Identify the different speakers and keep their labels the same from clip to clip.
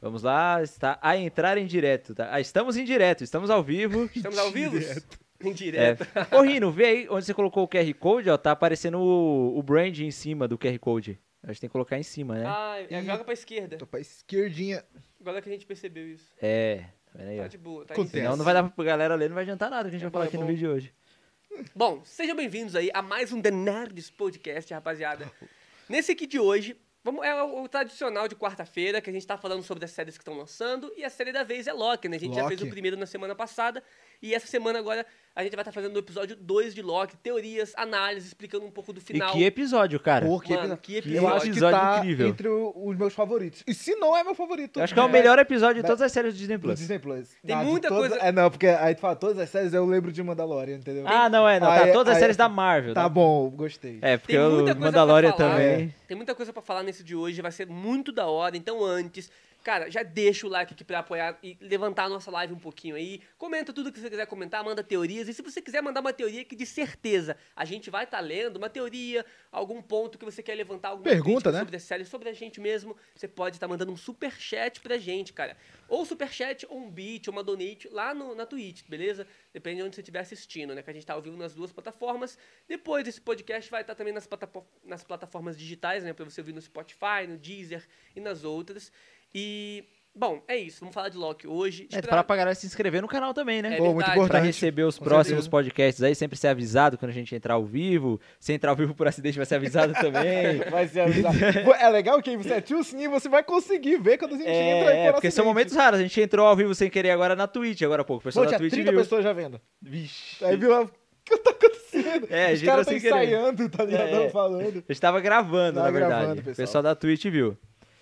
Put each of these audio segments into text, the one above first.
Speaker 1: Vamos lá, está a entrar em direto. Tá? Ah, estamos em direto, estamos ao vivo.
Speaker 2: Estamos ao vivo? Em
Speaker 1: É.
Speaker 2: direto.
Speaker 1: Ô, Rino, vê aí onde você colocou o QR Code, ó, tá aparecendo o, o brand em cima do QR Code. A gente tem que colocar em cima, né?
Speaker 2: Ah, é,
Speaker 3: Ih.
Speaker 2: joga pra esquerda.
Speaker 3: Tô pra esquerdinha.
Speaker 2: Agora que a gente percebeu isso.
Speaker 1: É, tá vendo aí,
Speaker 2: Tá
Speaker 1: ó.
Speaker 2: de boa, tá
Speaker 3: Acontece.
Speaker 2: em cima.
Speaker 1: Senão não vai dar pra galera ler, não vai adiantar nada que a gente
Speaker 2: É
Speaker 1: vai falar
Speaker 2: bom, é
Speaker 1: aqui no
Speaker 2: bom.
Speaker 1: vídeo de hoje.
Speaker 2: Bom, sejam bem-vindos aí a mais um The Nerds Podcast, rapaziada. Nesse aqui de hoje, vamos, é o, o tradicional de quarta-feira, que a gente tá falando sobre as séries que estão lançando, e a série da vez é Loki, né? A gente já fez o
Speaker 3: Loki.
Speaker 2: primeiro na semana passada, e essa semana agora a gente vai estar fazendo o episódio 2 de Loki, teorias, análises, explicando um pouco do final.
Speaker 1: E que episódio, cara.
Speaker 3: Pô, que
Speaker 2: Mano,
Speaker 3: episódio.
Speaker 2: que
Speaker 3: Eu acho que
Speaker 1: episódio
Speaker 3: tá
Speaker 1: incrível.
Speaker 3: entre o- os meus favoritos. E se não é meu favorito...
Speaker 1: Eu acho que é o
Speaker 3: né?
Speaker 1: melhor episódio de
Speaker 3: Vai-
Speaker 1: todas as séries do Disney
Speaker 3: Do
Speaker 1: Plus.
Speaker 3: Disney Plus.
Speaker 2: Tem
Speaker 3: de
Speaker 2: muita
Speaker 3: todas-
Speaker 2: coisa-
Speaker 3: É, não, porque aí tu fala todas as séries, eu lembro de Mandalorian, entendeu?
Speaker 1: Ah, não, é, não.
Speaker 3: Aí-
Speaker 1: Tá todas as
Speaker 3: aí-
Speaker 1: séries da Marvel.
Speaker 3: Tá
Speaker 1: né?
Speaker 3: bom, gostei.
Speaker 1: É, porque
Speaker 2: Tem
Speaker 1: o
Speaker 2: muita coisa pra
Speaker 1: Mandalorian
Speaker 2: falar. né? É,
Speaker 1: também.
Speaker 2: Tem muita coisa pra falar nesse de hoje, vai ser muito da hora, então antes, cara, já deixa o like aqui pra apoiar e levantar a nossa live um pouquinho aí. Comenta tudo que você quiser comentar, manda teorias. E se você quiser mandar uma teoria que de certeza a gente vai estar lendo, uma teoria, algum ponto que você quer levantar, alguma
Speaker 3: Pergunta,
Speaker 2: crítica
Speaker 3: né?
Speaker 2: sobre a série, sobre a gente mesmo, você pode estar mandando um superchat pra gente, cara. Ou superchat, ou um beat, ou uma donate lá no, na Twitch, beleza? Depende de onde você estiver assistindo, né? Que a gente tá ao vivo nas duas plataformas. Depois esse podcast vai estar também nas, platapo- nas plataformas digitais, né? Pra você ouvir no Spotify, no Deezer e nas outras. E, bom, é isso. Vamos falar de Loki hoje.
Speaker 1: É,
Speaker 2: Espera-
Speaker 1: falar pra galera se inscrever no canal também, né?
Speaker 2: É
Speaker 3: Pô, muito
Speaker 2: verdade,
Speaker 1: Pra
Speaker 3: importante.
Speaker 1: receber os
Speaker 3: Com
Speaker 1: próximos
Speaker 3: certeza.
Speaker 1: podcasts aí, sempre ser avisado quando a gente entrar ao vivo. Se entrar ao vivo por acidente, vai ser avisado também.
Speaker 3: Vai ser avisado. Pô, É legal que você ativa o sininho e você vai conseguir ver quando a gente entra e
Speaker 1: É,
Speaker 3: for
Speaker 1: é, porque são
Speaker 3: acidente.
Speaker 1: momentos raros. A gente entrou ao vivo sem querer agora na Twitch, agora há pouco. O pessoal
Speaker 3: Pô,
Speaker 1: da
Speaker 3: tinha
Speaker 1: Twitch
Speaker 3: 30
Speaker 1: viu.
Speaker 3: pessoas já vendo.
Speaker 1: Vixe.
Speaker 3: Aí viu lá, o que tá acontecendo?
Speaker 1: É,
Speaker 3: Os
Speaker 1: gente,
Speaker 3: caras
Speaker 1: eu sem
Speaker 3: tá
Speaker 1: querer.
Speaker 3: ensaiando, tá ligado?
Speaker 1: É, é.
Speaker 3: Falando.
Speaker 1: A gente tava gravando,
Speaker 3: Tava
Speaker 1: na verdade.
Speaker 3: gravando,
Speaker 1: o
Speaker 3: pessoal.
Speaker 1: pessoal da Twitch viu.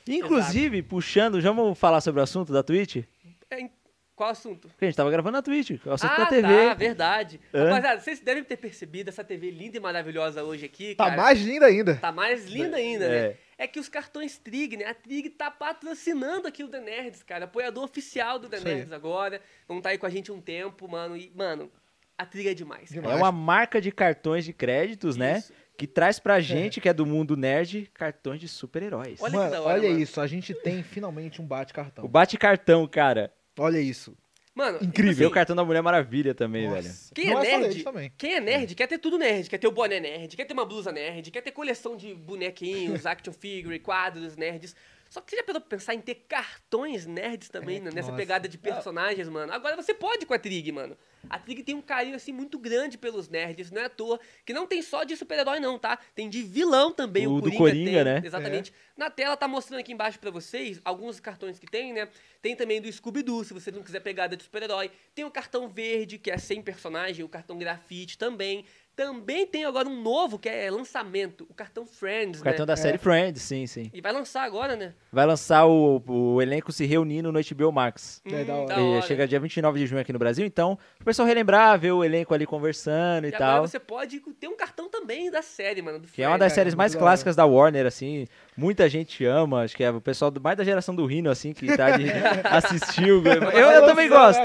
Speaker 1: Inclusive, puxando, já vamos falar sobre o assunto da Twitch?
Speaker 2: É, em- Qual assunto?
Speaker 1: Porque a gente tava gravando na Twitch, o assunto
Speaker 2: ah,
Speaker 1: da TV.
Speaker 2: tá, verdade.
Speaker 1: Hã?
Speaker 2: Rapaziada, vocês devem ter percebido essa TV linda e maravilhosa hoje aqui,
Speaker 3: Tá
Speaker 2: cara.
Speaker 3: mais linda ainda.
Speaker 2: Tá mais linda ainda,
Speaker 1: É.
Speaker 2: né? É que os cartões Trig, né? A Trig tá patrocinando aqui o The Nerds, cara. Apoiador oficial do The
Speaker 3: Isso aí.
Speaker 2: Nerds agora. Vão tá aí com a gente um tempo, mano. E, mano, a Trig é demais. cara.
Speaker 3: Demais.
Speaker 1: É uma marca de cartões de créditos, né?
Speaker 2: Isso.
Speaker 1: Que traz pra gente, que é do mundo nerd, cartões de super-heróis.
Speaker 2: Olha que
Speaker 3: mano,
Speaker 2: da hora,
Speaker 3: olha
Speaker 2: mano.
Speaker 3: isso, a gente tem finalmente um
Speaker 1: O
Speaker 3: bate-cartão.
Speaker 1: bate-cartão, cara.
Speaker 3: Olha isso.
Speaker 2: Mano,
Speaker 3: Incrível.
Speaker 1: Vê
Speaker 2: Assim,
Speaker 1: o cartão da Mulher Maravilha também,
Speaker 3: Nossa.
Speaker 1: velho.
Speaker 2: Quem
Speaker 3: Não
Speaker 2: é,
Speaker 3: só
Speaker 2: nerd,
Speaker 3: leite também.
Speaker 2: quem é nerd quer ter tudo nerd, quer ter o boné nerd, quer ter uma blusa nerd, quer ter coleção de bonequinhos, action figure, quadros nerds. Só que você já pensou pra pensar em ter cartões nerds também,
Speaker 3: É,
Speaker 2: né, nessa
Speaker 3: nossa.
Speaker 2: pegada de personagens, mano? Agora você pode com a Trig, mano. A Trig tem um carinho, assim, muito grande pelos nerds, não é à toa. Que não tem só de super-herói, não, tá? Tem de vilão também, o,
Speaker 1: O do Coringa,
Speaker 2: tem,
Speaker 1: né?
Speaker 2: Exatamente. Na tela tá mostrando aqui embaixo pra vocês alguns cartões que tem, né? Tem também do Scooby-Doo, se você não quiser pegada de super-herói. Tem o cartão verde, que é sem personagem, o cartão grafite também. Também tem agora um novo, que é lançamento, o cartão Friends,
Speaker 1: O cartão
Speaker 2: né?
Speaker 1: da série Friends, sim, sim.
Speaker 2: E vai lançar agora, né?
Speaker 1: Vai lançar o, o elenco se reunindo no HBO Max.
Speaker 3: É, da hora.
Speaker 2: Hum, da
Speaker 1: E chega dia 29 de junho aqui no Brasil, então, o pessoal relembrar, ver o elenco ali conversando e,
Speaker 2: E
Speaker 1: tal.
Speaker 2: agora você pode ter um cartão também da série, mano, do
Speaker 1: Que é uma das
Speaker 3: Cara,
Speaker 1: séries
Speaker 3: muito
Speaker 1: mais
Speaker 3: da
Speaker 1: clássicas da Warner, assim. Muita gente ama, acho que é o pessoal do- mais da geração do Rino, assim, que tá de, assistiu. Eu, eu também gosto.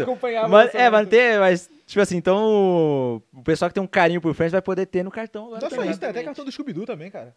Speaker 1: Mas, é, mas, tem, mas, tipo assim, então o pessoal que tem um carinho por Friends vai poder ter no cartão agora.
Speaker 3: Não é só
Speaker 1: também.
Speaker 3: isso, tem até
Speaker 2: Exatamente.
Speaker 3: cartão do Scooby-Doo também, cara.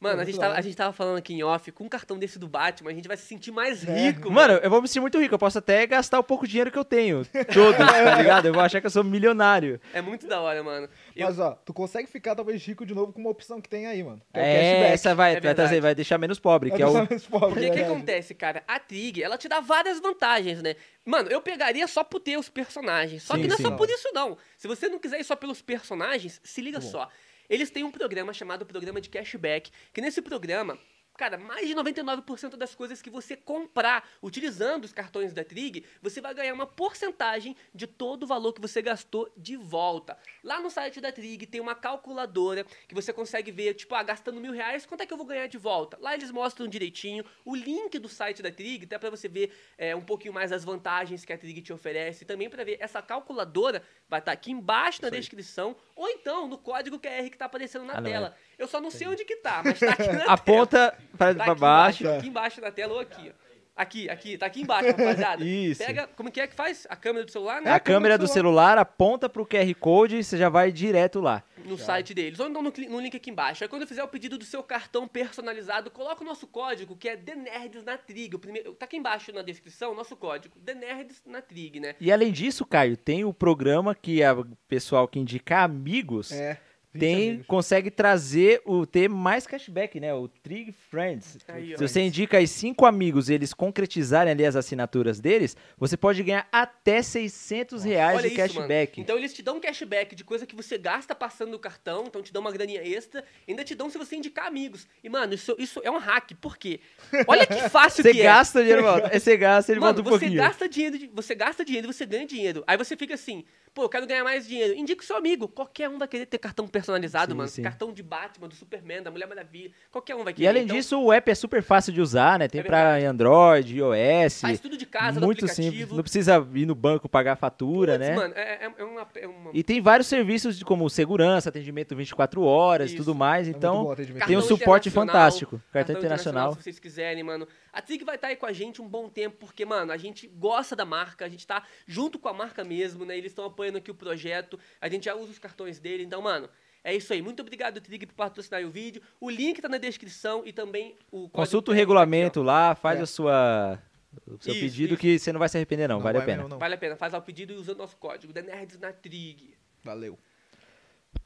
Speaker 2: Mano, a
Speaker 3: Muito
Speaker 2: gente,
Speaker 3: da
Speaker 2: tava,
Speaker 3: hora.
Speaker 2: a gente tava falando aqui em off, com um cartão desse do Batman, a gente vai se sentir mais
Speaker 3: É.
Speaker 2: rico,
Speaker 1: Mano, eu vou me sentir muito rico. Eu posso até gastar o pouco dinheiro que eu tenho. Todo, tá ligado? Eu vou achar que eu sou milionário.
Speaker 2: É muito da hora, mano. Eu-
Speaker 3: Mas ó, tu consegue ficar talvez rico de novo com uma opção que tem aí, mano. que o
Speaker 1: É,
Speaker 3: cashback.
Speaker 1: essa vai,
Speaker 2: É
Speaker 1: vai, trazer,
Speaker 2: verdade.
Speaker 1: vai deixar menos pobre,
Speaker 3: É
Speaker 1: que é o.
Speaker 3: totalmente pobre,
Speaker 2: Porque
Speaker 3: é
Speaker 2: o que
Speaker 3: verdade.
Speaker 2: acontece, cara? A Trig, ela te dá várias vantagens, né? Mano, eu pegaria só por ter os personagens. Só
Speaker 1: Sim,
Speaker 2: que não é só
Speaker 3: sim.
Speaker 2: por isso, não. Se você não quiser ir só pelos personagens, se
Speaker 1: Tá
Speaker 2: liga só. Eles têm um programa chamado Programa de Cashback, que nesse programa. Cara, mais de 99% das coisas que você comprar utilizando os cartões da Trig, você vai ganhar uma porcentagem de todo o valor que você gastou de volta. Lá no site da Trig tem uma calculadora que você consegue ver, tipo, ah, gastando mil reais, quanto é que eu vou ganhar de volta? Lá eles mostram direitinho. O link do site da Trig tá pra você ver é, um pouquinho mais as vantagens que a Trig te oferece. Também pra ver essa calculadora vai estar aqui embaixo na descrição ou então no código QR que tá aparecendo na
Speaker 1: Ah, não,
Speaker 2: tela. Eu só não sei onde que tá, mas tá aqui na tela.
Speaker 1: Aponta pra,
Speaker 2: Tá
Speaker 1: pra
Speaker 2: aqui
Speaker 1: baixo. é.
Speaker 2: Embaixo, aqui embaixo na tela ou aqui, ó. Aqui, aqui, tá aqui embaixo, rapaziada.
Speaker 1: Isso.
Speaker 2: Pega, como que é que faz? A câmera do celular,
Speaker 1: É a
Speaker 2: né?
Speaker 1: câmera do celular, aponta pro QR Code e você já vai direto lá.
Speaker 2: No site deles. Ou então no, cli- no link aqui embaixo. Aí quando eu fizer o pedido do seu cartão personalizado, coloca o nosso código, que é DNERDS na Trig. O primeiro, tá aqui embaixo na descrição o nosso código, DNERDS na Trig, né?
Speaker 1: E além disso, Caio, tem o programa que a- o pessoal que indica amigos
Speaker 3: É. vinte
Speaker 1: tem
Speaker 3: amigos.
Speaker 1: consegue trazer o ter mais cashback, né? O Trig Friends.
Speaker 2: Tá Aí, ó.
Speaker 1: Se você indica aí cinco amigos, e eles concretizarem ali as assinaturas deles, você pode ganhar até 600 reais
Speaker 2: Olha
Speaker 1: de
Speaker 2: isso,
Speaker 1: cashback.
Speaker 2: mano. Então eles te dão um cashback de coisa que você gasta passando no cartão, então te dão uma graninha extra, ainda te dão se você indicar amigos. E, mano, isso, isso é um hack, por quê? Olha que fácil
Speaker 1: Você
Speaker 2: que é.
Speaker 1: gasta o dinheiro, volta. Aí Você gasta, ele volta
Speaker 2: Mano,
Speaker 1: um
Speaker 2: você
Speaker 1: pouquinho.
Speaker 2: gasta, dinheiro, de- você gasta dinheiro e você ganha dinheiro. Aí você fica assim, pô, eu quero ganhar mais dinheiro. Indica o seu amigo. Qualquer um vai querer ter cartão personalizado,
Speaker 1: Sim,
Speaker 2: mano.
Speaker 1: sim.
Speaker 2: Cartão de Batman, do Superman, da Mulher Maravilha. Qualquer um vai querer.
Speaker 1: E além
Speaker 2: Então,
Speaker 1: disso, o app é super fácil de usar, né? Tem
Speaker 2: É
Speaker 1: pra Android, iOS.
Speaker 2: faz tudo de casa,
Speaker 1: muito
Speaker 2: no aplicativo.
Speaker 1: simples. Não precisa ir no banco pagar a fatura,
Speaker 2: Putz,
Speaker 1: né?
Speaker 2: mano, é, é- é uma... é uma-
Speaker 1: E tem vários serviços de- como segurança, atendimento 24 horas,
Speaker 2: Isso.
Speaker 1: tudo mais.
Speaker 3: É muito bom o
Speaker 1: Então,
Speaker 3: atendimento.
Speaker 1: tem um
Speaker 2: Cartão
Speaker 1: suporte
Speaker 2: internacional,
Speaker 1: fantástico. Cartão, internacional.
Speaker 2: Se vocês quiserem, mano. A Trig vai estar aí com a gente um bom tempo, porque, mano, a gente gosta da marca, a gente tá junto com a marca mesmo, né? Eles estão apoiando aqui o projeto, a gente já usa os cartões dele, então, mano. É isso aí. Muito obrigado, Trig, por patrocinar o vídeo. O link tá na descrição e também o código né?
Speaker 1: Consulta o
Speaker 2: QR
Speaker 1: regulamento
Speaker 2: aqui,
Speaker 1: lá, faz
Speaker 3: É.
Speaker 1: a sua, o seu
Speaker 2: Isso,
Speaker 1: pedido
Speaker 2: isso.
Speaker 1: que você não vai se arrepender, não.
Speaker 3: Não
Speaker 1: vale a
Speaker 3: vai
Speaker 1: pena.
Speaker 3: mesmo,
Speaker 2: ó.
Speaker 3: não.
Speaker 2: Vale a pena, faz lá o pedido e usa o nosso código, The Nerds na Trig.
Speaker 3: Valeu.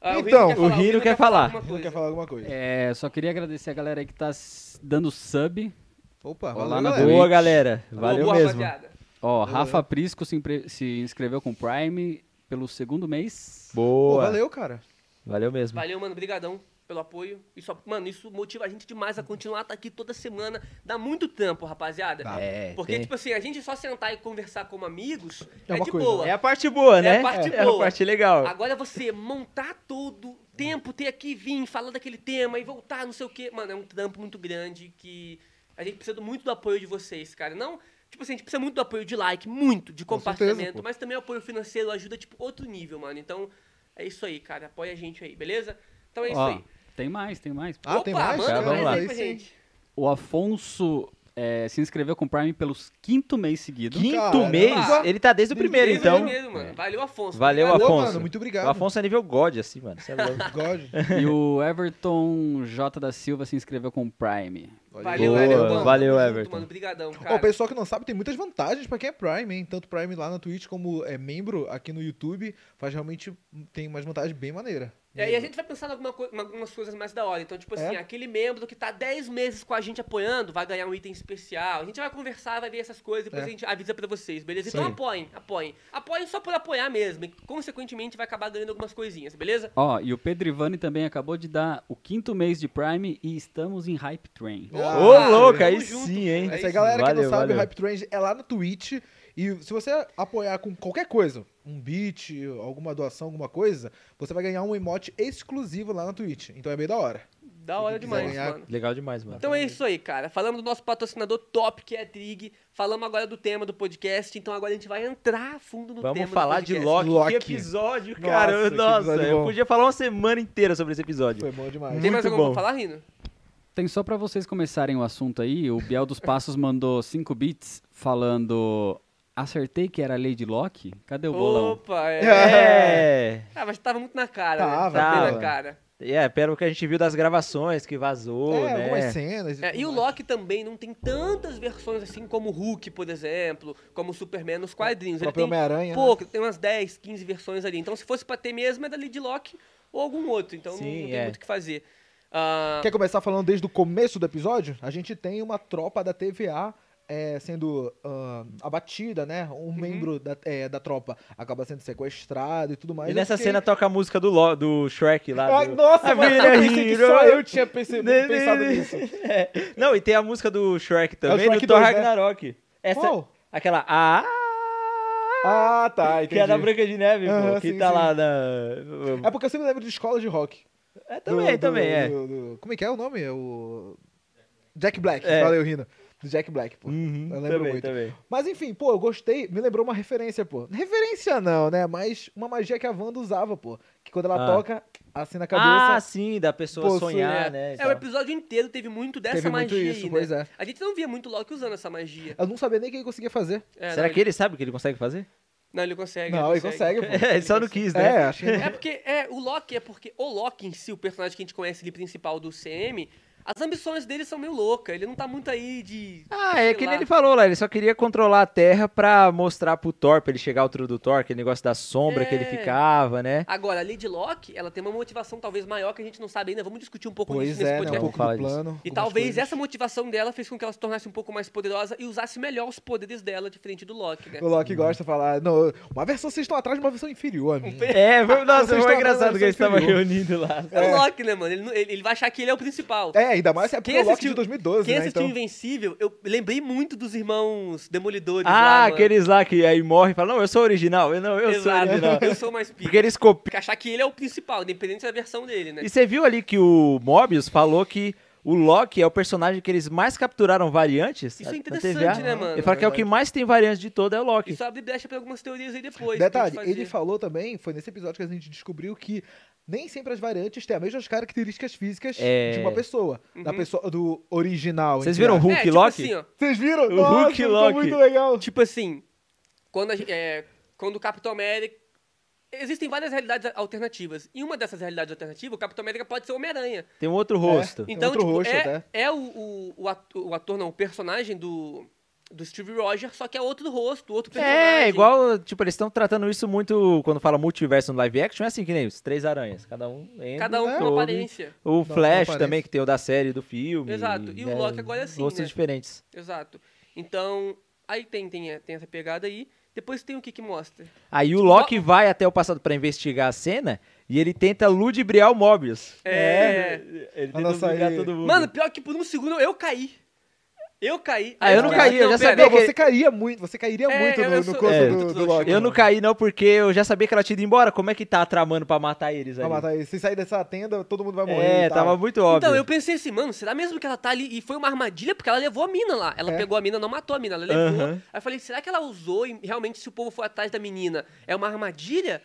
Speaker 2: Ah,
Speaker 3: Então,
Speaker 1: o Rino quer falar.
Speaker 2: alguma
Speaker 3: Não quer
Speaker 2: coisa.
Speaker 3: falar alguma coisa?
Speaker 4: É, só queria agradecer a galera aí que tá s- dando sub.
Speaker 3: Opa, valeu,
Speaker 4: Olá, na
Speaker 3: galera.
Speaker 4: Twitch.
Speaker 1: Boa, galera.
Speaker 2: Boa,
Speaker 1: Valeu
Speaker 2: boa,
Speaker 1: mesmo.
Speaker 2: rapaziada.
Speaker 4: Ó,
Speaker 3: Valeu.
Speaker 4: Rafa Prisco se, impre- se inscreveu com o Prime pelo segundo mês.
Speaker 3: Pô,
Speaker 1: Boa.
Speaker 3: valeu, cara.
Speaker 1: Valeu
Speaker 3: Uhum.
Speaker 1: mesmo.
Speaker 2: Valeu, mano. Brigadão pelo apoio. Isso, mano, isso motiva a gente demais a continuar tá aqui toda semana. Dá muito tempo, rapaziada.
Speaker 3: Dá.
Speaker 1: É,
Speaker 2: Porque,
Speaker 1: tem-
Speaker 2: tipo assim, a gente só sentar e conversar como amigos
Speaker 3: É
Speaker 2: é,
Speaker 3: uma
Speaker 2: de
Speaker 3: coisa,
Speaker 2: boa.
Speaker 1: é a parte boa, né?
Speaker 2: a parte
Speaker 1: é
Speaker 2: boa.
Speaker 1: a parte legal.
Speaker 2: Agora você montar todo o tempo, ter aqui e vir, falar daquele tema e voltar, não sei o quê. Mano, é um trampo muito grande que a gente precisa muito do apoio de vocês, cara. Não, tipo assim, a gente precisa muito do apoio de like, muito, de
Speaker 3: Com
Speaker 2: compartilhamento,
Speaker 3: certeza, pô.
Speaker 2: mas também o apoio financeiro ajuda, tipo, outro nível, mano. Então, é isso aí, cara. Apoia a gente aí, beleza? Então é isso
Speaker 4: Ó,
Speaker 2: aí.
Speaker 4: Tem mais, tem mais.
Speaker 3: Ah, tem mais?
Speaker 2: manda
Speaker 1: Tá, vamos
Speaker 2: mais
Speaker 1: lá.
Speaker 2: aí pra
Speaker 3: Aí sim.
Speaker 2: gente.
Speaker 4: O Afonso é, se inscreveu com o Prime pelo quinto mês seguido.
Speaker 1: Quinto
Speaker 3: Caramba.
Speaker 1: mês, ele tá desde o
Speaker 3: Desde
Speaker 1: primeiro,
Speaker 2: Beijo
Speaker 1: então.
Speaker 2: mesmo, mano. Valeu, Afonso.
Speaker 1: Valeu,
Speaker 2: Obrigado.
Speaker 3: Boa,
Speaker 1: Afonso.
Speaker 3: mano, muito obrigado.
Speaker 1: O Afonso é nível God, assim, mano. Você é louco.
Speaker 3: God.
Speaker 4: E o Everton J da Silva se inscreveu com o Prime.
Speaker 3: Olha aí.
Speaker 2: Valeu,
Speaker 1: Boa,
Speaker 2: Everton.
Speaker 1: valeu,
Speaker 2: Tamo junto,
Speaker 1: Everton.
Speaker 2: Mano, brigadão, cara.
Speaker 3: Ó, o pessoal que não sabe, tem muitas vantagens pra quem é Prime, hein? Tanto Prime lá na Twitch como é membro aqui no YouTube, faz realmente tem umas vantagens bem maneiras.
Speaker 2: É, e a gente vai pensar em alguma co- em algumas coisas mais da hora. Então, tipo assim,
Speaker 3: É?
Speaker 2: aquele membro que tá 10 meses com a gente apoiando vai ganhar um item especial. A gente vai conversar, vai ver essas coisas, depois
Speaker 3: É.
Speaker 2: a gente avisa pra vocês, beleza?
Speaker 3: Isso
Speaker 2: Então
Speaker 3: aí.
Speaker 2: apoiem, apoiem. Apoiem só por apoiar mesmo. E, consequentemente, vai acabar ganhando algumas coisinhas, beleza?
Speaker 4: Ó, e o Pedro Ivani também acabou de dar o quinto mês de Prime e estamos em Hype Train.
Speaker 3: Ô,
Speaker 1: Ô,
Speaker 2: Ah,
Speaker 1: louco, aí
Speaker 2: tamo junto,
Speaker 1: sim,
Speaker 2: pô.
Speaker 1: hein?
Speaker 2: É
Speaker 3: Então, Essa
Speaker 2: isso.
Speaker 3: galera que
Speaker 1: Valeu,
Speaker 3: não sabe,
Speaker 1: valeu.
Speaker 3: o Hype Trend é lá na Twitch. E se você apoiar com qualquer coisa, um beat, alguma doação, alguma coisa, você vai ganhar um emote exclusivo lá na Twitch. Então é bem da hora.
Speaker 2: Da hora
Speaker 3: quiser
Speaker 2: demais,
Speaker 3: ganhar-
Speaker 2: mano.
Speaker 1: Legal demais, mano.
Speaker 2: Então é isso aí, cara. Falamos do nosso patrocinador top, que é a Trig. Falamos agora do tema do podcast, então agora a gente vai entrar a fundo no um tema
Speaker 1: Vamos
Speaker 2: do
Speaker 1: falar de
Speaker 2: podcast.
Speaker 1: Loki.
Speaker 3: Loki.
Speaker 1: Que episódio,
Speaker 3: Nossa,
Speaker 1: cara.
Speaker 3: que
Speaker 1: Nossa,
Speaker 3: episódio
Speaker 1: eu
Speaker 3: bom.
Speaker 1: podia falar uma semana inteira sobre esse episódio.
Speaker 3: Foi bom demais.
Speaker 2: Tem mais
Speaker 1: Muito
Speaker 2: alguma
Speaker 1: bom.
Speaker 2: pra falar, Rino?
Speaker 4: Tem só pra vocês começarem o assunto aí, o Biel dos Passos mandou 5 bits falando acertei que era a Lady Locke? Cadê o bolão?
Speaker 2: Opa, é.
Speaker 1: É.
Speaker 2: Ah, mas tava muito na cara,
Speaker 3: Tava,
Speaker 2: né? Tava. bem na
Speaker 1: tava.
Speaker 2: cara.
Speaker 1: É, pelo que a gente viu das gravações que vazou,
Speaker 3: é, algumas
Speaker 1: né?
Speaker 3: cenas.
Speaker 2: É, e o
Speaker 3: tudo mais.
Speaker 2: Loki também não tem tantas versões assim como o Hulk, por exemplo, como o Superman nos quadrinhos.
Speaker 3: O
Speaker 2: Ele
Speaker 3: próprio
Speaker 2: tem
Speaker 3: Homem-Aranha, né?
Speaker 2: pouco, tem umas 10, 15 versões ali. Então se fosse pra ter mesmo, é da Lady Loki ou algum outro. Então não-
Speaker 1: Sim,
Speaker 2: não, tem
Speaker 1: é.
Speaker 2: muito o que fazer. Ah,
Speaker 3: Quer começar falando desde o começo do episódio? A gente tem uma tropa da TVA é, sendo ah, abatida, né? Um
Speaker 1: Uhum.
Speaker 3: membro da, é, da tropa acaba sendo sequestrado e tudo mais.
Speaker 1: E
Speaker 3: Eu
Speaker 1: nessa
Speaker 3: fiquei-
Speaker 1: cena tá toca a música do, Lo- do Shrek lá.
Speaker 3: Ai,
Speaker 1: Do...
Speaker 3: nossa, mas
Speaker 1: vida
Speaker 3: eu pensei que
Speaker 1: hero.
Speaker 3: só eu tinha pense-
Speaker 1: Né,
Speaker 3: pensado
Speaker 1: né, né.
Speaker 3: nisso.
Speaker 1: É. Não, e tem a música do Shrek também,
Speaker 3: Shrek
Speaker 1: do Thor
Speaker 3: 2, né?
Speaker 1: Ragnarok. Essa,
Speaker 3: Qual?
Speaker 1: Aquela. Ah!
Speaker 3: Ah, tá,
Speaker 1: Que é da
Speaker 3: entendi.
Speaker 1: Branca de Neve,
Speaker 3: Aham,
Speaker 1: pô. Que
Speaker 3: sim,
Speaker 1: tá
Speaker 3: sim.
Speaker 1: lá
Speaker 3: É
Speaker 1: na.
Speaker 3: porque eu sempre lembro de escola de rock.
Speaker 1: É, também,
Speaker 3: Do- do-
Speaker 1: também, é.
Speaker 3: do- do- como é que é o nome? É o. Jack Black.
Speaker 1: É.
Speaker 3: Valeu, Rino. do Jack Black, pô.
Speaker 1: Uhum,
Speaker 3: eu lembro
Speaker 1: também,
Speaker 3: muito.
Speaker 1: também.
Speaker 3: Mas enfim, pô, eu gostei. Me lembrou uma referência, pô. Referência não, né? Mas uma magia que a Wanda usava, pô. Que quando ela
Speaker 1: Ah.
Speaker 3: toca, assim na
Speaker 1: Ah,
Speaker 3: cabeça.
Speaker 1: sim, da pessoa
Speaker 3: Possui,
Speaker 1: sonhar,
Speaker 2: é,
Speaker 1: né? e
Speaker 2: é, o
Speaker 1: tal.
Speaker 2: episódio inteiro teve muito dessa
Speaker 3: Teve muito
Speaker 2: magia
Speaker 3: isso,
Speaker 2: aí, né?
Speaker 3: pois é.
Speaker 2: A gente não via muito Loki usando essa magia.
Speaker 3: eu não sabia nem o que ele conseguia fazer.
Speaker 2: É,
Speaker 1: Será
Speaker 2: não,
Speaker 1: que ele sabe o que ele consegue fazer?
Speaker 2: Não, ele consegue.
Speaker 3: não, ele consegue, pô.
Speaker 1: ele só não quis, né?
Speaker 3: É, acho que.
Speaker 2: É porque é, o Loki é porque o Loki em si, o personagem que a gente conhece ali principal do CM, as ambições dele são meio loucas. Ele não tá muito aí de.
Speaker 1: Ah, é
Speaker 2: sei
Speaker 1: que
Speaker 2: lá.
Speaker 1: nem ele falou lá, ele só queria controlar a Terra pra mostrar pro Thor, pra ele chegar ao tru do Thor, aquele negócio da sombra que ele
Speaker 2: É.
Speaker 1: ficava, né?
Speaker 2: Agora, a Lady Loki, ela tem uma motivação talvez maior que a gente não sabe ainda. Vamos discutir um pouco
Speaker 3: Pois
Speaker 2: disso nesse
Speaker 3: é, né? Um
Speaker 2: podcast.
Speaker 3: pouco
Speaker 1: Fala
Speaker 3: do
Speaker 1: disso.
Speaker 3: plano.
Speaker 2: E
Speaker 3: algumas
Speaker 2: talvez
Speaker 3: coisas.
Speaker 2: essa motivação dela fez com que ela se tornasse um pouco mais poderosa e usasse melhor os poderes dela de frente do Loki, né?
Speaker 3: O Loki gosta de falar. Não, uma versão vocês estão atrás de uma versão inferior a
Speaker 2: Um
Speaker 3: mim.
Speaker 1: É, foi, nossa,
Speaker 3: Vocês
Speaker 1: foi
Speaker 3: estavam
Speaker 1: engraçado que eles estavam
Speaker 3: inferior.
Speaker 1: reunindo lá.
Speaker 2: É o Loki, né, mano? Ele, não- ele, ele vai achar que ele é o principal.
Speaker 3: É, ainda mais se é porque
Speaker 2: Quem
Speaker 3: o Loki
Speaker 2: assistiu-
Speaker 3: de 2012,
Speaker 2: Quem
Speaker 3: né?
Speaker 2: assistiu
Speaker 3: Então...
Speaker 2: Invencível, eu lembrei muito dos irmãos Demolidores lá,
Speaker 1: Ah,
Speaker 2: mano.
Speaker 1: aqueles lá que aí morre e fala, não, eu sou original, eu não, eu sou
Speaker 2: Exato,
Speaker 1: original.
Speaker 2: eu sou mais pica.
Speaker 1: Porque eles copiam.
Speaker 2: Achar que ele é o principal, independente da versão dele, né?
Speaker 1: E você viu ali que o Mobius falou que o Loki é o personagem que eles mais capturaram variantes?
Speaker 2: Isso é
Speaker 1: na
Speaker 2: interessante,
Speaker 1: TVA.
Speaker 2: né, mano?
Speaker 1: Ele fala que é o que mais tem variantes de todo é o Loki.
Speaker 2: Isso abre brecha pra algumas teorias aí depois. pra
Speaker 3: Detalhe,
Speaker 2: gente fazer.
Speaker 3: ele falou também, foi nesse episódio que a gente descobriu que nem sempre as variantes têm as mesmas características físicas
Speaker 1: É.
Speaker 3: de uma pessoa.
Speaker 2: Uhum.
Speaker 3: Da pessoa do original.
Speaker 1: Vocês
Speaker 3: entre
Speaker 1: viram o
Speaker 3: aspas.
Speaker 1: Hulk
Speaker 2: é,
Speaker 1: e
Speaker 2: tipo
Speaker 1: Loki?
Speaker 2: assim, ó.
Speaker 3: Vocês viram?
Speaker 1: O
Speaker 3: Nossa,
Speaker 1: Hulk e
Speaker 3: ficou
Speaker 1: Loki.
Speaker 3: muito legal.
Speaker 2: Tipo assim, quando, a, gen- é, quando o Capitão América. Existem várias realidades alternativas. E uma dessas realidades alternativas, o Capitão América pode ser o Homem-Aranha.
Speaker 1: Tem um outro rosto.
Speaker 3: Tem
Speaker 2: Então,
Speaker 3: outro
Speaker 2: tipo,
Speaker 3: roxo
Speaker 2: é,
Speaker 3: até.
Speaker 2: é o, o, o ator, o ator, não, o personagem do, do Steve Rogers, só que é outro rosto, outro personagem.
Speaker 1: É, igual, tipo, eles estão tratando isso muito quando fala multiverso no live action, é assim que nem os três aranhas, cada um entra,
Speaker 2: Cada um com
Speaker 1: todo.
Speaker 2: uma aparência.
Speaker 1: O
Speaker 3: com
Speaker 1: Flash
Speaker 3: aparência.
Speaker 1: também, que tem o da série, do filme.
Speaker 2: Exato, e o Loki agora é assim,
Speaker 1: Rostos
Speaker 2: né?
Speaker 1: diferentes.
Speaker 2: Exato. Então, aí tem, tem, tem essa pegada aí. Depois tem o que que mostra?
Speaker 1: Aí o
Speaker 2: Tipo,
Speaker 1: Loki vai até o passado pra investigar a cena e ele tenta ludibriar o Mobius.
Speaker 2: É.
Speaker 1: Ele
Speaker 3: Olha
Speaker 1: tenta
Speaker 3: só
Speaker 1: ludibriar
Speaker 3: aí.
Speaker 1: todo mundo.
Speaker 2: Mano, pior que por um segundo eu caí. Eu caí.
Speaker 1: Ah, eu não
Speaker 2: fiquei,
Speaker 1: caí, eu já
Speaker 2: pera,
Speaker 1: sabia
Speaker 3: Não,
Speaker 1: que-
Speaker 3: você cairia muito, você cairia
Speaker 2: É,
Speaker 3: muito
Speaker 2: eu-
Speaker 3: no,
Speaker 2: eu
Speaker 3: no
Speaker 2: sou-
Speaker 3: corpo
Speaker 1: é,
Speaker 3: do,
Speaker 2: eu
Speaker 3: do
Speaker 2: sou
Speaker 3: Loki.
Speaker 1: eu não caí não porque eu já sabia que ela tinha ido embora. Como é que tá tramando pra matar eles
Speaker 3: Vai
Speaker 1: ali?
Speaker 3: matar tá ele. tá, Se sair dessa tenda, todo mundo vai morrer.
Speaker 1: é,
Speaker 3: e tal.
Speaker 1: tava muito óbvio.
Speaker 2: Então, eu pensei assim, mano, será mesmo que ela tá ali e foi uma armadilha? Porque ela levou a mina lá. Ela
Speaker 3: É.
Speaker 2: pegou a mina, não matou a mina, ela levou.
Speaker 1: Aham.
Speaker 2: Aí eu falei, será que ela usou e realmente se o povo for atrás da menina, é uma armadilha?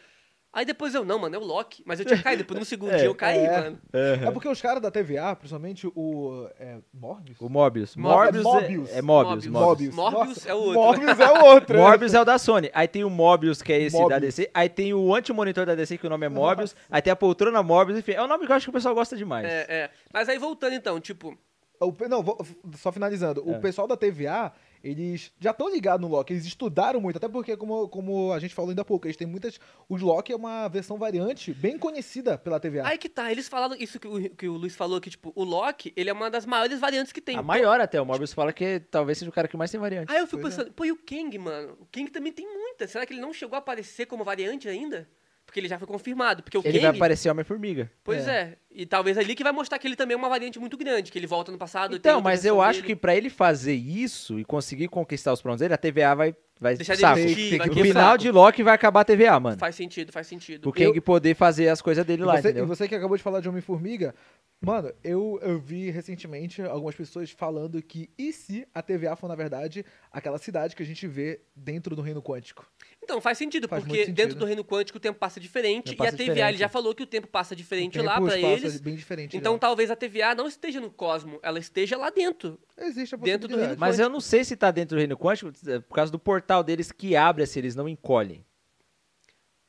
Speaker 2: Aí depois eu, não, mano, é o Loki. Mas eu tinha caído, por um segundo
Speaker 1: É,
Speaker 2: eu caí,
Speaker 3: é.
Speaker 2: mano.
Speaker 1: Aham.
Speaker 3: É porque os caras da TVA, principalmente o. É, Morbius?
Speaker 1: O Mobius. Morbius
Speaker 3: Mobius. Mobius.
Speaker 1: é, é Mobius. Mobius.
Speaker 3: Morbius.
Speaker 2: Morbius
Speaker 3: Nossa,
Speaker 2: é o outro.
Speaker 3: Morbius é o outro. né?
Speaker 1: Morbius é o da Sony. Aí tem o Mobius, que é esse da
Speaker 3: Mobius.
Speaker 1: DC. Aí tem o anti-monitor da DC, que o nome é Mobius. Aí tem a poltrona Mobius. Enfim, é um nome que eu acho que o pessoal gosta demais.
Speaker 2: É, é. Mas aí voltando então, tipo,
Speaker 3: O pe- não, vou- só finalizando.
Speaker 1: É.
Speaker 3: O pessoal da TVA, eles já estão ligados no Loki. Eles estudaram muito, até porque, como, como a gente falou ainda há pouco, eles têm muitas. O Loki é uma versão variante bem conhecida pela
Speaker 1: É.
Speaker 3: TVA.
Speaker 2: aí que tá, eles falaram isso que o, que o Luiz falou, que tipo, o Loki, ele é uma das maiores variantes que tem. um Ah,
Speaker 1: A maior até. O Mobius fala que talvez seja o cara que mais tem variante.
Speaker 2: Aí eu fico
Speaker 3: Pois é.
Speaker 2: pensando, pô, e o Kang, mano? O Kang também tem muita. Será que ele não chegou a aparecer como variante ainda? Porque ele já foi confirmado. Porque o
Speaker 1: Ele vai
Speaker 2: Kang.
Speaker 1: aparecer Homem-Formiga.
Speaker 2: Pois é. E talvez ali que vai mostrar que ele também é uma variante muito grande, que ele volta no passado. tem
Speaker 1: Então,
Speaker 2: outra
Speaker 1: mas eu
Speaker 2: versão
Speaker 1: acho
Speaker 2: dele.
Speaker 1: que pra ele fazer isso e conseguir conquistar os planos dele, a TVA vai. vai
Speaker 2: Deixar de
Speaker 1: saco.
Speaker 2: existir,
Speaker 3: Tem-
Speaker 2: vai
Speaker 1: No
Speaker 2: quebrar.
Speaker 1: final de Loki vai acabar a TVA, mano.
Speaker 2: Faz sentido, faz sentido.
Speaker 1: O Kang poder fazer as coisas dele
Speaker 3: E
Speaker 1: lá,
Speaker 3: você, e
Speaker 1: entendeu?
Speaker 3: você que acabou de falar de Homem-Formiga, mano, eu, eu vi recentemente algumas pessoas falando que e se a TVA for, na verdade, aquela cidade que a gente vê dentro do Reino Quântico?
Speaker 2: Então, faz sentido,
Speaker 3: Faz
Speaker 2: porque
Speaker 3: muito sentido.
Speaker 2: dentro do reino quântico o tempo passa diferente.
Speaker 1: Tempo passa
Speaker 2: e a TVA, ele
Speaker 1: diferente.
Speaker 2: já falou que o tempo passa diferente
Speaker 3: Tempo,
Speaker 2: lá pra
Speaker 3: um espaço,
Speaker 2: eles.
Speaker 3: bem diferente.
Speaker 2: Então
Speaker 3: né?
Speaker 2: talvez a TVA não esteja no cosmo, ela esteja lá dentro.
Speaker 3: Existe a
Speaker 2: dentro do
Speaker 3: possibilidade.
Speaker 2: Reino
Speaker 1: Mas eu não sei se tá dentro do Reino Quântico, é, por causa do portal deles que abre se eles não encolhem.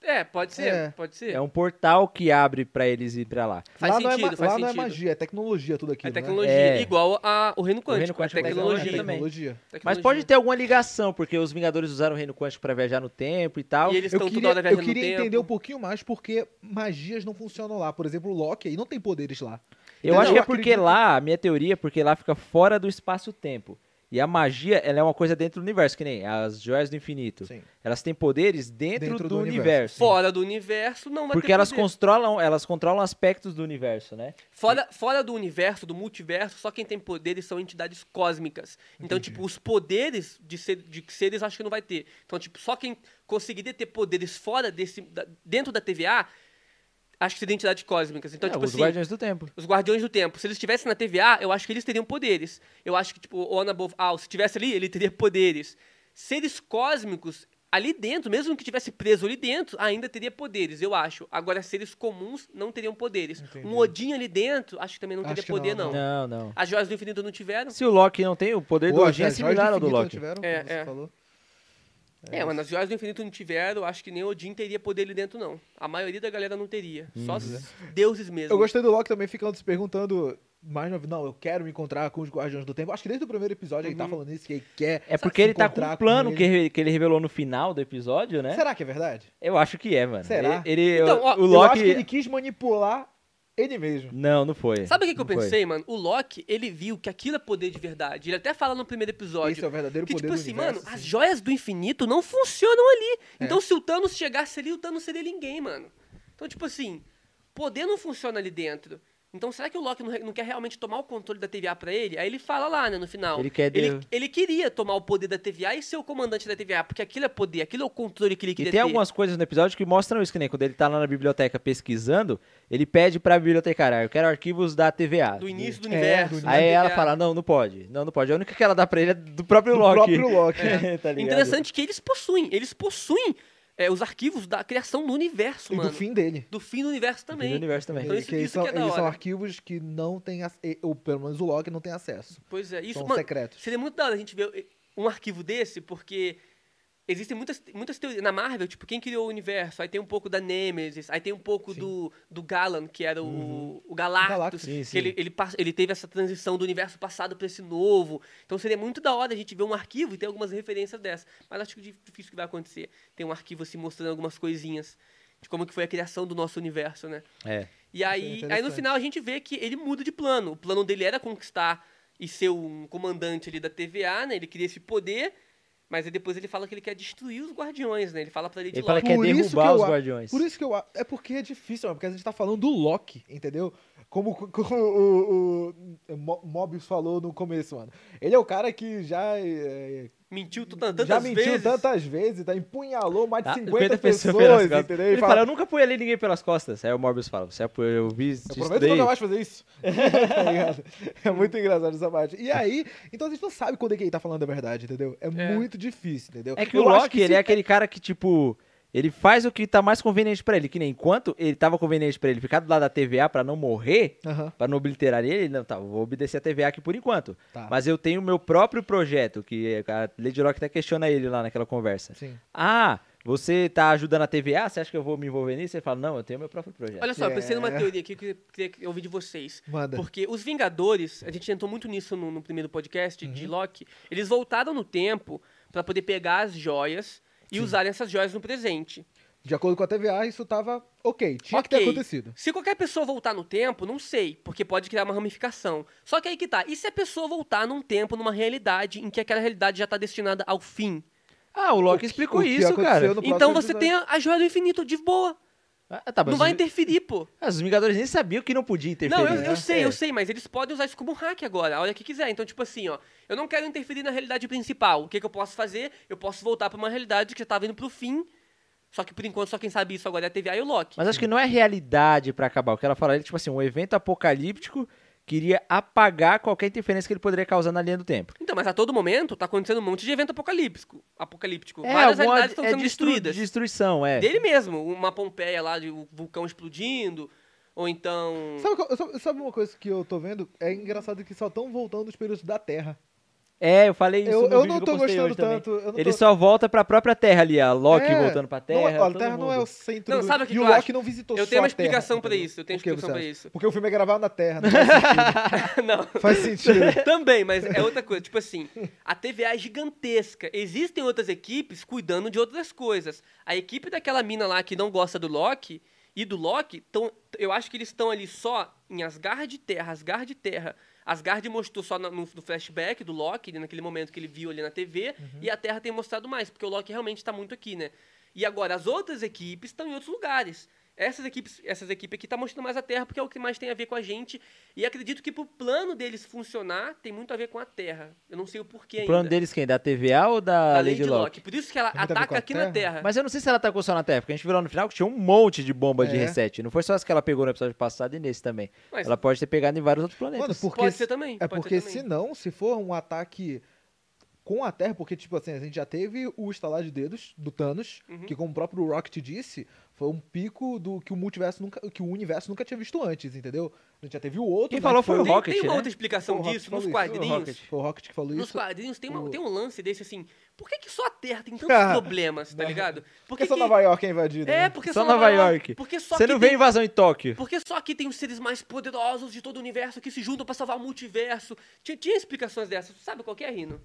Speaker 2: É, pode ser,
Speaker 3: É.
Speaker 2: pode ser.
Speaker 1: É um portal que abre pra eles ir pra lá.
Speaker 2: Faz
Speaker 3: lá não é,
Speaker 2: sentido,
Speaker 3: ma-
Speaker 2: faz
Speaker 3: lá
Speaker 2: sentido.
Speaker 3: não é magia, é tecnologia tudo aquilo,
Speaker 2: É
Speaker 3: né?
Speaker 2: tecnologia,
Speaker 1: É.
Speaker 2: igual a, o reino quântico.
Speaker 1: reino quântico,
Speaker 2: é
Speaker 1: mas é uma
Speaker 2: tecnologia
Speaker 1: tecnologia.
Speaker 2: também.
Speaker 3: tecnologia.
Speaker 1: Mas pode ter alguma ligação, porque os Vingadores usaram o Reino Quântico pra viajar no tempo e tal.
Speaker 2: E eles
Speaker 3: Eu
Speaker 2: estão
Speaker 3: queria,
Speaker 2: toda hora
Speaker 3: eu
Speaker 2: viajando no
Speaker 3: queria
Speaker 2: tempo.
Speaker 3: entender um pouquinho mais porque magias não funcionam lá. Por exemplo, o Loki aí não tem poderes lá.
Speaker 1: Eu
Speaker 3: Não,
Speaker 1: acho que
Speaker 3: eu
Speaker 1: é porque
Speaker 3: acredito.
Speaker 1: lá, a minha teoria é porque lá fica fora do espaço-tempo. E a magia, ela é uma coisa dentro do universo, que nem as joias do infinito.
Speaker 3: Sim.
Speaker 1: Elas têm poderes dentro,
Speaker 3: Dentro
Speaker 1: do,
Speaker 3: do
Speaker 1: universo.
Speaker 3: universo.
Speaker 2: Fora do universo não vai
Speaker 1: Porque
Speaker 2: ter
Speaker 1: elas
Speaker 2: poder.
Speaker 1: controlam, elas controlam aspectos do universo, né?
Speaker 2: fora, fora do universo, do multiverso, só quem tem poderes são entidades cósmicas. Então, tipo, os poderes de, ser, de seres acho que não vai ter. Então, tipo, só quem conseguiria ter poderes fora desse. da- dentro da TVA as identidades cósmicas. Então,
Speaker 1: É,
Speaker 2: tipo
Speaker 1: os
Speaker 2: assim,
Speaker 1: Guardiões do Tempo.
Speaker 2: os Guardiões do Tempo. Se eles estivessem na TVA, eu acho que eles teriam poderes. Eu acho que, tipo, o Annabov Al, se estivesse ali, ele teria poderes. Seres cósmicos, ali dentro, mesmo que tivesse preso ali dentro, ainda teria poderes, eu acho. Agora, seres comuns não teriam poderes. Um Odin ali dentro, acho que também não
Speaker 3: Acho
Speaker 2: teria
Speaker 3: que
Speaker 2: poder,
Speaker 3: não, né?
Speaker 2: não.
Speaker 1: Não, não.
Speaker 2: As joias do infinito não tiveram.
Speaker 1: Se o Loki não tem, o poder do
Speaker 3: Pô,
Speaker 1: Odin é
Speaker 3: as joias do
Speaker 1: similar ao do
Speaker 3: infinito não
Speaker 1: Loki.
Speaker 3: tiveram,
Speaker 2: É,
Speaker 3: como você
Speaker 2: é.
Speaker 3: falou?
Speaker 2: É, mas as joias do infinito não tiveram, acho que nem Odin teria poder ali dentro, não. A maioria da galera não teria. Só os deuses mesmo.
Speaker 3: Uhum. Eu
Speaker 1: um
Speaker 3: gostei do Loki também ficando se perguntando. Mais uma vez, não, eu quero me encontrar com os Guardiões do Tempo. Acho que desde o primeiro episódio ele tá falando isso, que ele quer.
Speaker 1: Uhum. É
Speaker 3: se
Speaker 1: porque ele tá com
Speaker 3: encontrar
Speaker 1: um plano
Speaker 3: ele.
Speaker 1: que, re- que ele revelou no final do episódio, né?
Speaker 3: Será que é verdade?
Speaker 1: Eu acho que é, mano.
Speaker 3: Será?
Speaker 1: Ele, ele-
Speaker 2: Então, ó,
Speaker 1: o
Speaker 3: Eu acho
Speaker 1: Loki.
Speaker 3: que ele quis manipular ele mesmo.
Speaker 1: Não, não foi.
Speaker 2: Sabe o que, que eu
Speaker 1: Não foi.
Speaker 2: pensei, mano? O Loki, ele viu que aquilo é poder de verdade. Ele até fala no primeiro episódio.
Speaker 3: Esse é o verdadeiro
Speaker 2: que,
Speaker 3: poder
Speaker 2: tipo
Speaker 3: do
Speaker 2: assim,
Speaker 3: universo.
Speaker 2: mano, as joias do infinito não funcionam ali.
Speaker 1: É.
Speaker 2: Então, se o Thanos chegasse ali, o Thanos seria ninguém, mano. Então, tipo assim, poder não funciona ali dentro. Então, será que o Loki não, re- não quer realmente tomar o controle da TVA pra ele? Aí ele fala lá, né, no final.
Speaker 1: Ele quer
Speaker 2: ele,
Speaker 1: de-
Speaker 2: ele queria tomar o poder da TVA e ser o comandante da TVA, porque aquilo é poder, aquilo é o controle que ele
Speaker 1: E
Speaker 2: queria
Speaker 1: tem
Speaker 2: ter.
Speaker 1: algumas coisas no episódio que mostram isso, que nem quando ele tá lá na biblioteca pesquisando, ele pede pra bibliotecária, "Ah, eu quero arquivos da TVA.
Speaker 2: Do início do
Speaker 3: É,
Speaker 2: universo. né,
Speaker 3: do
Speaker 2: da
Speaker 1: né? Aí ela
Speaker 2: TVA.
Speaker 1: fala, não, não pode, não, não pode. A única que ela dá pra ele é do próprio
Speaker 3: Do
Speaker 1: Loki.
Speaker 3: próprio Loki.
Speaker 1: tá ligado?
Speaker 2: Interessante que eles possuem, eles possuem é, os arquivos da criação do universo,
Speaker 3: E
Speaker 2: mano.
Speaker 3: do fim dele.
Speaker 2: Do fim do universo
Speaker 1: Do
Speaker 2: também.
Speaker 1: universo também.
Speaker 2: Então isso-
Speaker 3: que eles
Speaker 2: isso que é da
Speaker 3: são, eles são
Speaker 2: hora.
Speaker 3: arquivos que não tem, ac- e- ou pelo menos o Loki não tem acesso.
Speaker 2: Pois é, isso,
Speaker 3: São
Speaker 2: mano,
Speaker 3: secretos.
Speaker 2: seria muito da hora a gente ver um arquivo desse, porque existem muitas, muitas teorias. Na Marvel, tipo, quem criou o universo? Aí tem um pouco da Nemesis, aí tem um pouco do, do Galan, que era o, o Galactus.
Speaker 3: Galactus.
Speaker 1: Sim,
Speaker 2: que
Speaker 1: sim.
Speaker 2: Ele, ele, pass- ele teve essa transição do universo passado pra esse novo. Então seria muito da hora a gente ver um arquivo e ter algumas referências dessas. Mas acho que dif- difícil que vai acontecer. Tem um arquivo assim mostrando algumas coisinhas de como que foi a criação do nosso universo, né?
Speaker 1: É.
Speaker 2: E aí, aí no
Speaker 3: interessante.
Speaker 2: final a gente vê que ele muda de plano. O plano dele era conquistar e ser um comandante ali da TVA, né? Ele queria esse poder, mas aí depois ele fala que ele quer destruir os guardiões, né? Ele fala pra ele de
Speaker 1: Ele fala
Speaker 2: Loki.
Speaker 1: quer
Speaker 3: Por isso
Speaker 1: derrubar
Speaker 3: que eu
Speaker 1: os
Speaker 3: a-
Speaker 1: Guardiões.
Speaker 3: Por isso que eu. a- É porque é difícil, mano, porque a gente tá falando do Loki, entendeu? Como, co- como o, o, o Mo- Mobius falou no começo, mano. Ele é o cara que já. é,
Speaker 2: mentiu tu- tantas
Speaker 3: já mentiu
Speaker 2: vezes.
Speaker 3: tantas vezes, tá? empunhalou mais de
Speaker 1: Tá?
Speaker 3: 50,
Speaker 1: 50
Speaker 3: pessoas,
Speaker 1: pelas costas.
Speaker 3: entendeu? E
Speaker 1: Ele fala, eu nunca apoiei ali ninguém pelas costas. Aí o Morbius fala, você apoiou, eu vi,
Speaker 3: Eu
Speaker 1: te
Speaker 3: prometo que eu
Speaker 1: estudei.
Speaker 3: nunca mais fazer isso. Tá ligado? É muito engraçado essa parte. E aí, então a gente não sabe quando é que ele tá falando a verdade, entendeu? É, muito difícil, entendeu?
Speaker 1: É que
Speaker 3: Eu
Speaker 1: o
Speaker 3: acho
Speaker 1: Loki, ele
Speaker 3: se-
Speaker 1: é aquele cara que, tipo, ele faz o que tá mais conveniente pra ele. Que nem enquanto ele tava conveniente pra ele ficar do lado da TVA pra não morrer,
Speaker 3: Aham.
Speaker 1: pra não obliterar ele, ele, não, tá, eu vou obedecer a TVA aqui por enquanto.
Speaker 3: Tá.
Speaker 1: Mas eu tenho o meu próprio projeto, que a Lady Locke até questiona ele lá naquela conversa.
Speaker 3: Sim.
Speaker 1: Ah, você tá ajudando a TVA? Você acha que eu vou me envolver nisso? Ele fala, não, eu tenho meu próprio projeto.
Speaker 2: Olha só, eu pensei numa
Speaker 3: É.
Speaker 2: teoria aqui que eu queria ouvir de vocês.
Speaker 3: Manda.
Speaker 2: Porque os Vingadores, a gente entrou muito nisso no, no primeiro podcast de
Speaker 3: Uhum.
Speaker 2: Loki, eles voltaram no tempo pra poder pegar as joias e usarem essas joias no presente.
Speaker 3: De acordo com a TVA, isso tava ok. Tinha que ter
Speaker 2: Ok.
Speaker 3: acontecido.
Speaker 2: Se qualquer pessoa voltar no tempo, não sei, porque pode criar uma ramificação. Só que aí que tá. E se a pessoa voltar num tempo, numa realidade, em que aquela realidade já tá destinada ao fim?
Speaker 1: Ah, o Loki
Speaker 3: que-
Speaker 1: explicou
Speaker 3: o que
Speaker 1: isso,
Speaker 3: aconteceu
Speaker 1: cara.
Speaker 3: no- próximo
Speaker 2: Então você tem
Speaker 3: episódio.
Speaker 2: a, a joia do infinito de boa.
Speaker 1: Ah, tá, mas
Speaker 2: não vai
Speaker 1: os-
Speaker 2: interferir, pô.
Speaker 1: Ah, Os Vingadores nem sabiam que não podia interferir.
Speaker 2: Não, eu, eu
Speaker 1: né?
Speaker 2: sei,
Speaker 1: É.
Speaker 2: eu sei, mas eles podem usar isso como um hack agora, a hora que quiser. Então, tipo assim, ó, eu não quero interferir na realidade principal. O que, que eu posso fazer? Eu posso voltar pra uma realidade que já tava indo pro fim. Só que por enquanto, só quem sabe isso agora é a TVA e o Loki.
Speaker 1: Mas acho que não é realidade pra acabar. O que ela fala é tipo assim, um evento apocalíptico queria apagar qualquer interferência que ele poderia causar na linha do tempo.
Speaker 2: Então, mas a todo momento tá acontecendo um monte de evento apocalíptico. apocalíptico.
Speaker 1: É,
Speaker 2: Várias
Speaker 1: alguma-
Speaker 2: realidades estão
Speaker 1: é
Speaker 2: sendo
Speaker 1: destru-
Speaker 2: destruídas.
Speaker 1: Destruição, é.
Speaker 2: Dele mesmo, uma Pompeia lá, de um vulcão explodindo, ou então...
Speaker 3: Sabe, qual- sabe- sabe uma coisa que eu tô vendo? É engraçado que só estão voltando os períodos da Terra.
Speaker 1: É, eu falei isso
Speaker 3: Eu,
Speaker 1: no
Speaker 3: eu
Speaker 1: vídeo
Speaker 3: não
Speaker 1: que
Speaker 3: tô
Speaker 1: postei
Speaker 3: gostando
Speaker 1: hoje também.
Speaker 3: tanto. eu não
Speaker 1: Ele
Speaker 3: tô-
Speaker 1: só volta pra própria Terra ali, a Loki
Speaker 3: É,
Speaker 1: voltando pra
Speaker 3: não
Speaker 1: Terra.
Speaker 3: é- olha,
Speaker 1: todo
Speaker 3: a Terra não
Speaker 1: mundo.
Speaker 3: é o centro.
Speaker 2: Não,
Speaker 3: do-
Speaker 2: sabe o que
Speaker 3: e
Speaker 2: que
Speaker 3: o
Speaker 2: eu
Speaker 3: Loki
Speaker 2: acho?
Speaker 3: não visitou
Speaker 2: Eu
Speaker 3: só
Speaker 2: tenho uma
Speaker 3: a Terra,
Speaker 2: explicação pra
Speaker 3: entendeu?
Speaker 2: isso, eu tenho
Speaker 3: Por que
Speaker 2: explicação
Speaker 3: você
Speaker 2: pra
Speaker 3: acha?
Speaker 2: isso.
Speaker 3: Porque o filme é gravado na Terra, não faz sentido.
Speaker 2: não.
Speaker 3: faz sentido.
Speaker 2: Também, mas é outra coisa. Tipo assim, a TVA é gigantesca. Existem outras equipes cuidando de outras coisas. A equipe daquela mina lá que não gosta do Loki e do Loki, tão, eu acho que eles estão ali só em Asgard e Terra, Asgard e Terra. Asgard mostrou só na- no, no flashback do Loki, né, naquele momento que ele viu ali na TV,
Speaker 3: Uhum.
Speaker 2: e a Terra tá tem mostrado mais, porque o Loki realmente está muito aqui, né? E agora, as outras equipes estão em outros lugares. essas equipes, essas equipes aqui tá mostrando mais a Terra porque é o que mais tem a ver com a gente. E acredito que pro plano deles funcionar tem muito a ver com a Terra. Eu não sei o porquê
Speaker 1: O
Speaker 2: ainda.
Speaker 1: plano deles quem? Da TVA ou da,
Speaker 2: da
Speaker 1: Lady Locke?
Speaker 2: Por isso que ela
Speaker 3: Tem muito a ver com
Speaker 2: ataca
Speaker 3: a
Speaker 2: aqui na
Speaker 3: Terra?
Speaker 2: Terra.
Speaker 1: Mas eu não sei se ela atacou só na Terra, porque a gente viu lá no final que tinha um monte de bomba de
Speaker 3: É.
Speaker 1: reset. Não foi só as que ela pegou no episódio passado e nesse também.
Speaker 2: Mas-
Speaker 1: Ela pode ter pegado em vários outros planetas.
Speaker 3: Mano, porque
Speaker 2: pode ser também.
Speaker 3: É
Speaker 2: pode ser
Speaker 3: porque
Speaker 2: também.
Speaker 3: se não, se for um ataque com a Terra, porque, tipo assim, a gente já teve o estalar de dedos do Thanos,
Speaker 2: Uhum.
Speaker 3: que como o próprio Rocket disse, foi um pico do que o multiverso nunca. que o universo nunca tinha visto antes, entendeu? A gente já teve o outro.
Speaker 1: Quem
Speaker 3: né,
Speaker 1: falou
Speaker 3: que
Speaker 1: foi o
Speaker 2: Tem,
Speaker 1: Rocket,
Speaker 2: tem uma
Speaker 1: né?
Speaker 2: outra explicação
Speaker 3: Foi o Rocket
Speaker 2: disso
Speaker 3: que
Speaker 2: nos
Speaker 3: falou isso, foi o
Speaker 2: quadrinhos.
Speaker 3: Foi o Rocket que falou
Speaker 2: Nos
Speaker 3: isso.
Speaker 2: quadrinhos tem, uma-
Speaker 3: o-
Speaker 2: tem um lance desse assim. Por que, que só a Terra tem
Speaker 3: Ah,
Speaker 2: tantos problemas, tá ligado? Por
Speaker 3: Porque
Speaker 2: que
Speaker 3: só
Speaker 2: que-
Speaker 3: Nova York é invadida.
Speaker 2: É,
Speaker 3: né?
Speaker 2: porque
Speaker 1: só Nova York.
Speaker 2: Porque só
Speaker 1: Você
Speaker 2: aqui
Speaker 1: não vê
Speaker 2: tem-
Speaker 1: invasão em Tóquio.
Speaker 2: Porque só aqui tem os seres mais poderosos de todo o universo que se juntam pra salvar o multiverso. Tinha, tinha explicações dessas, tu sabe qual que é, Rino?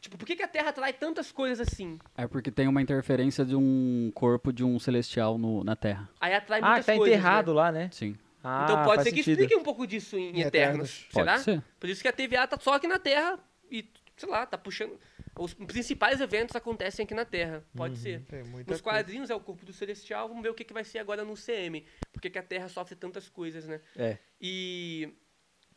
Speaker 2: Tipo, por que, que a Terra atrai tantas coisas assim?
Speaker 4: É porque tem uma interferência de um corpo de um celestial no- na Terra.
Speaker 2: Aí atrai
Speaker 1: Ah,
Speaker 2: muitas
Speaker 1: tá
Speaker 2: coisas.
Speaker 1: enterrado
Speaker 2: né?
Speaker 1: lá, né?
Speaker 4: Sim.
Speaker 1: Ah,
Speaker 2: Então pode
Speaker 1: faz
Speaker 2: ser que
Speaker 1: sentido.
Speaker 2: explique um pouco disso em,
Speaker 3: Em
Speaker 2: Eternos,
Speaker 3: Eternos.
Speaker 2: será?
Speaker 4: Pode ser.
Speaker 2: Por isso que a TVA tá só aqui na Terra e, sei lá, tá puxando... Os principais eventos acontecem aqui na Terra, pode
Speaker 1: Uhum.
Speaker 2: ser.
Speaker 3: Tem muita
Speaker 2: Nos
Speaker 3: coisa.
Speaker 2: quadrinhos é o corpo do Celestial, vamos ver o que, que vai ser agora no CM. Porque que a Terra sofre tantas coisas, né?
Speaker 1: É.
Speaker 2: E,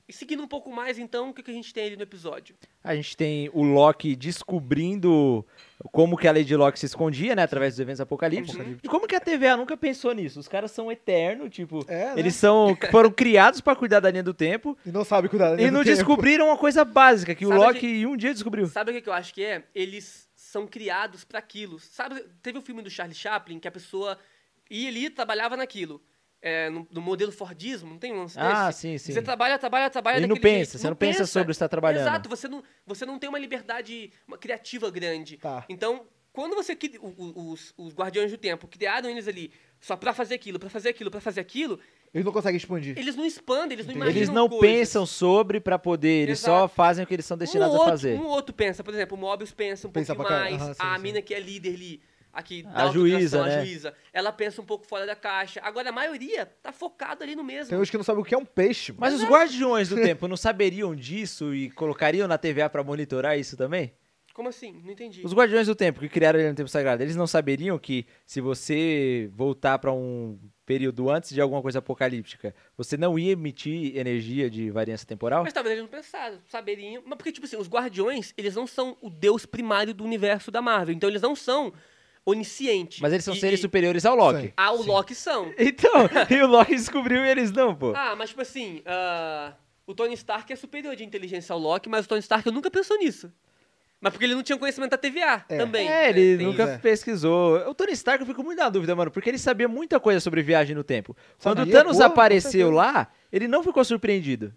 Speaker 2: e seguindo um pouco mais, então, o que, que a gente tem ali no episódio?
Speaker 1: A gente tem o Loki descobrindo como que a Lady Loki se escondia, né? Através dos eventos apocalípticos. E como que a TVA nunca pensou nisso? Os caras são eternos, tipo...
Speaker 3: É, né?
Speaker 1: Eles são, foram criados pra cuidar da linha do tempo
Speaker 3: E não sabe cuidar da linha
Speaker 1: e
Speaker 3: do
Speaker 1: não
Speaker 3: tempo.
Speaker 1: descobriram uma coisa básica que o
Speaker 2: Sabe,
Speaker 1: Loki em um dia descobriu.
Speaker 2: Sabe o que, que eu acho que é? Eles são criados pra aquilo. Sabe, teve o filme do Charlie Chaplin que a pessoa ia ali e trabalhava naquilo. É, no, no modelo Fordismo, não tem um lance
Speaker 1: Ah,
Speaker 2: desse?
Speaker 1: sim, sim.
Speaker 2: Você trabalha, trabalha, trabalha
Speaker 1: E não
Speaker 2: daquele
Speaker 1: pensa,
Speaker 2: jeito.
Speaker 1: você não pensa sobre o que você tá trabalhando.
Speaker 2: Exato, você não, você não tem uma liberdade uma criativa grande.
Speaker 3: Tá.
Speaker 2: Então, quando você... cri- o- o- Os, os Guardiões do Tempo criaram eles ali só pra fazer aquilo, pra fazer aquilo, pra fazer aquilo,
Speaker 3: Eles não conseguem expandir.
Speaker 2: eles não expandem, eles não
Speaker 3: Entendi.
Speaker 2: imaginam
Speaker 1: Eles não
Speaker 2: coisas.
Speaker 1: pensam sobre pra poder, eles só
Speaker 2: Exato.
Speaker 1: fazem o que eles são destinados
Speaker 2: um outro,
Speaker 1: a fazer.
Speaker 2: Um outro pensa, por exemplo, o Mobius pensa um
Speaker 3: Pensa
Speaker 2: pouquinho
Speaker 3: pra caralho.
Speaker 2: mais,
Speaker 3: Aham, sim,
Speaker 2: a
Speaker 3: sim.
Speaker 2: mina que é líder ali, aqui da
Speaker 1: A juíza,
Speaker 2: autocriação, a
Speaker 1: né?
Speaker 2: juíza, ela pensa um pouco fora da caixa. Agora, a maioria tá focada ali no mesmo.
Speaker 3: Tem uns que não sabem o que é um peixe. mano.
Speaker 1: Mas os guardiões do tempo não saberiam disso e colocariam na TVA pra monitorar isso também?
Speaker 2: Como assim? Não entendi.
Speaker 1: Os guardiões do tempo que criaram ele no tempo sagrado, eles não saberiam que se você voltar pra um período antes de alguma coisa apocalíptica, você não ia emitir energia de variância temporal?
Speaker 2: Mas talvez eles não pensaram, saberiam. Mas porque, tipo assim, os Guardiões, eles não são o deus primário do universo da Marvel. Então, eles não são oniscientes.
Speaker 1: Mas eles são
Speaker 2: E-
Speaker 1: seres
Speaker 2: e-
Speaker 1: superiores ao Loki.
Speaker 3: Sim.
Speaker 2: Ah, o Loki são.
Speaker 1: Então, e o Loki descobriu e eles não, pô.
Speaker 2: Ah, mas tipo assim, ah, o Tony Stark é superior de inteligência ao Loki, mas o Tony Stark eu nunca pensou nisso. Mas porque ele não tinha conhecimento da TVA
Speaker 3: É.
Speaker 2: também. né?
Speaker 1: É, ele
Speaker 2: Tem
Speaker 1: nunca
Speaker 3: isso, é.
Speaker 1: pesquisou. O Tony Stark eu fico muito na dúvida, mano, porque ele sabia muita coisa sobre viagem no tempo. Quando o
Speaker 3: Sabia,
Speaker 1: Thanos
Speaker 3: pô, com
Speaker 1: apareceu
Speaker 3: certeza.
Speaker 1: lá, ele não ficou surpreendido.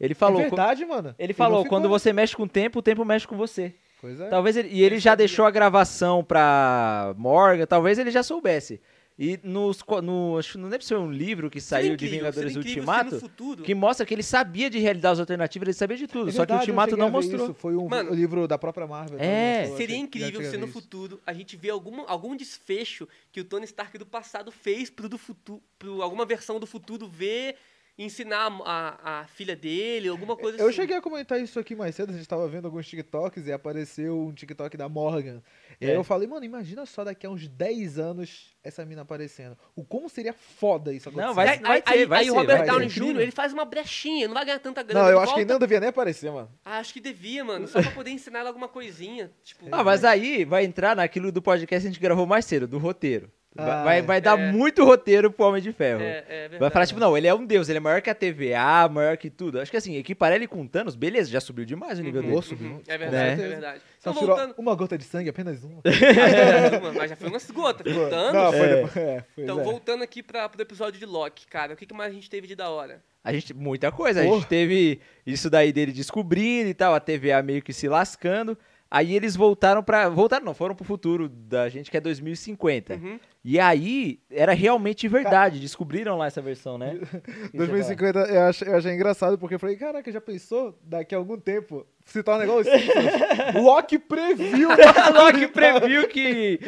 Speaker 1: Ele falou,
Speaker 3: É verdade, mano.
Speaker 1: ele
Speaker 3: não
Speaker 1: falou,
Speaker 3: ficou-
Speaker 1: quando você tá mexe com o tempo, o tempo mexe com você.
Speaker 3: Pois é.
Speaker 1: Talvez ele, e ele já deixou a gravação pra Morgan, talvez ele já soubesse. E nos, co- no, acho, não lembro se foi um livro que
Speaker 2: Seria
Speaker 1: saiu de
Speaker 2: incrível,
Speaker 1: Vingadores
Speaker 2: seria incrível se no
Speaker 1: Ultimato,
Speaker 2: futuro-
Speaker 1: que mostra que ele sabia de realidades alternativas, ele sabia de tudo,
Speaker 3: É
Speaker 1: só que o
Speaker 3: verdade, eu
Speaker 1: Ultimato
Speaker 3: cheguei
Speaker 1: não
Speaker 3: a ver
Speaker 1: mostrou.
Speaker 3: Isso. Foi um
Speaker 2: Mano,
Speaker 3: o livro da própria Marvel.
Speaker 1: é.
Speaker 3: todo mundo falou,
Speaker 2: Seria
Speaker 3: achei-
Speaker 2: incrível
Speaker 3: já
Speaker 2: se
Speaker 3: cheguei a
Speaker 2: no
Speaker 3: ver isso.
Speaker 2: futuro a gente vê algum, algum desfecho que o Tony Stark do passado fez pro, do futuro, pro alguma versão do futuro ver e ensinar a, a- a filha dele, alguma coisa
Speaker 3: Eu
Speaker 2: assim.
Speaker 3: cheguei a comentar isso aqui mais cedo, a gente tava vendo alguns TikToks e apareceu um TikTok da Morgan. E aí
Speaker 1: É.
Speaker 3: eu falei, mano, imagina só daqui a uns 10 anos essa mina aparecendo. O como seria foda isso acontecer.
Speaker 1: Não,
Speaker 2: Aí,
Speaker 1: vai-
Speaker 2: aí,
Speaker 1: ter,
Speaker 2: aí-
Speaker 1: vai
Speaker 2: aí o
Speaker 1: ser,
Speaker 2: Robert
Speaker 3: vai
Speaker 2: Downey
Speaker 3: ser.
Speaker 2: Jr. ele faz uma brechinha, não vai ganhar tanta grana.
Speaker 3: Não, eu
Speaker 2: ele
Speaker 3: acho que
Speaker 2: volta-
Speaker 3: ele não devia nem aparecer, mano.
Speaker 2: Ah, acho que devia, mano, só pra poder ensinar ela alguma coisinha. Tipo,
Speaker 1: Ah, mas aí vai entrar naquilo do podcast que a gente gravou mais cedo, do roteiro. Vai-
Speaker 3: Ah,
Speaker 1: vai, vai dar
Speaker 2: é.
Speaker 1: muito roteiro pro Homem de Ferro.
Speaker 2: É, é verdade.
Speaker 1: vai falar, tipo, não, ele é um deus, ele é maior que a TVA, maior que tudo. Acho que assim, equiparar ele com o Thanos, beleza, já subiu demais o nível
Speaker 3: Uhum.
Speaker 1: dele.
Speaker 3: Subiu,
Speaker 2: É
Speaker 3: com
Speaker 2: verdade, é
Speaker 3: certeza.
Speaker 2: verdade.
Speaker 3: Só
Speaker 2: Então,
Speaker 3: tirou
Speaker 2: voltando.
Speaker 3: uma gota de sangue, apenas uma.
Speaker 2: Ah, mano, mas já foi umas gotas, voltando.
Speaker 3: Não, foi
Speaker 1: É.
Speaker 3: depois. É, pois
Speaker 2: Então,
Speaker 3: é.
Speaker 2: voltando aqui pra, pro episódio de Loki, cara, o que, que mais a gente teve de da hora?
Speaker 1: A gente, muita coisa. A
Speaker 3: Porra.
Speaker 1: gente teve isso daí dele descobrindo e tal, a TVA meio que se lascando. Aí eles voltaram pra. Voltaram, não, foram pro futuro da gente que é 2050.
Speaker 2: Uhum.
Speaker 1: E aí era realmente verdade, descobriram lá essa versão, né? Quem tinha falado?
Speaker 3: 2050 eu achei, eu achei engraçado, porque eu falei, caraca, já pensou? Daqui a algum tempo se torna igual os Simpsons. Loki previu. É,
Speaker 1: A Loki previu que,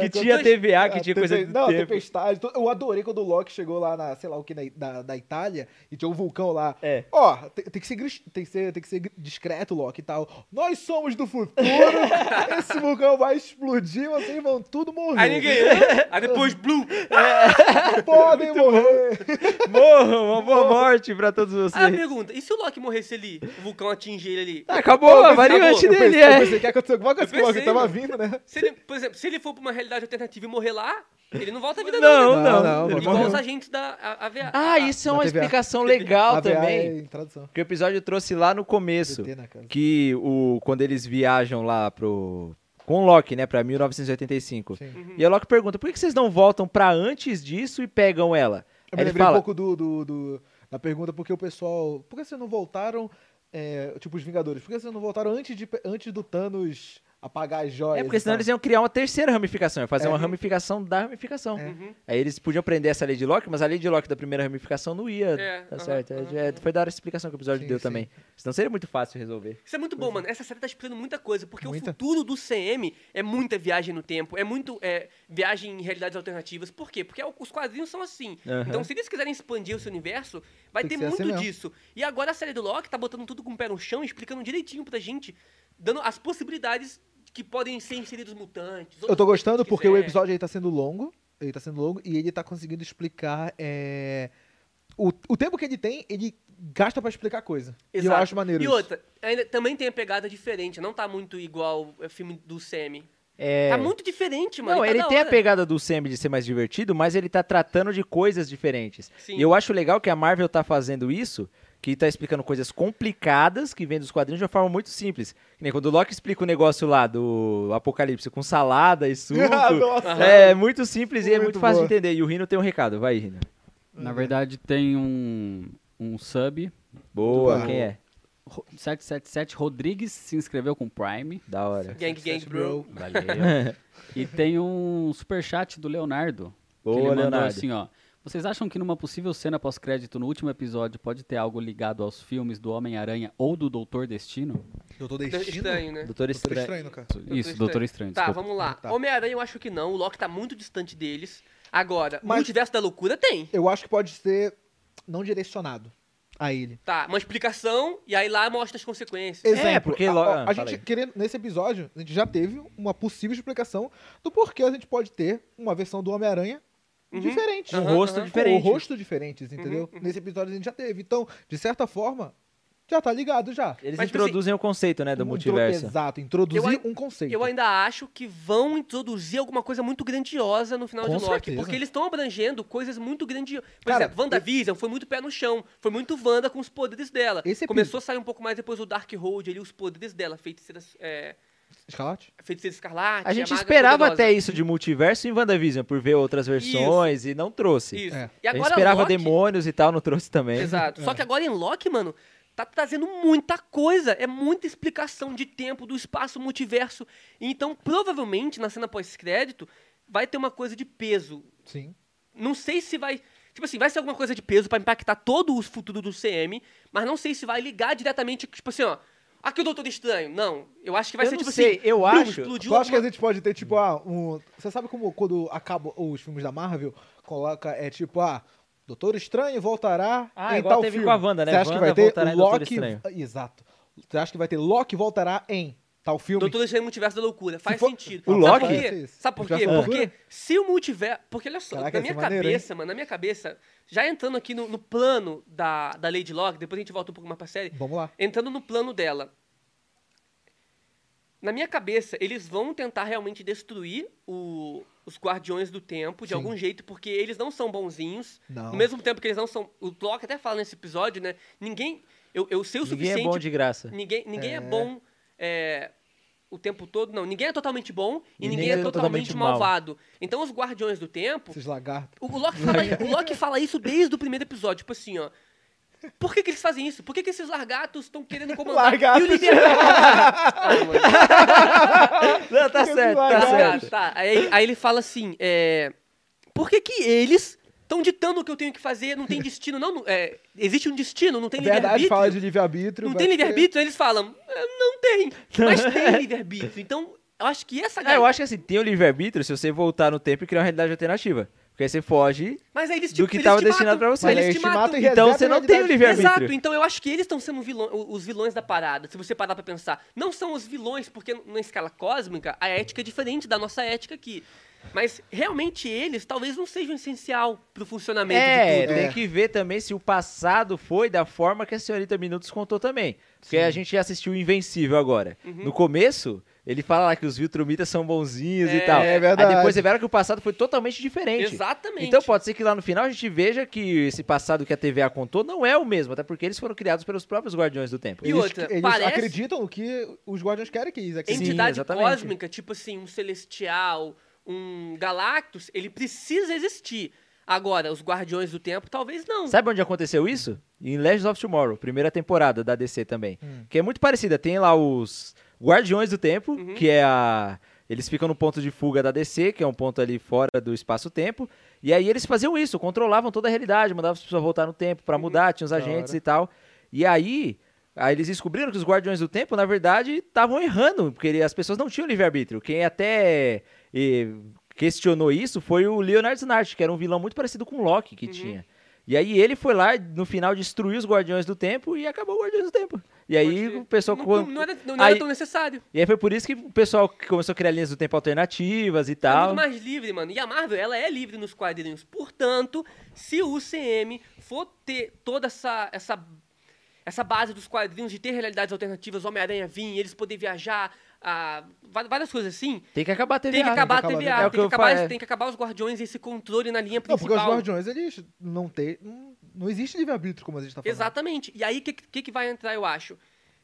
Speaker 1: que tinha TVA, que
Speaker 3: a
Speaker 1: tinha
Speaker 3: tempe-
Speaker 1: coisa do
Speaker 3: Não, a
Speaker 1: tempo.
Speaker 3: tempestade. to- Eu adorei quando o Loki chegou lá na, sei lá o que, na, da, da Itália, e tinha um vulcão lá.
Speaker 1: É.
Speaker 3: Ó, te- tem, que ser, gris- tem, que ser, tem que ser discreto, Loki e tal. Nós somos do futuro, esse vulcão vai explodir, vocês vão tudo morrer.
Speaker 2: Aí ninguém. Aí depois, Blue.
Speaker 3: Podem morrer!
Speaker 1: Morram, uma boa morte pra todos
Speaker 2: Aí Ah, a
Speaker 3: Ah,
Speaker 1: vocês.
Speaker 2: pergunta, e se o Loki morresse ali? O vulcão atingir ele ali?
Speaker 1: Ah, acabou,
Speaker 2: Pô,
Speaker 1: a
Speaker 2: acabou.
Speaker 1: variante
Speaker 2: Eu
Speaker 3: Eu
Speaker 1: dele
Speaker 3: pensei, eu
Speaker 1: é.
Speaker 3: pensei que ia acontecer alguma coisa
Speaker 2: Eu
Speaker 3: com o Loki,
Speaker 2: pensei,
Speaker 3: tava
Speaker 2: mano.
Speaker 3: vindo, né?
Speaker 2: Se ele, por exemplo, se ele for pra uma realidade alternativa e morrer lá, ele não volta à vida
Speaker 1: Não,
Speaker 2: dele. né?
Speaker 1: não,
Speaker 3: Não, não,
Speaker 1: ele
Speaker 3: não.
Speaker 2: Igual
Speaker 1: morreu.
Speaker 2: os agentes da a, a VA.
Speaker 1: Ah, isso é
Speaker 3: Na
Speaker 1: uma
Speaker 3: TVA.
Speaker 1: explicação legal
Speaker 3: AVA
Speaker 1: também.
Speaker 3: é em tradução.
Speaker 1: Que o episódio trouxe lá no começo.
Speaker 3: DT na casa.
Speaker 1: Que o, quando eles viajam lá pro. Com o Loki, né? Pra 1985.
Speaker 3: Sim.
Speaker 1: E a Loki pergunta: por que que vocês não voltam pra antes disso e pegam ela?
Speaker 3: Eu
Speaker 1: Aí ele
Speaker 3: me lembrei um
Speaker 1: fala,
Speaker 3: pouco do, do, do- da pergunta, porque o pessoal. Por que vocês não voltaram, é, tipo, os Vingadores? Por que vocês não voltaram antes, de, antes do Thanos apagar as joias?
Speaker 1: É porque
Speaker 3: e
Speaker 1: senão
Speaker 3: tal?
Speaker 1: eles iam criar uma terceira ramificação, ia fazer
Speaker 3: É.
Speaker 1: uma ramificação da ramificação.
Speaker 3: É.
Speaker 2: Uhum.
Speaker 1: Aí eles podiam prender essa Lady Locke, mas a Lady Locke da primeira ramificação não ia,
Speaker 2: É,
Speaker 1: tá
Speaker 2: aham,
Speaker 1: certo? É,
Speaker 2: aham,
Speaker 1: é, foi da hora a explicação que o episódio
Speaker 3: Sim,
Speaker 1: deu
Speaker 3: sim.
Speaker 1: também. Senão seria muito fácil resolver.
Speaker 2: Isso é muito bom, mano. Essa série tá explicando muita coisa, porque
Speaker 3: Muita.
Speaker 2: o futuro do CM é muita viagem no tempo, é muito é, viagem em realidades alternativas. Por quê? Porque é o- os quadrinhos são assim.
Speaker 1: Aham.
Speaker 2: Então, se eles quiserem expandir o seu universo, vai ter
Speaker 3: Tem que ser
Speaker 2: muito
Speaker 3: assim mesmo.
Speaker 2: disso. E agora a série do Loki tá botando tudo com o pé no chão, explicando direitinho pra gente, dando as possibilidades que podem ser inseridos mutantes.
Speaker 3: Eu tô
Speaker 2: outras coisas
Speaker 3: gostando
Speaker 2: que
Speaker 3: porque o
Speaker 2: quiser.
Speaker 3: episódio aí tá sendo longo. Ele tá sendo longo e ele tá conseguindo explicar. é, O, o tempo que ele tem, ele gasta pra explicar coisa. E eu
Speaker 2: Exato.
Speaker 3: acho maneiro
Speaker 2: E
Speaker 3: isso.
Speaker 2: outra, ainda, também tem a pegada diferente, não tá muito igual o filme do CM.
Speaker 1: É...
Speaker 2: Tá muito diferente, mano.
Speaker 1: Não,
Speaker 2: e tá
Speaker 1: ele
Speaker 2: da
Speaker 1: tem a
Speaker 2: hora.
Speaker 1: pegada do Sam de ser mais divertido, mas ele tá tratando de coisas diferentes.
Speaker 2: Sim.
Speaker 1: E eu acho legal que a Marvel tá fazendo isso, que tá explicando coisas complicadas que vêm dos quadrinhos de uma forma muito simples. Que nem quando o Loki explica o negócio lá do Apocalipse com salada e suco.
Speaker 3: Ah, Nossa.
Speaker 1: é muito simples e é
Speaker 3: Muito
Speaker 1: muito fácil
Speaker 3: boa.
Speaker 1: de entender. E o Rino tem um recado, vai, Rino.
Speaker 4: Na verdade, tem um, um sub.
Speaker 1: Boa,
Speaker 3: Boa.
Speaker 1: quem é?
Speaker 4: Ro- 777 Rodrigues se inscreveu com Prime.
Speaker 1: Da hora.
Speaker 2: Gang, gang, bro.
Speaker 4: Valeu. e tem um superchat do Leonardo.
Speaker 1: Boa,
Speaker 4: que ele mandou
Speaker 1: Leonardo.
Speaker 4: assim, ó. Vocês acham que numa possível cena pós-crédito no último episódio pode ter algo ligado aos filmes do Homem-Aranha ou do Doutor Destino?
Speaker 3: Doutor
Speaker 2: Estranho, né?
Speaker 1: Doutor
Speaker 3: Doutor
Speaker 1: Estranho.
Speaker 3: Estranho, cara.
Speaker 4: Isso, Doutor Estranho,
Speaker 2: Tá,
Speaker 4: desculpa.
Speaker 2: vamos lá.
Speaker 3: Tá.
Speaker 2: Homem-Aranha eu acho que não. O Loki tá muito distante deles. Agora, o
Speaker 3: Mas-
Speaker 2: Multiverso da Loucura tem.
Speaker 3: Eu acho que pode ser não direcionado a ele.
Speaker 2: Tá, uma explicação e aí lá mostra as consequências.
Speaker 1: Exemplo. É, porque
Speaker 3: a,
Speaker 1: lo-
Speaker 3: a- a
Speaker 1: ah, fala
Speaker 3: gente
Speaker 1: aí.
Speaker 3: querendo nesse episódio, a gente já teve uma possível explicação do porquê a gente pode ter uma versão do Homem-Aranha
Speaker 2: Uhum.
Speaker 3: diferente.
Speaker 1: Um
Speaker 2: Aham,
Speaker 1: rosto
Speaker 2: aham.
Speaker 1: diferente.
Speaker 3: Com o rosto diferentes, entendeu?
Speaker 1: Uhum,
Speaker 3: Nesse episódio a gente já teve. Então, de certa forma, já tá ligado já.
Speaker 1: Eles
Speaker 2: Mas, tipo
Speaker 1: introduzem o conceito, né, do
Speaker 3: Intro-
Speaker 1: multiverso.
Speaker 3: Exato, introduzir
Speaker 2: Eu
Speaker 3: um conceito.
Speaker 2: Eu ainda acho que vão introduzir alguma coisa muito grandiosa no final
Speaker 3: Com
Speaker 2: de Loki.
Speaker 3: certeza.
Speaker 2: Porque eles estão abrangendo coisas muito grandiosas. Por
Speaker 3: Cara,
Speaker 2: exemplo, WandaVision foi muito pé no chão. Foi muito Wanda com os poderes dela.
Speaker 3: Esse é epi-
Speaker 2: Começou a sair um pouco mais depois o Darkhold ali, os poderes dela. Feiticeira, é,
Speaker 3: Escarlate?
Speaker 2: feiticeira Escarlate.
Speaker 1: A gente
Speaker 2: maga
Speaker 1: esperava
Speaker 2: poderosa.
Speaker 1: até isso de multiverso em WandaVision, por ver outras versões e não trouxe.
Speaker 2: Isso.
Speaker 3: É.
Speaker 2: E
Speaker 1: A gente
Speaker 2: agora
Speaker 1: esperava
Speaker 2: Loki-
Speaker 1: demônios e tal, não trouxe também.
Speaker 2: Exato.
Speaker 1: É.
Speaker 2: Só que agora em Loki, mano, tá trazendo muita coisa. É muita explicação de tempo, do espaço, multiverso. Então, provavelmente, na cena pós-crédito, vai ter uma coisa de peso.
Speaker 3: Sim.
Speaker 2: Não sei se vai. Tipo assim, vai ser alguma coisa de peso pra impactar todo o futuro do CM, mas não sei se vai ligar diretamente, tipo assim, ó. Aqui o Doutor Estranho. Não. Eu acho que vai
Speaker 1: Eu
Speaker 2: ser
Speaker 1: não
Speaker 2: tipo
Speaker 1: sei,
Speaker 2: assim.
Speaker 1: eu
Speaker 2: bum,
Speaker 1: acho-
Speaker 2: Explodiu
Speaker 3: Tu acha que a
Speaker 2: alguma-
Speaker 3: gente pode ter, tipo, ah, um. Você sabe como quando acabam os filmes da Marvel, coloca, é tipo, ah. Doutor Estranho voltará
Speaker 1: Ah,
Speaker 3: em
Speaker 1: igual
Speaker 3: tal
Speaker 1: teve
Speaker 3: filme.
Speaker 1: com a Wanda, né?
Speaker 3: Você acha
Speaker 1: Wanda
Speaker 3: que vai ter
Speaker 1: voltará em Doutor
Speaker 3: Loki?
Speaker 1: Estranho.
Speaker 3: Exato. Você acha que vai ter Loki voltará em tal filme?
Speaker 2: Doutor Estranho Multiverso da Loucura. Faz
Speaker 3: for-
Speaker 2: sentido.
Speaker 1: O
Speaker 2: Sabe
Speaker 1: Loki?
Speaker 2: por quê? Sabe por quê?
Speaker 3: Multiverso da
Speaker 2: Porque
Speaker 3: Loucura?
Speaker 2: se o multiverso... Porque olha só,
Speaker 3: Caraca, é
Speaker 2: na
Speaker 3: ia
Speaker 2: minha
Speaker 3: ser maneiro,
Speaker 2: cabeça, mano, na minha cabeça, já entrando aqui no, no plano da, da Lady Locke, depois a gente volta um pouco mais pra série,
Speaker 3: Vamos lá.
Speaker 2: entrando no plano dela. Na minha cabeça, eles vão tentar realmente destruir o- os Guardiões do Tempo de
Speaker 3: Sim.
Speaker 2: algum jeito, porque eles não são bonzinhos.
Speaker 3: Não.
Speaker 2: No mesmo tempo que eles não são... O Locke até fala nesse episódio, né? Ninguém... Eu, eu sei o
Speaker 1: Ninguém é
Speaker 2: suficiente
Speaker 1: bom de graça.
Speaker 2: Ninguém, ninguém é,
Speaker 3: É.
Speaker 2: bom é, o tempo todo, não. Ninguém é totalmente bom e ninguém, é totalmente,
Speaker 1: totalmente mal.
Speaker 2: malvado. Então, os Guardiões do Tempo.
Speaker 3: Esses lagartos.
Speaker 2: O, o Loki fala, o Loki fala isso desde o primeiro episódio. Tipo assim, ó. Por que, que eles fazem isso? Por que, que esses largatos estão querendo comandar?
Speaker 3: Largatos.
Speaker 2: E o Ah, libertário.
Speaker 1: Não, tá certo, tá
Speaker 3: Largados.
Speaker 1: certo.
Speaker 2: tá. Aí, aí ele fala assim: é, por que, que eles estão ditando o que eu tenho que fazer? Não tem destino, não? não- é, existe um destino, não tem
Speaker 3: Verdade,
Speaker 2: livre-arbítrio?
Speaker 3: fala de livre-arbítrio.
Speaker 2: Não
Speaker 3: vai
Speaker 2: tem
Speaker 3: ter-
Speaker 2: livre-arbítrio? Eles falam, "É, não tem. Mas tem livre-arbítrio. Então, eu acho que essa
Speaker 1: É,
Speaker 2: galera.
Speaker 1: eu acho que assim, tem o livre-arbítrio se você voltar no tempo e criar uma realidade alternativa. Porque aí você foge.
Speaker 2: Mas aí eles te,
Speaker 1: do que
Speaker 2: eles
Speaker 1: tava
Speaker 2: te
Speaker 1: destinado
Speaker 2: matam.
Speaker 1: pra você.
Speaker 2: Mas
Speaker 3: Mas
Speaker 2: Eles
Speaker 3: aí
Speaker 2: te
Speaker 3: te mata
Speaker 2: matam.
Speaker 3: e
Speaker 1: Então
Speaker 3: reseta
Speaker 1: você
Speaker 3: a
Speaker 1: não tem o
Speaker 3: realidade.
Speaker 1: livre-arbítrio.
Speaker 2: Exato, então eu acho que eles estão sendo vilão- o- os vilões da parada, se você parar pra pensar. Não são os vilões, porque na escala cósmica, a ética é diferente da nossa ética aqui. Mas realmente eles talvez não sejam essencial pro funcionamento
Speaker 1: É,
Speaker 2: de tudo.
Speaker 1: tem
Speaker 3: É.
Speaker 1: que ver também se o passado foi da forma que a senhorita Minutos contou também. Porque a gente assistiu Invencível agora.
Speaker 2: Uhum.
Speaker 1: No começo, ele fala lá que os Viltrumitas são bonzinhos e
Speaker 2: É,
Speaker 1: tal.
Speaker 3: é verdade.
Speaker 1: Aí depois revela que o passado foi totalmente diferente.
Speaker 2: Exatamente.
Speaker 1: Então pode ser que lá no final a gente veja que esse passado que a TVA contou não é o mesmo, até porque eles foram criados pelos próprios Guardiões do Tempo.
Speaker 2: E
Speaker 3: eles,
Speaker 2: outra,
Speaker 3: eles
Speaker 2: parece-
Speaker 3: acreditam no que os guardiões querem que eles acreditem.
Speaker 2: entidade
Speaker 1: exatamente.
Speaker 2: cósmica, tipo assim, um celestial, um Galactus, ele precisa existir. Agora, os Guardiões do Tempo, talvez não.
Speaker 1: Sabe onde aconteceu isso? Em Legends of Tomorrow, primeira temporada da DC também.
Speaker 3: Hum.
Speaker 1: Que é muito parecida. Tem lá os Guardiões do Tempo,
Speaker 3: Uhum.
Speaker 1: que é a. Eles ficam no ponto de fuga da DC, que é um ponto ali fora do espaço-tempo. E aí eles faziam isso, controlavam toda a realidade, mandavam as pessoas voltar no tempo pra mudar, tinha os
Speaker 3: Uhum. Da
Speaker 1: agentes
Speaker 3: hora.
Speaker 1: e tal. E aí. Aí eles descobriram que os Guardiões do Tempo, na verdade, estavam errando, porque ele- as pessoas não tinham livre-arbítrio. Quem até eh, questionou isso foi o Leonard Snart, que era um vilão muito parecido com o Loki
Speaker 2: Uhum.
Speaker 1: que tinha. E aí ele foi lá, no final, destruiu os Guardiões do Tempo e acabou o Guardiões do Tempo. E aí
Speaker 2: Pode-
Speaker 1: o pessoal.
Speaker 2: não,
Speaker 1: co-
Speaker 2: não é- era, não era
Speaker 1: Aí-
Speaker 2: tão necessário.
Speaker 1: E aí foi por isso que o pessoal que começou a criar linhas do tempo alternativas e
Speaker 2: É
Speaker 1: tal.
Speaker 2: muito mais livre, mano. E a Marvel, ela é livre nos quadrinhos. Portanto, se o UCM for ter toda essa, essa, essa base dos quadrinhos de ter realidades alternativas, Homem-Aranha vir, eles poder viajar, ah, va- várias coisas assim,
Speaker 1: Tem que acabar a TVA.
Speaker 2: tem que acabar a
Speaker 3: acabar a né,
Speaker 1: TVA.
Speaker 2: TVA,
Speaker 1: É o
Speaker 2: tem,
Speaker 1: que
Speaker 2: que
Speaker 1: eu
Speaker 2: acabar,
Speaker 1: fa- é.
Speaker 2: tem que acabar os Guardiões e esse controle na linha
Speaker 3: Não,
Speaker 2: principal.
Speaker 3: porque os guardiões, eles não têm. Não existe livre-arbítrio, como a gente tá falando.
Speaker 2: Exatamente. E aí, o que, que, que vai entrar, eu acho?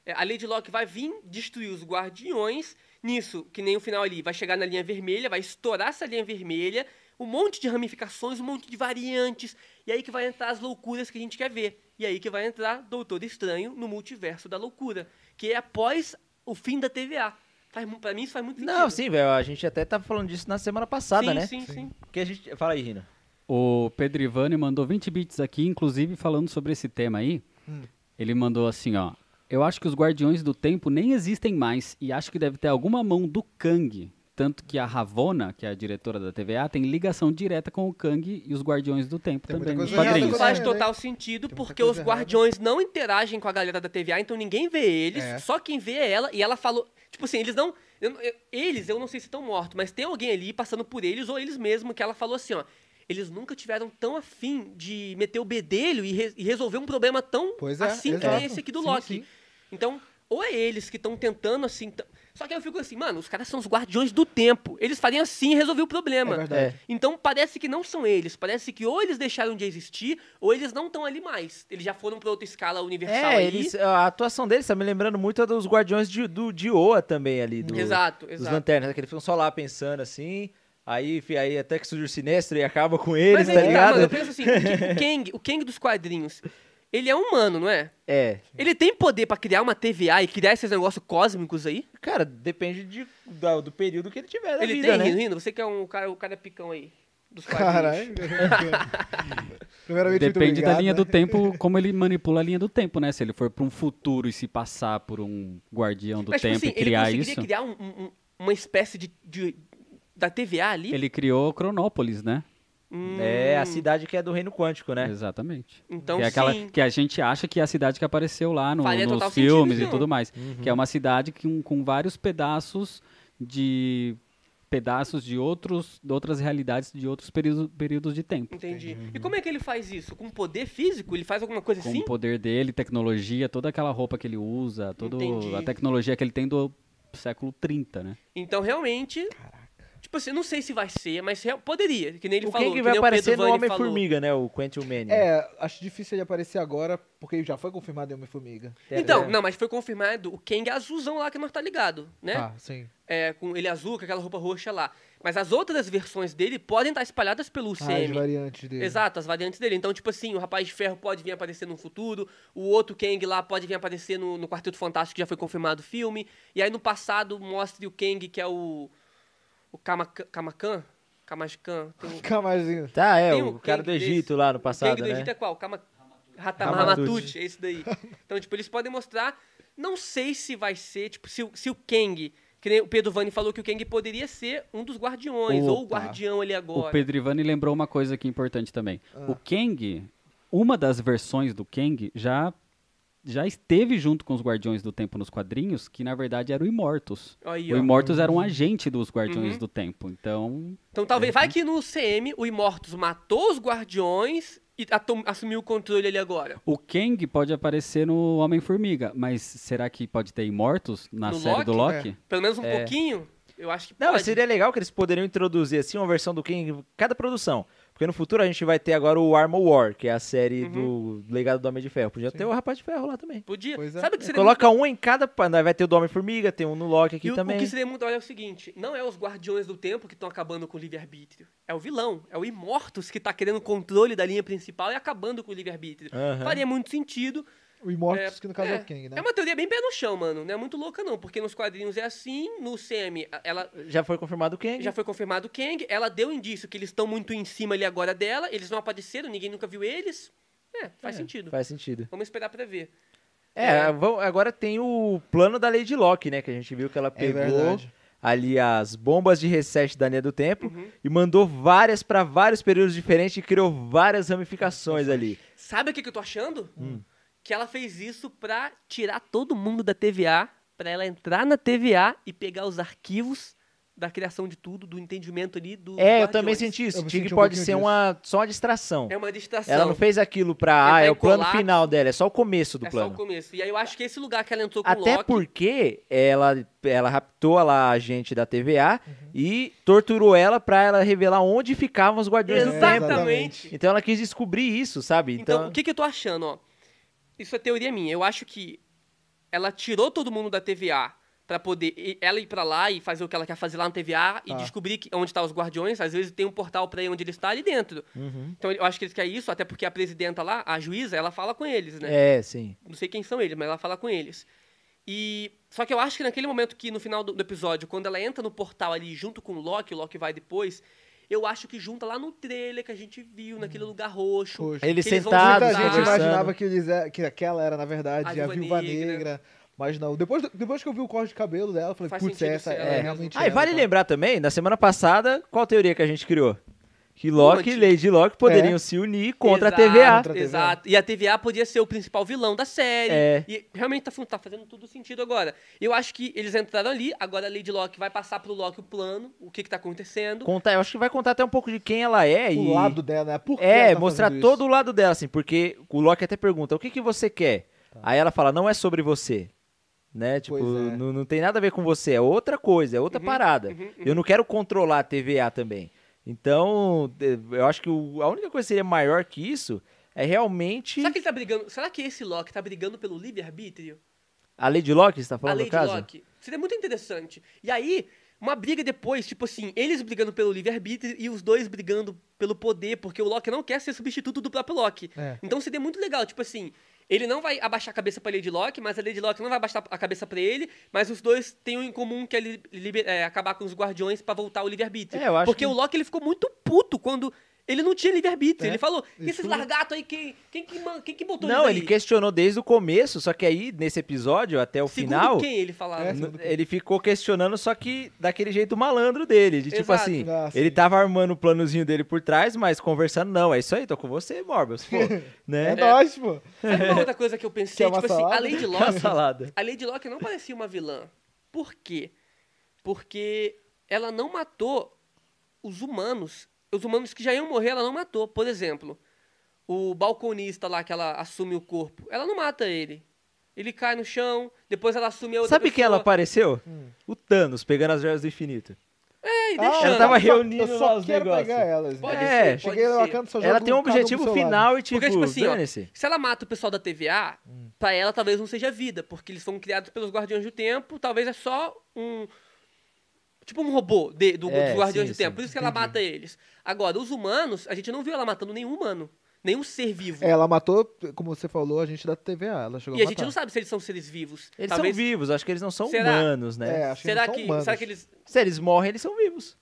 Speaker 2: É, a Lady Locke vai vir destruir os guardiões. Nisso, que nem o final ali, vai chegar na linha vermelha, vai estourar essa linha vermelha, um monte de ramificações, um monte de variantes. E aí que vai entrar as loucuras que a gente quer ver. E aí que vai entrar Doutor Estranho no multiverso da loucura, que é após o fim da TVA. Faz, mu- pra mim, isso faz muito sentido.
Speaker 1: Não, sim, velho. A gente até tava falando disso na semana passada,
Speaker 2: sim,
Speaker 1: né?
Speaker 2: sim, sim.
Speaker 1: Que a gente... Fala aí, Rino.
Speaker 4: O Pedro Ivani mandou 20 bits aqui, inclusive falando sobre esse tema aí.
Speaker 3: Hum.
Speaker 4: Ele mandou assim, ó. Eu acho que os Guardiões do Tempo nem existem mais e acho que deve ter alguma mão do Kang. Tanto que a Ravona, que é a diretora da TVA, tem ligação direta com o Kang e os Guardiões do Tempo
Speaker 3: Tem muita
Speaker 4: também. Nos
Speaker 3: coisa errada
Speaker 4: quadrinhos.
Speaker 2: Isso faz
Speaker 3: né?
Speaker 2: total sentido,
Speaker 3: Tem muita
Speaker 2: porque os
Speaker 3: coisa errada.
Speaker 2: guardiões não interagem com a galera da TVA, então ninguém vê eles,
Speaker 3: É.
Speaker 2: só quem vê é ela, e ela falou. Tipo assim, eles não. eu não- eu- eles, eu não sei se estão mortos, mas tem alguém ali passando por eles, ou eles mesmos, que ela falou assim, ó. Eles nunca tiveram tão afim de meter o bedelho e, re- e resolver um problema tão
Speaker 3: Pois é,
Speaker 2: assim que
Speaker 3: exato.
Speaker 2: é esse aqui do
Speaker 3: Sim,
Speaker 2: Loki.
Speaker 3: sim.
Speaker 2: Então, ou é eles que estão tentando assim. t- Só que eu fico assim, mano, os caras são os guardiões do tempo. Eles fariam assim e resolver o problema.
Speaker 3: É verdade.
Speaker 2: Então parece que não são eles. Parece que ou eles deixaram de existir, ou eles não estão ali mais. Eles já foram pra outra escala universal
Speaker 1: É,
Speaker 2: aí.
Speaker 1: eles, a atuação deles tá me lembrando muito a dos Guardiões de, do, de Oa também ali. Do,
Speaker 2: Exato,
Speaker 1: Dos
Speaker 2: exato.
Speaker 1: lanternas, né? que eles ficam só lá pensando assim. Aí, fi- aí até que surge o sinestro e acaba com eles,
Speaker 2: Mas aí
Speaker 1: tá
Speaker 2: que tá, mano, eu
Speaker 1: ligado?
Speaker 2: penso assim, o Kang- o Kang, o Kang dos quadrinhos, ele é humano, não é?
Speaker 1: É.
Speaker 2: Ele tem poder pra criar uma TVA e criar esses negócios cósmicos aí?
Speaker 1: Cara, depende de, da- do, período que ele tiver na
Speaker 2: ele
Speaker 1: vida,
Speaker 2: tem,
Speaker 1: né?
Speaker 2: rindo, rindo, você que é um cara, o cara picão aí dos quadrinhos.
Speaker 3: Caralho. Primeiramente, muito
Speaker 4: Depende da
Speaker 3: obrigado,
Speaker 4: linha
Speaker 3: né?
Speaker 4: do tempo, como ele manipula a linha do tempo, né? Se ele for para um futuro e se passar por um guardião do
Speaker 2: Mas, tipo
Speaker 4: tempo
Speaker 2: assim,
Speaker 4: e criar
Speaker 2: ele conseguiria
Speaker 4: isso,
Speaker 2: criar um- um- um- uma espécie de, de- da TVA ali?
Speaker 4: ele criou Cronópolis, né?
Speaker 2: Hum,
Speaker 1: É, a cidade que é do reino quântico, né?
Speaker 4: Exatamente.
Speaker 2: Então,
Speaker 4: que é aquela
Speaker 2: sim.
Speaker 4: que a gente acha que é a cidade que apareceu lá no-
Speaker 2: Faria total
Speaker 4: nos filmes
Speaker 2: sentido,
Speaker 4: e
Speaker 2: sim.
Speaker 4: tudo mais. Que é uma cidade que, um- com vários pedaços de pedaços de outros de outras realidades de outros período- períodos de tempo.
Speaker 2: Entendi. E como é que ele faz isso? Com poder físico? Ele faz alguma coisa
Speaker 4: Com
Speaker 2: assim?
Speaker 4: o poder dele, tecnologia, toda aquela roupa que ele usa, toda
Speaker 2: Entendi.
Speaker 4: a tecnologia que ele tem do século 30, né?
Speaker 2: Então, realmente. Tipo assim, não sei se vai ser, mas real- poderia. Que nem ele
Speaker 1: o
Speaker 2: falou.
Speaker 1: quem que
Speaker 2: que
Speaker 1: vai
Speaker 2: nem o
Speaker 1: aparecer
Speaker 2: Pedro
Speaker 1: no
Speaker 2: Vani
Speaker 1: Homem-Formiga, né? O Quentin Mania.
Speaker 3: É, acho difícil ele aparecer agora, porque já foi confirmado em Homem-Formiga.
Speaker 2: falou. Então, não, mas foi confirmado o Kang azulzão lá que nós tá ligado, né?
Speaker 3: Ah, sim.
Speaker 2: É, com ele azul, com aquela roupa roxa lá. Mas as outras versões dele podem estar espalhadas pelo
Speaker 3: Ah, as
Speaker 2: UCM.
Speaker 3: variantes dele.
Speaker 2: Exato, as variantes dele. Então, tipo assim, o Rapaz de Ferro pode vir aparecer no futuro, o outro Kang lá pode vir aparecer no, no Quarteto Fantástico, que já foi confirmado o filme. E aí no passado mostre o Kang, que é o. O Kamaka- Kamakan? Kamajikan? Tem um-
Speaker 3: Camazinho.
Speaker 1: Tá, é,
Speaker 2: Tem
Speaker 1: o,
Speaker 2: o
Speaker 1: cara do
Speaker 2: Kang desse.
Speaker 1: Egito lá no
Speaker 2: o
Speaker 1: passado,
Speaker 2: Kang do
Speaker 1: né?
Speaker 2: Egito é qual? Kama... Hata-
Speaker 1: Ramatut.
Speaker 2: Ramatut, é esse daí. Então, tipo, eles podem mostrar. Não sei se vai ser, tipo, se, o- se o Kang. Que nem o Pedro Vani falou que o Kang poderia ser um dos guardiões, ou o
Speaker 3: Opa.
Speaker 2: guardião ali
Speaker 4: O
Speaker 2: agora.
Speaker 4: Pedro Ivani lembrou uma coisa aqui importante também. O Kang, uma das versões do Kang já já esteve junto com os Guardiões do Tempo nos quadrinhos, que na verdade era o Imortus.
Speaker 2: Aí,
Speaker 4: O
Speaker 2: ó.
Speaker 4: Imortus era um agente dos Guardiões
Speaker 2: Uhum.
Speaker 4: do Tempo. Então,
Speaker 2: Então talvez,
Speaker 1: Uhum.
Speaker 2: vai que no CM o Imortus matou os Guardiões e atom- assumiu o controle ali agora.
Speaker 4: o Kang pode aparecer no Homem-Formiga, mas será que pode ter Imortus na
Speaker 2: No
Speaker 4: série do
Speaker 2: Loki?
Speaker 4: Loki?
Speaker 2: Pelo menos um
Speaker 4: É.
Speaker 2: pouquinho, eu acho que
Speaker 1: Não,
Speaker 2: pode.
Speaker 1: mas seria legal que eles poderiam introduzir assim uma versão do King em cada produção. Porque no futuro a gente vai ter agora o Armor War, que é a série
Speaker 2: Uhum.
Speaker 1: do Legado do Homem de Ferro. Podia ter o Rapaz de Ferro lá também.
Speaker 2: Podia.
Speaker 3: Pois é.
Speaker 2: Sabe o que seria
Speaker 1: Coloca um em cada. pa- Vai ter o do Homem-Formiga, tem um no Loki aqui
Speaker 2: E o,
Speaker 1: também.
Speaker 2: o que seria muito olha é o seguinte: não é os guardiões do tempo que estão acabando com o livre-arbítrio. É o vilão, é o Imortus que tá querendo o controle da linha principal e acabando com o livre-arbítrio.
Speaker 1: Aham.
Speaker 2: Faria muito sentido.
Speaker 3: O Immortus, que no caso é,
Speaker 2: é,
Speaker 3: o Kang, né?
Speaker 2: é uma teoria bem pé no chão, mano. Não é muito louca, não, porque nos quadrinhos é assim, no CM ela
Speaker 1: Já foi confirmado o Kang.
Speaker 2: já foi confirmado o Kang, ela deu indício que eles estão muito em cima ali agora dela, eles não apareceram, ninguém nunca viu eles. É, faz sentido.
Speaker 1: Faz sentido.
Speaker 2: Vamos esperar pra ver.
Speaker 1: É, vamos- agora tem o plano da Lady Locke, né? Que a gente viu que ela pegou
Speaker 3: verdade.
Speaker 1: ali as bombas de reset da linha do tempo
Speaker 2: Uhum.
Speaker 1: e mandou várias pra vários períodos diferentes e criou várias ramificações ali.
Speaker 2: Sabe o que, que eu tô achando?
Speaker 1: Hum.
Speaker 2: Que ela fez isso pra tirar todo mundo da TVA, pra ela entrar na TVA e pegar os arquivos da criação de tudo, do entendimento ali do.
Speaker 1: É, eu
Speaker 2: Guardiões.
Speaker 1: também senti isso.
Speaker 3: Eu me
Speaker 1: Senti que
Speaker 3: senti um
Speaker 1: pode
Speaker 3: pouquinho
Speaker 1: ser
Speaker 3: disso.
Speaker 1: uma, só uma distração.
Speaker 2: É uma distração.
Speaker 1: Ela não fez aquilo pra. Ah,
Speaker 2: Entrar
Speaker 1: é
Speaker 2: em
Speaker 1: o plano
Speaker 2: colapso.
Speaker 1: final dela, é só o começo do
Speaker 2: é
Speaker 1: plano.
Speaker 2: só o começo. E aí eu acho que esse lugar que ela entrou com o
Speaker 1: Até
Speaker 2: Loki.
Speaker 1: porque ela, ela raptou lá a agente da TVA
Speaker 3: Uhum.
Speaker 1: e torturou ela pra ela revelar onde ficavam os guardiões do tempo.
Speaker 2: Exatamente.
Speaker 1: Então ela quis descobrir isso, sabe?
Speaker 2: Então,
Speaker 1: Então,
Speaker 2: o que, que eu tô achando, ó? Isso é teoria minha. Eu acho que ela tirou todo mundo da TVA pra poder e- ela ir pra lá e fazer o que ela quer fazer lá na TVA e
Speaker 3: Tá.
Speaker 2: descobrir que- onde tá os guardiões. Às vezes tem um portal pra ir onde ele está ali dentro.
Speaker 1: Uhum.
Speaker 2: Então eu acho que eles querem isso, até porque a presidenta lá, a juíza, ela fala com eles, né?
Speaker 1: é, sim.
Speaker 2: Não sei quem são eles, mas ela fala com eles. E. Só que eu acho que naquele momento que no final do, do episódio, quando ela entra no portal ali junto com o Loki, o Loki vai depois. Eu acho que junta lá no trailer que a gente viu, naquele lugar roxo.
Speaker 3: Roxo.
Speaker 1: Eles
Speaker 2: que eles vão
Speaker 1: sentados,
Speaker 3: Muita
Speaker 2: juntar.
Speaker 3: gente
Speaker 1: conversando.
Speaker 3: imaginava que, eles é- que aquela era, na verdade,
Speaker 2: A
Speaker 3: a,
Speaker 2: Viúva
Speaker 3: Viúva
Speaker 2: Negra.
Speaker 3: Negra. Mas não, depois, do- depois que eu vi o corte de cabelo dela, eu falei,
Speaker 2: Faz
Speaker 3: putz,
Speaker 2: sentido
Speaker 3: essa
Speaker 2: ser ela
Speaker 3: é,
Speaker 2: mesmo.
Speaker 3: realmente
Speaker 1: Ah, e
Speaker 3: ela,
Speaker 1: vale
Speaker 3: cara."
Speaker 1: lembrar também, na semana passada, qual teoria que a gente criou? Que Loki e
Speaker 2: Monte.
Speaker 1: Lady Locke poderiam
Speaker 3: É.
Speaker 1: se unir contra
Speaker 2: Exato,
Speaker 1: a TVA.
Speaker 3: Contra a TVA.
Speaker 2: Exato. E a TVA podia ser o principal vilão da série.
Speaker 1: É.
Speaker 2: E realmente tá, fu- tá fazendo tudo sentido agora. Eu acho que eles entraram ali, agora a Lady Locke vai passar pro Loki o plano, o que que tá acontecendo.
Speaker 1: Contar, eu acho que vai contar até um pouco de quem ela é e
Speaker 3: O lado dela, né? Por que
Speaker 1: É,
Speaker 3: ela tá
Speaker 1: mostrar
Speaker 3: fazendo
Speaker 1: todo
Speaker 3: isso?
Speaker 1: o lado dela, assim, porque o Loki até pergunta, o que, que você quer? Aí ela fala, não é sobre você. Né? Tipo,
Speaker 3: Tá. Pois é. Uhum,
Speaker 1: não, não tem nada a ver com você, é outra coisa, é outra parada. Eu não quero controlar a TVA também. Então, eh, eu acho que o- a única coisa que seria maior que isso é realmente.
Speaker 2: Será que ele tá brigando? Será que esse Loki tá brigando pelo livre-arbítrio?
Speaker 1: A Lady Loki, você tá
Speaker 2: A
Speaker 1: falando
Speaker 2: Lady
Speaker 1: do caso?
Speaker 2: Locke. Seria muito interessante. E aí, uma briga depois, tipo assim, eles brigando pelo livre-arbítrio e os dois brigando pelo poder, porque o Loki não quer ser substituto do próprio Loki.
Speaker 3: É.
Speaker 2: Então seria muito legal, tipo assim, ele não vai abaixar a cabeça pra Lady Locke, mas a Lady Locke não vai abaixar a cabeça pra ele, mas os dois têm um em comum que é, li- liber- é, acabar com os guardiões pra voltar ao livre-arbítrio.
Speaker 1: É, eu acho
Speaker 2: porque
Speaker 1: que-
Speaker 2: o Loki ele ficou muito puto quando ele não tinha livre-arbítrio.
Speaker 3: É,
Speaker 2: Ele falou: "Que
Speaker 3: isso-
Speaker 2: esses largatos aí, quem, quem, que man- quem que botou
Speaker 1: Não,
Speaker 2: eles
Speaker 1: ele
Speaker 2: aí?"
Speaker 1: questionou desde o começo, só que aí, nesse episódio, até o
Speaker 2: Segundo
Speaker 1: final.
Speaker 2: quem ele falava?
Speaker 3: É,
Speaker 1: N-
Speaker 3: Segundo quem?
Speaker 1: Ele ficou questionando, só que daquele jeito malandro dele. De tipo
Speaker 2: Exato.
Speaker 1: assim,
Speaker 3: Ah, sim.
Speaker 1: ele tava armando o planozinho dele por trás, mas conversando, não, é isso aí, tô com você, Morbius, pô.
Speaker 3: É
Speaker 1: né?
Speaker 3: nóis, pô.
Speaker 2: Sabe uma outra coisa que eu pensei?
Speaker 3: Quer
Speaker 2: Tipo
Speaker 3: uma
Speaker 2: assim, a
Speaker 3: salada?
Speaker 2: Lady
Speaker 1: Uma
Speaker 2: Locke.
Speaker 1: salada.
Speaker 2: A Lady Locke não parecia uma vilã. Por quê? Porque ela não matou os humanos. Os humanos que já iam morrer, ela não matou. Por exemplo, o balconista lá que ela assume o corpo, ela não mata ele. Ele cai no chão, depois ela assume a outra
Speaker 1: Sabe quem ela
Speaker 2: pessoa.
Speaker 1: apareceu?
Speaker 3: Hum.
Speaker 1: O Thanos, pegando as joias do infinito.
Speaker 2: É, e
Speaker 3: Ah,
Speaker 2: deixando.
Speaker 1: Ela tava
Speaker 3: eu só-
Speaker 1: reunindo
Speaker 3: eu só
Speaker 1: lá os
Speaker 3: quero
Speaker 1: negócios.
Speaker 3: pegar elas.
Speaker 2: Pode
Speaker 1: É,
Speaker 2: ser,
Speaker 3: Cheguei
Speaker 2: pode
Speaker 3: lá,
Speaker 2: ser.
Speaker 3: canto, só
Speaker 1: Ela
Speaker 3: jogo
Speaker 1: tem um
Speaker 3: cada pro
Speaker 1: objetivo
Speaker 3: seu lado.
Speaker 1: final e tipo,
Speaker 2: Porque, tipo assim, ó,
Speaker 1: dane-se.
Speaker 2: se ela mata o pessoal da TVA, pra ela talvez não seja vida, porque eles são criados pelos Guardiões do Tempo, talvez é só um. Tipo um robô de- do,
Speaker 1: É,
Speaker 2: dos Guardiões
Speaker 1: sim,
Speaker 2: do Tempo.
Speaker 1: sim,
Speaker 2: Por isso que ela mata eles. Agora, os humanos, a gente não viu ela matando nenhum humano. Nenhum ser vivo.
Speaker 3: É, Ela matou, como você falou, a gente da TVA. Ela chegou
Speaker 2: e a
Speaker 3: a
Speaker 2: gente
Speaker 3: matar.
Speaker 2: não sabe se eles são seres vivos.
Speaker 1: Eles
Speaker 2: talvez.
Speaker 1: são vivos, acho que eles não são
Speaker 2: Será?
Speaker 1: humanos, né?
Speaker 3: É, acho
Speaker 2: será,
Speaker 3: que,
Speaker 2: que,
Speaker 3: não são
Speaker 2: será
Speaker 3: humanos.
Speaker 2: que eles.
Speaker 1: Se eles morrem, eles são vivos.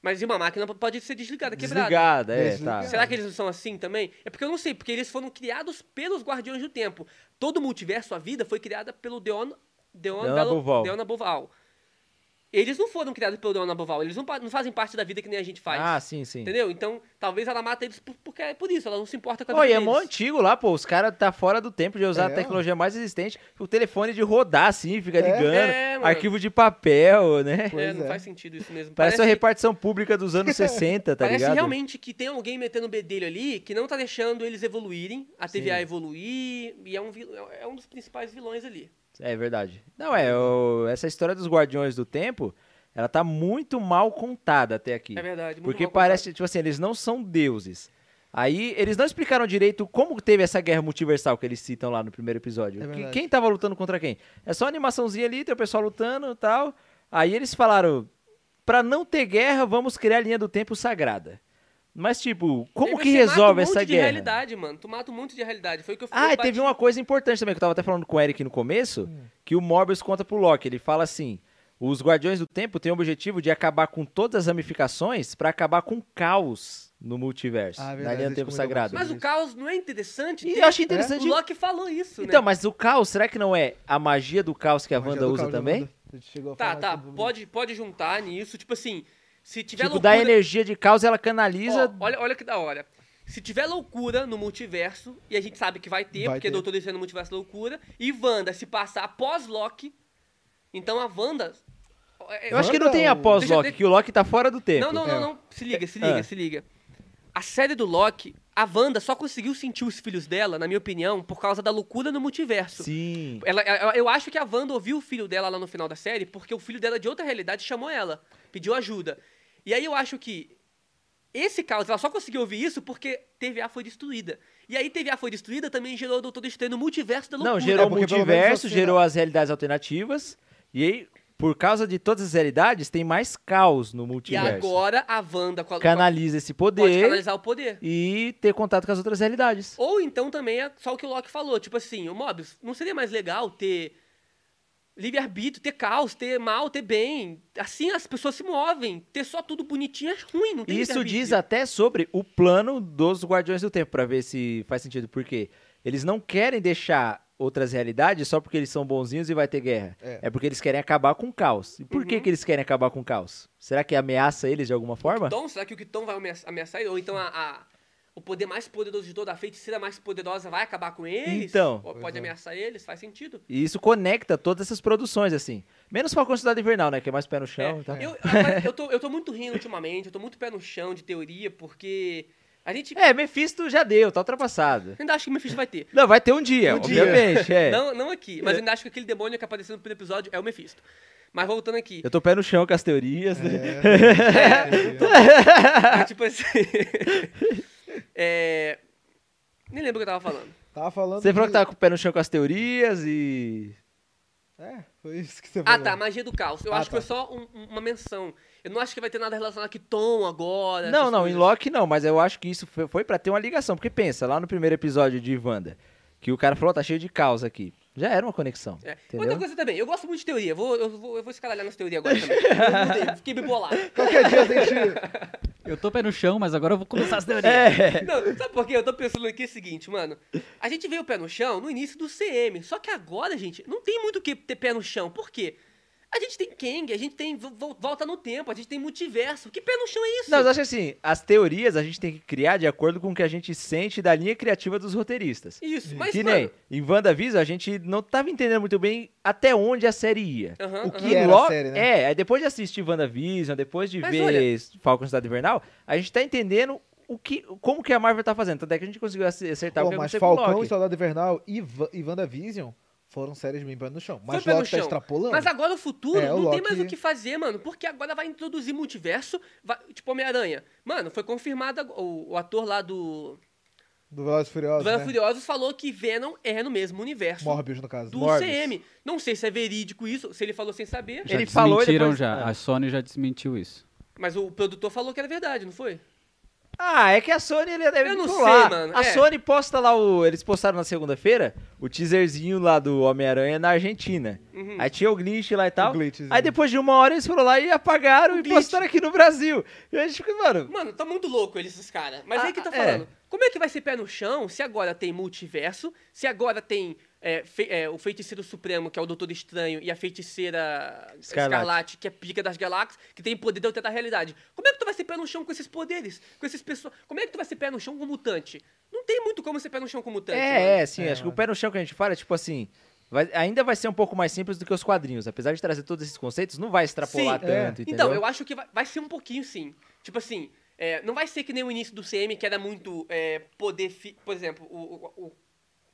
Speaker 2: Mas e uma máquina pode ser desligada, quebrada.
Speaker 1: Desligada, é, tá.
Speaker 3: Desligada.
Speaker 2: Tá Será que eles não são assim também? É porque eu não sei, porque eles foram criados pelos Guardiões do Tempo. Todo multiverso, a vida, foi criada pelo Deon, Deon,
Speaker 1: Deon
Speaker 2: Bello-
Speaker 1: Aboval.
Speaker 2: Deon Aboval. Eles não foram criados pelo Donovan eles não, pa- não fazem parte da vida que nem a gente faz.
Speaker 1: Ah, sim, sim.
Speaker 2: Entendeu? Então, talvez ela mata eles por, porque é por isso, ela não se importa com a
Speaker 1: Pô, e
Speaker 2: vida
Speaker 1: é
Speaker 2: deles.
Speaker 1: mó antigo lá, pô. Os caras tá fora do tempo de usar
Speaker 3: É,
Speaker 1: a tecnologia mais existente. O telefone de rodar, assim, fica
Speaker 3: É.
Speaker 1: ligando.
Speaker 2: É, mano.
Speaker 1: arquivo de papel, né?
Speaker 2: É,
Speaker 3: Pois
Speaker 2: não
Speaker 3: é.
Speaker 2: faz sentido isso mesmo.
Speaker 1: Parece, a
Speaker 2: que-
Speaker 1: repartição pública dos anos 60, tá
Speaker 2: Parece
Speaker 1: ligado?
Speaker 2: realmente que tem alguém metendo o bedelho ali que não tá deixando eles evoluírem, a TVA evoluir, e é um, vil- é um dos principais vilões ali.
Speaker 1: É verdade. Não, é, o- essa história dos Guardiões do Tempo, ela tá muito mal contada até aqui.
Speaker 2: É verdade. muito
Speaker 1: Porque
Speaker 2: mal contado.
Speaker 1: parece, tipo assim, eles não são deuses. Aí, eles não explicaram direito como teve essa guerra multiversal que eles citam lá no primeiro episódio.
Speaker 3: É
Speaker 1: Que-
Speaker 3: verdade.
Speaker 1: quem tava lutando contra quem? É só animaçãozinha ali, tem o pessoal lutando e tal. Aí eles falaram, pra não ter guerra, vamos criar a linha do tempo sagrada. Mas, tipo,
Speaker 2: E aí
Speaker 1: como que
Speaker 2: você mata
Speaker 1: resolve
Speaker 2: um
Speaker 1: essa
Speaker 2: monte de
Speaker 1: guerra?
Speaker 2: realidade, mano. Tu mata um monte de realidade. Foi o que eu
Speaker 1: Ah,
Speaker 2: eu
Speaker 1: e teve uma coisa importante também, que eu tava até falando com o Eric no começo, que o Morbius conta pro Loki. Ele fala assim: os Guardiões do Tempo têm o objetivo de acabar com todas as ramificações pra acabar com o caos no multiverso,
Speaker 3: Ah,
Speaker 1: na
Speaker 3: verdade,
Speaker 1: linha do
Speaker 3: eles
Speaker 1: tempo
Speaker 3: comentam
Speaker 1: sagrado.
Speaker 2: Mas o
Speaker 3: Isso.
Speaker 2: caos não é interessante?
Speaker 1: E
Speaker 2: Tem-
Speaker 1: um- eu achei interessante.
Speaker 2: O Loki falou isso,
Speaker 1: Então,
Speaker 2: né?
Speaker 1: mas o caos, será que não é a magia do caos que a
Speaker 3: Magia
Speaker 1: Wanda
Speaker 3: do
Speaker 1: usa
Speaker 3: caos da
Speaker 1: também?
Speaker 3: Wanda. A gente chegou a
Speaker 2: Tá,
Speaker 3: falar
Speaker 2: tá.
Speaker 3: sobre-
Speaker 2: Pode, pode juntar nisso. Tipo assim, se tiver
Speaker 1: Tipo,
Speaker 2: loucura...
Speaker 1: da energia de caos ela canaliza.
Speaker 2: Ó, olha, olha que da hora. Se tiver loucura no multiverso, e a gente sabe que vai ter,
Speaker 3: Vai
Speaker 2: porque
Speaker 3: ter.
Speaker 2: Doutor Estranho no multiverso é loucura, e Wanda se passar após Loki, então a Wanda. é-
Speaker 1: eu acho que não
Speaker 3: Wanda
Speaker 1: tem
Speaker 3: ou-
Speaker 1: após
Speaker 2: Deixa eu
Speaker 1: Loki,
Speaker 2: ter-
Speaker 1: que o Loki tá fora do tempo.
Speaker 2: Não, não, não,
Speaker 3: É.
Speaker 2: não. Se liga, se liga,
Speaker 1: Ah.
Speaker 2: se liga. A série do Loki, a Wanda só conseguiu sentir os filhos dela, na minha opinião, por causa da loucura no multiverso.
Speaker 1: Sim.
Speaker 2: Ela, eu- eu acho que a Wanda ouviu o filho dela lá no final da série, porque o filho dela de outra realidade chamou ela, pediu ajuda. E aí eu acho que esse caos, ela só conseguiu ouvir isso porque TVA foi destruída. E aí TVA foi destruída também gerou o Doutor Estranho no multiverso da loucura.
Speaker 1: Não, gerou
Speaker 3: É,
Speaker 1: o
Speaker 3: porque pelo menos
Speaker 1: multiverso,
Speaker 3: assim,
Speaker 1: gerou as realidades alternativas. E aí, por causa de todas as realidades, tem mais caos no
Speaker 2: E
Speaker 1: multiverso.
Speaker 2: agora a Wanda com a, com a-
Speaker 1: Canaliza esse
Speaker 2: pode
Speaker 1: poder
Speaker 2: canalizar o poder.
Speaker 1: e ter contato com as outras realidades.
Speaker 2: Ou então também é só o que o Loki falou, tipo assim, o Mobius, não seria mais legal ter livre-arbítrio, ter caos, ter mal, ter bem? Assim as pessoas se movem. Ter só tudo bonitinho é ruim, não tem
Speaker 1: Isso
Speaker 2: livre-arbítrio.
Speaker 1: diz até sobre o plano dos Guardiões do Tempo, pra ver se faz sentido. Porque eles não querem deixar outras realidades só porque eles são bonzinhos e vai ter guerra.
Speaker 3: É.
Speaker 1: É, porque eles querem acabar com o caos. E por
Speaker 2: Uhum.
Speaker 1: que, que eles querem acabar com o caos? Será que ameaça eles de alguma forma?
Speaker 2: Tom, será que o Kiton vai ameaçar, ameaçar ele? Ou então a, a- o poder mais poderoso de toda a feiticeira mais poderosa vai acabar com eles?
Speaker 1: Então.
Speaker 2: Ou pode ameaçar eles? Faz sentido.
Speaker 1: E isso conecta todas essas produções, assim. Menos Falcão e Cidade Invernal, né? Que é mais pé no chão
Speaker 2: É,
Speaker 1: e tal.
Speaker 2: eu, agora, eu, tô, eu tô muito rindo ultimamente, eu tô muito pé no chão de teoria, porque a gente
Speaker 1: É, Mephisto já deu, tá ultrapassado.
Speaker 2: ainda acho que o Mephisto vai ter.
Speaker 1: Não, vai ter um dia,
Speaker 3: Um dia.
Speaker 1: obviamente, é.
Speaker 2: Não, não aqui, mas eu ainda acho que aquele demônio que apareceu no primeiro episódio é o Mephisto. Mas voltando aqui,
Speaker 1: Eu tô pé no chão com as teorias, né?
Speaker 3: É,
Speaker 2: é, tipo assim... é, nem lembro o que eu tava falando.
Speaker 3: tava falando.
Speaker 1: Você falou que tá
Speaker 3: de-
Speaker 1: tava com o pé no chão com as teorias e.
Speaker 3: É, foi isso que você
Speaker 2: Ah,
Speaker 3: falou.
Speaker 2: tá, magia do caos. Eu
Speaker 3: Ah,
Speaker 2: acho que
Speaker 3: tá.
Speaker 2: foi só um- um- uma menção. Eu não acho que vai ter nada relacionado a Tom agora.
Speaker 1: Não,
Speaker 2: essas
Speaker 1: não, em
Speaker 2: coisas.
Speaker 1: Loki não, mas eu acho que isso foi, foi para ter uma ligação. Porque pensa, lá no primeiro episódio de Wanda, que o cara falou, tá cheio de caos aqui. Já era uma conexão.
Speaker 2: É. Outra
Speaker 1: Entendeu?
Speaker 2: coisa também, eu gosto muito de teoria. Vou, eu, vou, eu vou escaralhar nas teorias agora também. Eu mudei, fiquei bipolar.
Speaker 3: Qualquer dia a
Speaker 2: Tá
Speaker 3: gente.
Speaker 4: Eu tô pé no chão, mas agora eu vou começar as teorias.
Speaker 1: É.
Speaker 2: Não, sabe por quê? Eu tô pensando aqui o seguinte, mano. A gente veio pé no chão no início do CM. Só que agora, gente, não tem muito o que ter pé no chão. Por quê? A gente tem Kang, a gente tem vo- vo- volta no tempo, a gente tem multiverso. Que pé no chão é isso?
Speaker 1: Não, mas eu acho que assim, as teorias a gente tem que criar de acordo com o que a gente sente da linha criativa dos roteiristas.
Speaker 2: Isso, mas
Speaker 1: que
Speaker 2: mano...
Speaker 1: nem, em WandaVision a gente não tava entendendo muito bem até onde a série ia.
Speaker 2: Aham,
Speaker 3: O
Speaker 2: aham.
Speaker 3: que
Speaker 1: E
Speaker 3: era
Speaker 1: lo-
Speaker 3: a série, né?
Speaker 1: É, aí depois de assistir WandaVision, depois de
Speaker 2: Uhum. Mas
Speaker 1: ver
Speaker 2: olha-
Speaker 1: Falcon e Cidade Invernal, a gente tá entendendo o que, como que a Marvel tá fazendo. Tanto é que a gente conseguiu ac- acertar o
Speaker 3: Pô,
Speaker 1: que
Speaker 3: mas
Speaker 1: aconteceu com o
Speaker 3: Falcão,
Speaker 1: Loki.
Speaker 3: Soldado Invernal e, Va- e WandaVision foram séries bem pé no chão. Mas
Speaker 2: pé no
Speaker 3: Loki tá
Speaker 2: chão.
Speaker 3: extrapolando.
Speaker 2: Mas agora o futuro
Speaker 3: É,
Speaker 2: não
Speaker 3: o
Speaker 2: tem
Speaker 3: Loki-
Speaker 2: mais o que fazer, mano. Porque agora vai introduzir multiverso, vai- tipo Homem-Aranha. Mano, foi confirmado ag- o, o ator lá do
Speaker 3: Do Velozes e
Speaker 2: do
Speaker 3: Furiosos,
Speaker 2: Velozes
Speaker 3: né?
Speaker 2: e Furiosos falou que Venom é no mesmo universo
Speaker 3: Morbius, no caso.
Speaker 2: do
Speaker 1: Morbius.
Speaker 2: CM. Não sei se é verídico isso, se ele falou sem saber,
Speaker 4: Já
Speaker 1: Ele falou,
Speaker 4: desmentiram
Speaker 1: ele depois-
Speaker 4: já.
Speaker 1: Ah.
Speaker 4: A Sony já desmentiu isso.
Speaker 2: mas o produtor falou que era verdade, não foi?
Speaker 1: Ah, é que a Sony ele deve
Speaker 2: Eu não
Speaker 1: pular.
Speaker 2: sei, mano,
Speaker 1: A
Speaker 2: é.
Speaker 1: Sony posta lá o. Eles postaram na segunda-feira o teaserzinho lá do Homem-Aranha na Argentina.
Speaker 2: Uhum.
Speaker 1: Aí tinha o glitch lá e tal.
Speaker 3: glitchzinho.
Speaker 1: Aí depois de uma hora eles foram lá e apagaram
Speaker 2: O
Speaker 1: e
Speaker 2: glitch.
Speaker 1: postaram aqui no Brasil. E a gente fica, mano.
Speaker 2: Mano, tá muito louco eles, esses caras. Mas
Speaker 1: Ah,
Speaker 2: aí que tá
Speaker 1: é.
Speaker 2: falando. Como é que vai ser pé no chão se agora tem multiverso, se agora tem é, fe- é, o feiticeiro supremo, que é o Doutor Estranho, e a feiticeira Escarlate,
Speaker 1: Escarlate.
Speaker 2: que é pica das galáxias, que tem poder de alterar a realidade. Como é que tu vai ser pé no chão com esses poderes? Com esses pessoas. Como é que tu vai ser pé no chão com um mutante? Não tem muito como ser pé no chão com um mutante. né?
Speaker 1: É, é, sim.
Speaker 3: É,
Speaker 1: acho que o pé no chão que a gente fala é tipo assim. vai- ainda vai ser um pouco mais simples do que os quadrinhos. Apesar de trazer todos esses conceitos, não vai extrapolar
Speaker 2: Sim,
Speaker 3: é.
Speaker 1: tanto. Entendeu?
Speaker 2: Então, eu acho que vai, vai ser um pouquinho sim. Tipo assim, é, não vai ser que nem o início do CM, que era muito é, poder. fi- Por exemplo, o. o, o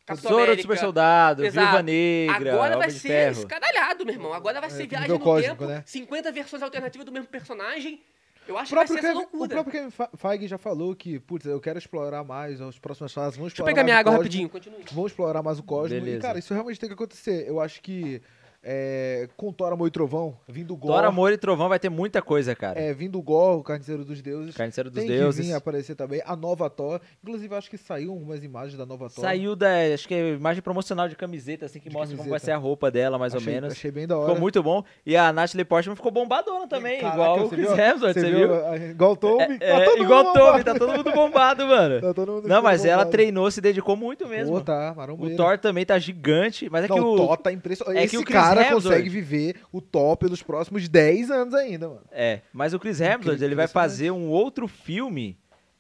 Speaker 2: Capitão
Speaker 1: Tesouro do
Speaker 2: América.
Speaker 1: Super Soldado,
Speaker 2: Exato.
Speaker 1: Viúva Negra,
Speaker 2: Agora vai
Speaker 1: Homem de
Speaker 2: ser
Speaker 1: Ferro.
Speaker 2: escaralhado, meu irmão. Agora vai ser
Speaker 3: nível
Speaker 2: viagem no
Speaker 3: cósmico,
Speaker 2: tempo,
Speaker 3: né?
Speaker 2: 50 versões alternativas do mesmo personagem. Eu
Speaker 3: O
Speaker 2: acho que vai ser
Speaker 3: próprio,
Speaker 2: essa
Speaker 3: Kevin, o
Speaker 2: loucura.
Speaker 3: próprio Kevin Fe- Feige já falou que, putz, eu quero explorar mais as próximas fases. Vamos
Speaker 2: Deixa eu
Speaker 3: explorar
Speaker 2: pegar
Speaker 3: mais
Speaker 2: minha
Speaker 3: o
Speaker 2: água
Speaker 3: cosmo.
Speaker 2: rapidinho, continue.
Speaker 3: Vão explorar mais o cosmos. E,
Speaker 1: Beleza.
Speaker 3: cara, isso realmente tem que acontecer. Eu acho que é, com Tora Amor e Trovão, vindo o Gore,
Speaker 1: Thor, Amor e Trovão vai ter muita coisa, cara.
Speaker 3: é, vindo o Gore, o Carniceiro dos Deuses,
Speaker 1: Carniceiro dos
Speaker 3: tem que
Speaker 1: Deuses.
Speaker 3: vir aparecer também a nova Thor. Inclusive, eu acho que saiu algumas imagens da nova Thor.
Speaker 1: Saiu da, acho que é imagem promocional de camiseta, assim, que
Speaker 3: De
Speaker 1: mostra como vai ser
Speaker 3: camiseta.
Speaker 1: a roupa dela, mais
Speaker 3: Achei-
Speaker 1: ou menos.
Speaker 3: Achei bem da hora.
Speaker 1: Ficou muito bom. E a Natalie Portman ficou bombadona também,
Speaker 3: Caraca,
Speaker 1: igual o
Speaker 3: você
Speaker 1: Chris
Speaker 3: viu?
Speaker 1: Hemsworth, você viu?
Speaker 3: Igual o Tommy.
Speaker 1: É,
Speaker 3: tá todo
Speaker 1: igual o
Speaker 3: mundo
Speaker 1: Tommy,
Speaker 3: bombado.
Speaker 1: tá todo mundo bombado, mano.
Speaker 3: Tá todo mundo
Speaker 1: Não, mas
Speaker 3: ficando
Speaker 1: ela
Speaker 3: bombado.
Speaker 1: treinou, se dedicou muito mesmo.
Speaker 3: Pô, tá,
Speaker 1: o
Speaker 3: marombeira.
Speaker 1: Thor também tá gigante, mas é
Speaker 3: Não,
Speaker 1: que
Speaker 3: o
Speaker 1: o.
Speaker 3: Thor tá impressionante.
Speaker 1: é que
Speaker 3: Esse
Speaker 1: o Chris
Speaker 3: cara
Speaker 1: Hemsworth-
Speaker 3: consegue viver o Thor pelos próximos 10 anos ainda, mano.
Speaker 1: É, mas o Chris Hemsworth,
Speaker 3: Incrível,
Speaker 1: ele vai
Speaker 3: impressionante.
Speaker 1: fazer um outro filme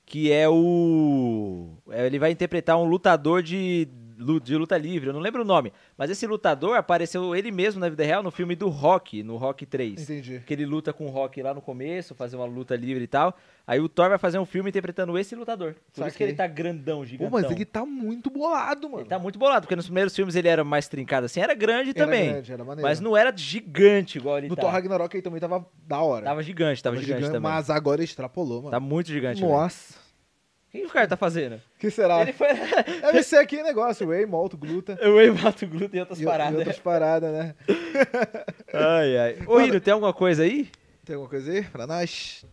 Speaker 1: que é o. é, Ele vai interpretar um lutador de, lu- de luta livre, eu não lembro o nome. Mas esse lutador apareceu ele mesmo na vida real no filme do Rock, no Rock 3.
Speaker 3: Entendi.
Speaker 1: Que ele luta com o Rock lá no começo, fazer uma luta livre e tal. Aí o Thor vai fazer um filme interpretando esse lutador. Por isso que
Speaker 3: Saquei.
Speaker 1: ele tá grandão,
Speaker 3: Pô,
Speaker 1: gigantão.
Speaker 3: mas ele tá muito bolado, mano.
Speaker 1: Ele tá muito bolado, porque nos primeiros filmes ele era mais trincado assim, era grande
Speaker 3: Era
Speaker 1: também.
Speaker 3: grande, era maneiro.
Speaker 1: mas não era gigante igual ele
Speaker 3: No
Speaker 1: tá.
Speaker 3: Thor Ragnarok ele também tava da hora.
Speaker 1: Tava gigante, tava,
Speaker 3: Tava
Speaker 1: gigante, também.
Speaker 3: Mas agora extrapolou, mano.
Speaker 1: Tá muito gigante. velho.
Speaker 3: Nossa.
Speaker 1: O que o cara tá fazendo?
Speaker 3: O que será?
Speaker 1: Ele foi.
Speaker 3: Deve ser aquele negócio, whey, malto, gluta.
Speaker 1: Eu errei mato glúten e outras
Speaker 3: E, e
Speaker 1: paradas.
Speaker 3: outras paradas, né?
Speaker 1: Ai, ai. Ô, Hino, tem alguma coisa aí?
Speaker 3: Tem alguma coisa aí pra nós?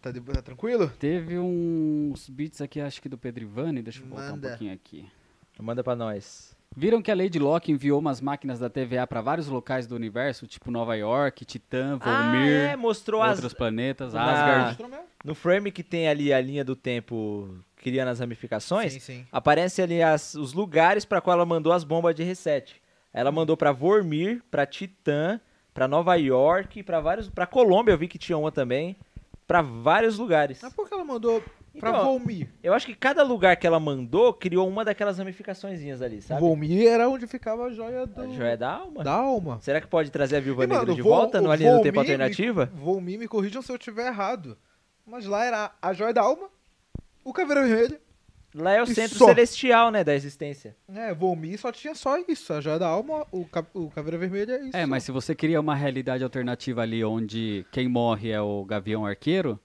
Speaker 3: Tá, de- tá tranquilo?
Speaker 4: Teve uns beats aqui, acho que do Pedrivani, deixa eu voltar
Speaker 3: Manda.
Speaker 4: um pouquinho aqui.
Speaker 1: Manda pra nós.
Speaker 4: Viram que a Lady Locke enviou umas máquinas da TVA pra vários locais do universo, tipo Nova York, Titã, Volmir,
Speaker 1: é, mostrou as. Ah.
Speaker 4: outros planetas,
Speaker 1: na-
Speaker 4: Asgard.
Speaker 1: No frame que tem ali a linha do tempo criando as ramificações,
Speaker 3: Sim, sim.
Speaker 1: aparece ali as- os lugares pra qual ela mandou as bombas de reset. Ela mandou pra Vormir, pra Titã, pra Nova York, pra vários, para Colômbia eu vi que tinha uma também, pra vários lugares.
Speaker 3: Mas por que ela mandou pra
Speaker 1: Então,
Speaker 3: Volmir?
Speaker 1: Eu acho que cada lugar que ela mandou criou uma daquelas ramificaçõezinhas ali, sabe?
Speaker 3: Volmir era onde ficava a joia do...
Speaker 1: A joia da alma.
Speaker 3: da alma.
Speaker 1: Será que pode trazer a Viúva
Speaker 3: E,
Speaker 1: Negra
Speaker 3: mano,
Speaker 1: de
Speaker 3: Vol-
Speaker 1: volta
Speaker 3: o
Speaker 1: numa linha do tempo
Speaker 3: Volmir me-
Speaker 1: alternativa?
Speaker 3: Volmir, me corrijam se eu estiver errado. Mas lá era a joia da alma, o caveira vermelho.
Speaker 1: Lá é o
Speaker 3: E
Speaker 1: centro
Speaker 3: só.
Speaker 1: celestial, né, da existência.
Speaker 3: É, Volmir só tinha só isso. A joia da alma, o, ca- o caveira vermelha e isso.
Speaker 4: É, mas se você cria uma realidade alternativa ali onde quem morre é o Gavião Arqueiro,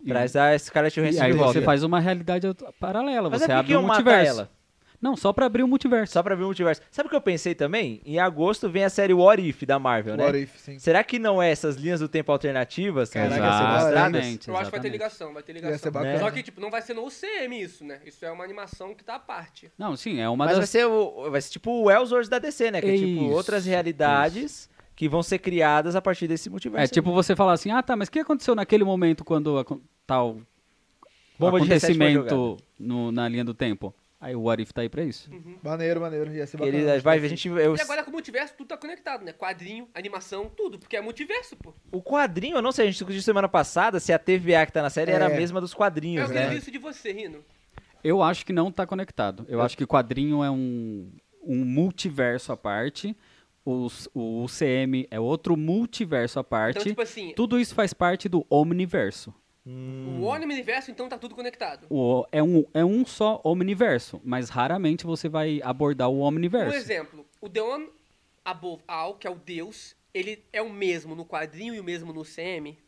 Speaker 4: e-
Speaker 1: Traz a Scarlett
Speaker 4: e,
Speaker 1: Johansson
Speaker 4: aí
Speaker 1: de volta.
Speaker 4: você faz uma realidade aut- paralela,
Speaker 1: assim Mas
Speaker 4: você
Speaker 1: é por que
Speaker 4: abre
Speaker 1: eu
Speaker 4: um
Speaker 1: matar
Speaker 4: multiverso.
Speaker 1: ela?
Speaker 4: Não, só pra abrir o multiverso.
Speaker 1: Só pra ver o multiverso. Sabe o que eu pensei também? Em agosto vem a série What If da Marvel, né?
Speaker 3: What if, sim.
Speaker 1: Será que não é essas linhas do tempo alternativas? que
Speaker 3: Caraca, é
Speaker 1: vão ser
Speaker 3: ia ser da hora, hein?
Speaker 1: mostradas?
Speaker 4: exatamente.
Speaker 2: Eu acho que vai ter
Speaker 4: exatamente.
Speaker 2: ligação, vai ter
Speaker 3: Ia ser
Speaker 2: ligação.
Speaker 3: bacana.
Speaker 2: Só que, tipo, não vai ser no UCM isso, né? Isso é uma animação que tá à parte.
Speaker 4: Não, sim, é uma
Speaker 1: Mas vai
Speaker 4: das...
Speaker 1: ser, o- vai ser tipo o Elseworlds da DC, né? Que é tipo
Speaker 4: Isso,
Speaker 1: outras realidades que vão ser criadas a partir desse multiverso.
Speaker 4: É tipo você falar assim, ah tá, mas o que aconteceu naquele momento quando acon- tal
Speaker 1: Bomba de reset foi
Speaker 4: acontecimento no- na linha do tempo? Aí o What If tá aí pra isso.
Speaker 2: Uhum.
Speaker 3: Maneiro, maneiro. Ia ser
Speaker 1: Que
Speaker 3: bacana.
Speaker 1: ele- vai, a gente, eu-
Speaker 2: E agora com o multiverso tudo tá conectado, né? Quadrinho, animação, tudo, porque é multiverso, pô.
Speaker 1: O quadrinho, eu não sei, a gente discutiu semana passada se a TVA que tá na série era a
Speaker 3: É.
Speaker 1: mesma dos
Speaker 2: Eu
Speaker 1: quadrinhos,
Speaker 2: queria
Speaker 1: né?
Speaker 2: isso de você, Rino.
Speaker 4: Eu acho que não tá conectado. Eu acho que quadrinho é um, um multiverso à parte. Os- o UCM é outro multiverso à parte.
Speaker 2: Então, tipo assim,
Speaker 4: Tudo isso faz parte do Omniverso.
Speaker 2: o Warner Universo, então tá tudo conectado.
Speaker 4: O- é, um, é um só Omniverso, mas raramente você vai abordar o
Speaker 2: Um
Speaker 4: Omniverso.
Speaker 2: exemplo, o The One Above All, que é o Deus, ele é o mesmo no quadrinho e o mesmo no CM.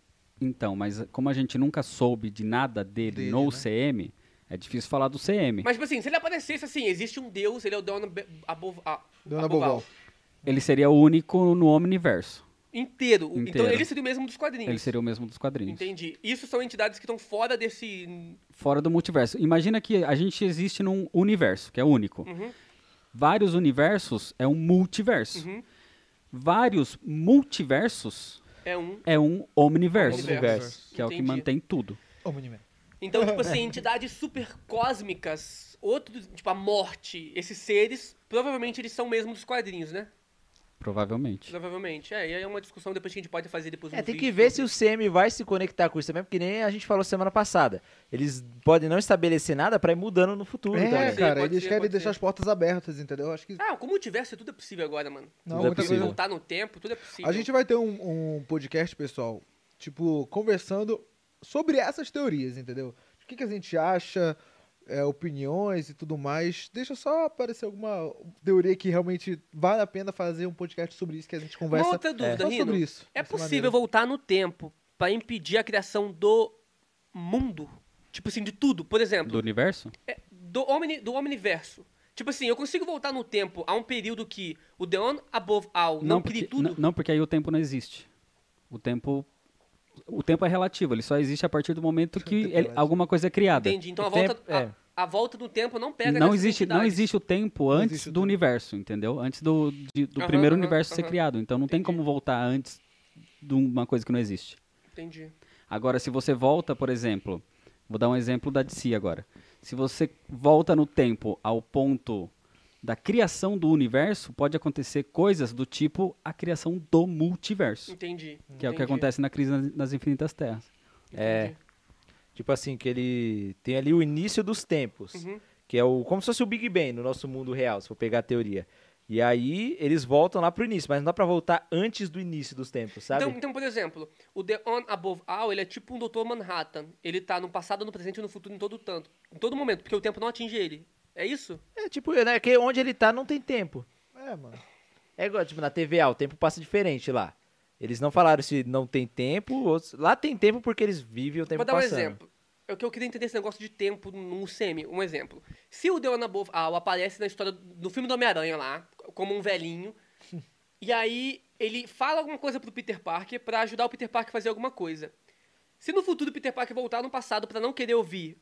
Speaker 4: Então, mas como a gente nunca soube de nada dele,
Speaker 3: Dele,
Speaker 4: no
Speaker 3: né?
Speaker 4: UCM, é difícil falar do CM.
Speaker 2: Mas, tipo assim, se ele aparecesse assim, existe um Deus, ele é o The One Ab- Above, a,
Speaker 3: The One Above All.
Speaker 4: Ele seria o único no Omniverso.
Speaker 2: Inteiro. O- Então
Speaker 4: Inteiro.
Speaker 2: ele seria o mesmo dos quadrinhos.
Speaker 4: Ele seria o mesmo dos quadrinhos.
Speaker 2: Entendi. Isso são entidades que estão fora desse...
Speaker 4: Fora do multiverso. Imagina que a gente existe num universo, que é único.
Speaker 2: Uhum.
Speaker 4: Vários universos é um multiverso.
Speaker 2: Uhum.
Speaker 4: Vários multiversos
Speaker 2: É um...
Speaker 4: é um omniverso,
Speaker 2: Omniverso.
Speaker 4: que é o que
Speaker 2: Entendi.
Speaker 4: mantém tudo.
Speaker 3: Omni-Man.
Speaker 2: Então, tipo assim, entidades super cósmicas, outros, tipo a morte, esses seres, provavelmente eles são mesmo dos quadrinhos, né?
Speaker 4: Provavelmente.
Speaker 2: Provavelmente. É, e aí é uma discussão depois que a gente pode fazer depois um
Speaker 1: É, tem que ver se o CM vai se conectar com isso também, porque nem a gente falou semana passada. Eles podem não estabelecer nada pra ir mudando no futuro
Speaker 3: É,
Speaker 1: também.
Speaker 2: ser,
Speaker 3: cara,
Speaker 2: pode
Speaker 3: eles
Speaker 2: ser,
Speaker 3: querem
Speaker 2: pode
Speaker 3: deixar
Speaker 2: ser.
Speaker 3: as portas abertas, entendeu? Acho que
Speaker 2: Ah, como multiverso tudo é possível agora, mano.
Speaker 3: não,
Speaker 4: é
Speaker 3: muita
Speaker 2: Se
Speaker 4: possível.
Speaker 3: coisa.
Speaker 2: voltar no tempo, tudo é possível.
Speaker 3: A gente vai ter um, um podcast, pessoal, tipo, conversando sobre essas teorias, entendeu? O que, que a gente acha, é, opiniões e tudo mais. Deixa só aparecer alguma teoria que realmente vale a pena fazer um podcast sobre isso, que a gente conversa
Speaker 2: Uma outra dúvida,
Speaker 3: só
Speaker 2: Rino.
Speaker 3: sobre isso.
Speaker 2: É
Speaker 3: Vai ser
Speaker 2: possível
Speaker 3: maneiro.
Speaker 2: voltar no tempo pra impedir a criação do mundo? Tipo assim, de tudo. Por exemplo,
Speaker 4: Do universo?
Speaker 2: É, do, omni, do Omniverso. Tipo assim, eu consigo voltar no tempo a um período que o The On Above All não, crie
Speaker 4: porque,
Speaker 2: tudo?
Speaker 4: n- não, porque aí o tempo não existe. O tempo. O tempo é relativo, ele só existe a partir do momento que
Speaker 3: tempo é
Speaker 4: ele-
Speaker 3: relativo.
Speaker 4: alguma coisa é criada.
Speaker 2: Entendi. Então a
Speaker 1: O tempo-
Speaker 2: volta, a-
Speaker 1: é.
Speaker 2: a, volta do tempo não pega
Speaker 4: não
Speaker 2: nessas
Speaker 4: existe, não
Speaker 2: entidades.
Speaker 4: existe o tempo antes
Speaker 3: existe o
Speaker 4: do
Speaker 3: tempo.
Speaker 4: universo, entendeu? Antes do, de- do
Speaker 2: Aham,
Speaker 4: primeiro
Speaker 2: aham,
Speaker 4: universo ser
Speaker 2: aham.
Speaker 4: criado. Então não tem
Speaker 2: Entendi.
Speaker 4: como voltar antes de uma coisa que não existe.
Speaker 2: Entendi.
Speaker 4: Agora, se você volta, por exemplo, vou dar um exemplo da DC agora. Se você volta no tempo ao ponto da criação do universo, pode acontecer coisas do tipo a criação do multiverso,
Speaker 2: Entendi.
Speaker 4: que é o que
Speaker 2: Entendi.
Speaker 4: acontece na crise nas, nas infinitas terras.
Speaker 1: É.
Speaker 2: Entendi.
Speaker 1: Tipo assim, que ele tem ali o início dos tempos,
Speaker 2: Uhum.
Speaker 1: que é o como se fosse o Big Bang no nosso mundo real, se for pegar a teoria. E aí eles voltam lá pro início, mas não dá pra voltar antes do início dos tempos, sabe?
Speaker 2: Então, então, por exemplo, o The On Above All, ele é tipo um Dr. Manhattan. Ele tá no passado, no presente e no futuro em todo tanto. Em todo momento, porque o tempo não atinge ele. É isso?
Speaker 1: É tipo, né, que onde ele tá não tem tempo.
Speaker 3: É, mano.
Speaker 1: É igual, tipo, na TVA, o tempo passa diferente lá. Eles não falaram se não tem tempo, ou se- lá tem tempo porque eles vivem o tempo
Speaker 2: Vou dar um
Speaker 1: passando.
Speaker 2: exemplo. É o que eu queria entender esse negócio de tempo no semi. Um exemplo. Se o Deon Above All aparece na história do filme do Homem-Aranha lá, como um velhinho, e aí ele fala alguma coisa pro Peter Parker pra ajudar o Peter Parker a fazer alguma coisa. Se no futuro o Peter Parker voltar no passado pra não querer ouvir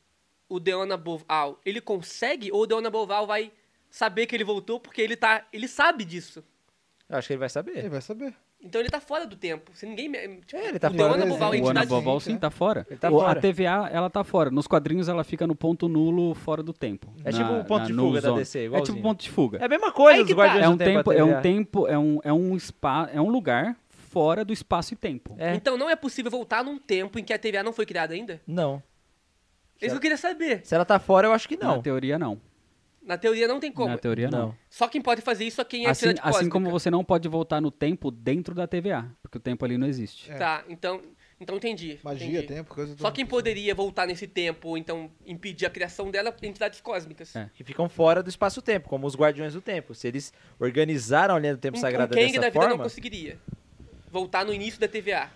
Speaker 2: o Deon Above All, ele consegue ou o Deon Above All vai saber que ele voltou porque ele tá, ele sabe disso.
Speaker 1: Eu acho que ele vai saber.
Speaker 3: Ele vai saber.
Speaker 2: Então ele tá fora do tempo. Se ninguém, me- tipo,
Speaker 1: É, ele tá
Speaker 2: o
Speaker 1: fora
Speaker 2: Deon
Speaker 1: do
Speaker 2: Above All, a
Speaker 3: tempo.
Speaker 4: O Ana
Speaker 2: entidade
Speaker 4: Bovol
Speaker 3: sim,
Speaker 4: sim tá fora.
Speaker 1: Ele tá
Speaker 4: O-
Speaker 1: fora.
Speaker 4: A TVA ela tá fora. Nos quadrinhos ela fica no ponto nulo fora do tempo.
Speaker 1: É
Speaker 4: Na-
Speaker 1: tipo o ponto
Speaker 4: na-
Speaker 1: de
Speaker 4: no
Speaker 1: fuga da
Speaker 4: zone.
Speaker 1: DC,
Speaker 4: É tipo
Speaker 1: igualzinho.
Speaker 4: o ponto de fuga.
Speaker 1: É a mesma coisa
Speaker 2: Aí
Speaker 1: dos
Speaker 2: que tá.
Speaker 1: Guardiões
Speaker 4: É
Speaker 1: do
Speaker 4: um tempo, é
Speaker 1: a
Speaker 4: um
Speaker 1: TVA.
Speaker 4: tempo, é um é um espaço, é um lugar fora do espaço e tempo.
Speaker 1: É.
Speaker 2: Então não é possível voltar num tempo em que a TVA não foi criada ainda? É
Speaker 1: Não.
Speaker 2: Isso que eu queria saber.
Speaker 1: Se ela tá fora, eu acho que
Speaker 4: Na
Speaker 1: não.
Speaker 4: teoria não.
Speaker 2: Na teoria não tem como.
Speaker 4: Na teoria não.
Speaker 2: Só quem pode fazer isso é quem é
Speaker 4: Assim,
Speaker 2: cidade
Speaker 4: assim
Speaker 2: cósmica.
Speaker 4: como você não pode voltar no tempo dentro da TVA, porque o tempo ali não existe.
Speaker 3: É.
Speaker 2: Tá, então, então entendi.
Speaker 3: Magia,
Speaker 2: entendi.
Speaker 3: tempo, coisa
Speaker 2: Só quem poderia voltar nesse tempo, ou então impedir a criação dela, entidades cósmicas. Um,
Speaker 4: É.
Speaker 1: Que ficam fora do espaço-tempo, como os Guardiões do Tempo. Se eles organizaram a linha do tempo
Speaker 2: Um,
Speaker 4: é
Speaker 1: sagrada
Speaker 2: um Kang
Speaker 1: dessa
Speaker 2: da vida não
Speaker 1: forma,
Speaker 2: conseguiria voltar no início da TVA.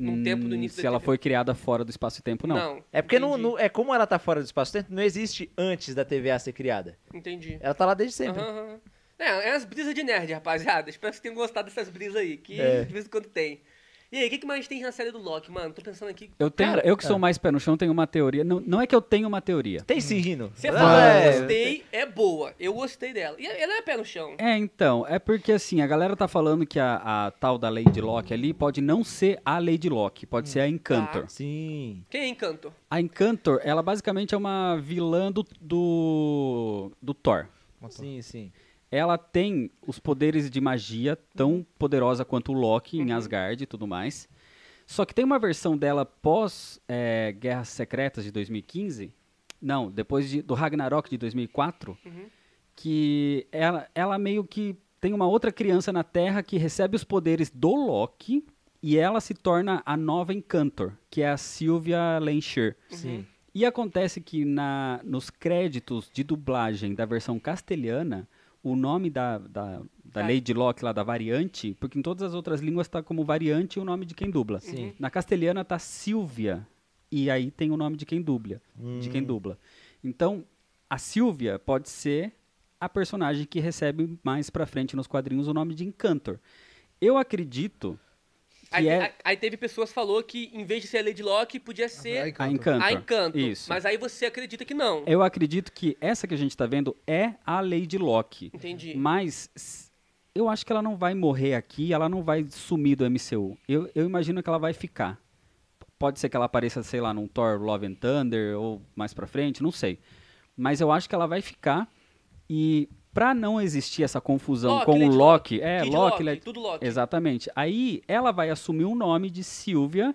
Speaker 2: Num
Speaker 1: um
Speaker 4: Hum,
Speaker 2: tempo do início
Speaker 4: se
Speaker 2: da
Speaker 4: ela
Speaker 2: TVA.
Speaker 4: foi criada fora do espaço e tempo, não.
Speaker 1: é porque não,
Speaker 2: entendi,
Speaker 1: não- é como ela tá fora do espaço-tempo, não existe antes da TVA ser criada.
Speaker 4: É
Speaker 2: Entendi.
Speaker 1: Ela tá lá desde sempre.
Speaker 2: Aham, aham. É, é as brisas de nerd, rapaziada. Espero que vocês tenham gostado dessas brisas aí, que
Speaker 1: É.
Speaker 2: de vez em quando tem. E aí, o que, que mais tem na série do Loki, mano? Tô pensando aqui.
Speaker 4: Eu tenho,
Speaker 1: Cara, é.
Speaker 4: eu que sou mais pé no chão tenho uma teoria. Não, não é que eu tenho uma teoria.
Speaker 1: Tem sim, Rino.
Speaker 2: Você
Speaker 1: Ah,
Speaker 2: fala,
Speaker 1: é.
Speaker 2: eu gostei, é boa. Eu gostei dela. E ela é pé no chão.
Speaker 4: É, então, é porque assim, a galera tá falando que a, a tal da Lady Locke ali pode não ser a Lady Locke, pode ser a Encantor.
Speaker 1: Sim.
Speaker 2: Quem é Encanto?
Speaker 4: A Encantor, ela basicamente é uma vilã do, do, do Thor.
Speaker 1: Sim, sim.
Speaker 4: Ela tem os poderes de magia tão poderosa quanto o Loki em Asgard e tudo mais. Só que tem uma versão dela pós eh, Guerras Secretas de 2015. Não, depois de- do Ragnarok de 2004. Que ela, ela meio que tem uma outra criança na Terra que recebe os poderes do Loki. E ela se torna a nova Encantor, que é a Sylvia Lensher.
Speaker 1: Sim.
Speaker 4: E acontece que na, nos créditos de dublagem da versão castelhana, o nome da, da, da
Speaker 2: Ah.
Speaker 4: Lady Locke lá, da variante, porque em todas as outras línguas tá como variante o nome de quem dubla.
Speaker 1: Sim.
Speaker 4: Na castelhana tá Silvia, e aí tem o nome de quem dubla. De quem dubla. Então, a Silvia pode ser a personagem que recebe mais pra frente nos quadrinhos o nome de Encantor. Eu acredito que
Speaker 2: Aí,
Speaker 4: é Ah,
Speaker 2: aí- aí teve pessoas que falou que em vez de ser a Lady Locke, podia ser
Speaker 4: a
Speaker 3: Encanto.
Speaker 4: Encantor.
Speaker 2: a Encanto.
Speaker 4: Isso.
Speaker 2: Mas aí você acredita que não.
Speaker 4: Eu acredito que essa que a gente tá vendo é a Lady Locke.
Speaker 2: Entendi.
Speaker 4: Mas s- eu acho que ela não vai morrer aqui, ela não vai sumir do MCU. Eu, eu imagino que ela vai ficar. Pode ser que ela apareça, sei lá, num Thor Love and Thunder ou mais pra frente, não sei. Mas eu acho que ela vai ficar e pra não existir essa confusão
Speaker 2: Loki,
Speaker 4: com o
Speaker 2: Lady
Speaker 4: Loki,
Speaker 2: Loki,
Speaker 4: é,
Speaker 2: Kid
Speaker 4: Loki,
Speaker 2: Loki,
Speaker 4: Lady-
Speaker 2: tudo Loki.
Speaker 4: Exatamente. Aí ela vai assumir o nome de Silvia,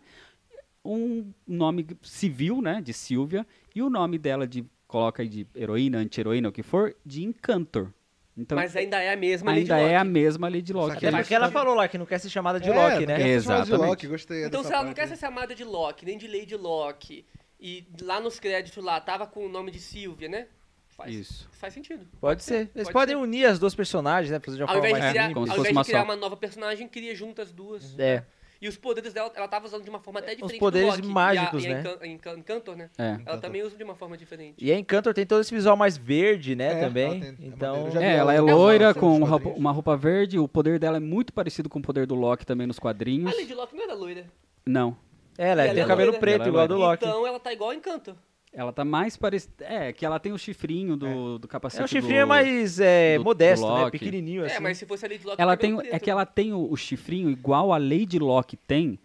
Speaker 4: um nome civil, né, de Silvia, e o nome dela de coloca aí de heroína, anti-heroína, o que for, de Encantor. Então
Speaker 2: Mas ainda é a mesma Lady
Speaker 4: ainda é a
Speaker 2: Loki.
Speaker 4: mesma Lady Loki.
Speaker 1: Até
Speaker 3: Ela é
Speaker 1: porque ela
Speaker 3: está-
Speaker 1: falou lá que não quer ser chamada de
Speaker 3: tá- É,
Speaker 1: Loki,
Speaker 3: porque
Speaker 1: né?
Speaker 3: essa chamada de
Speaker 4: Exatamente.
Speaker 3: Loki, gostei
Speaker 2: Então,
Speaker 3: dessa
Speaker 2: se ela não
Speaker 3: parte.
Speaker 2: quer
Speaker 4: né?
Speaker 2: ser chamada de Loki, nem de Lady Loki, e lá nos créditos lá tava com o nome de Sylvia, né? Faz,
Speaker 4: Isso.
Speaker 2: Faz sentido.
Speaker 1: Pode ser. Eles
Speaker 2: Pode
Speaker 1: podem
Speaker 2: ser.
Speaker 1: unir as duas personagens, né? Pra fazer de uma
Speaker 2: Ao
Speaker 1: forma
Speaker 2: invés de
Speaker 1: mais
Speaker 2: criar,
Speaker 1: limpa.
Speaker 4: como se
Speaker 2: ao
Speaker 4: fosse
Speaker 2: invés
Speaker 4: uma
Speaker 2: de criar
Speaker 4: só. Uhum.
Speaker 2: uma nova personagem, cria juntas duas.
Speaker 1: É.
Speaker 2: E os poderes dela, ela tava usando de uma forma até diferente
Speaker 1: poderes
Speaker 2: do Loki.
Speaker 1: mágicos,
Speaker 2: e a, e a
Speaker 1: né?
Speaker 2: Encan- Encan- Encantor, né?
Speaker 4: É.
Speaker 2: Ela também usa de uma forma diferente.
Speaker 1: E a Encantor tem todo esse visual mais verde, né?
Speaker 3: É,
Speaker 1: também.
Speaker 3: ela tem- é
Speaker 1: então.
Speaker 3: maneiro. Já vi
Speaker 4: É, ela é
Speaker 3: ela em
Speaker 4: loira,
Speaker 3: alguns
Speaker 4: com uma
Speaker 3: quadrinhos.
Speaker 4: roupa, uma roupa verde. O poder dela é muito parecido com o poder do Loki também nos
Speaker 2: A
Speaker 4: quadrinhos.
Speaker 2: Lady Loki não era loira.
Speaker 4: Não.
Speaker 1: É, ela
Speaker 2: E ela
Speaker 1: tem
Speaker 2: é
Speaker 1: o cabelo
Speaker 2: loira.
Speaker 1: preto,
Speaker 4: Ela é
Speaker 1: igual ao do
Speaker 4: loira.
Speaker 1: Loki.
Speaker 2: Então ela tá igual a Encantor.
Speaker 4: Ela tá mais parecida. É, que ela tem o chifrinho do, do capacete.
Speaker 1: é um
Speaker 4: do...
Speaker 1: chifrinho mais é,
Speaker 4: do- do
Speaker 1: modesto, né?
Speaker 4: Loki.
Speaker 1: Pequenininho, assim.
Speaker 2: É, mas se fosse a Lady Loki,
Speaker 4: Ela
Speaker 2: o cabelo
Speaker 4: tem, é
Speaker 2: preto.
Speaker 4: que ela tem o, o chifrinho igual a Lady Locke tem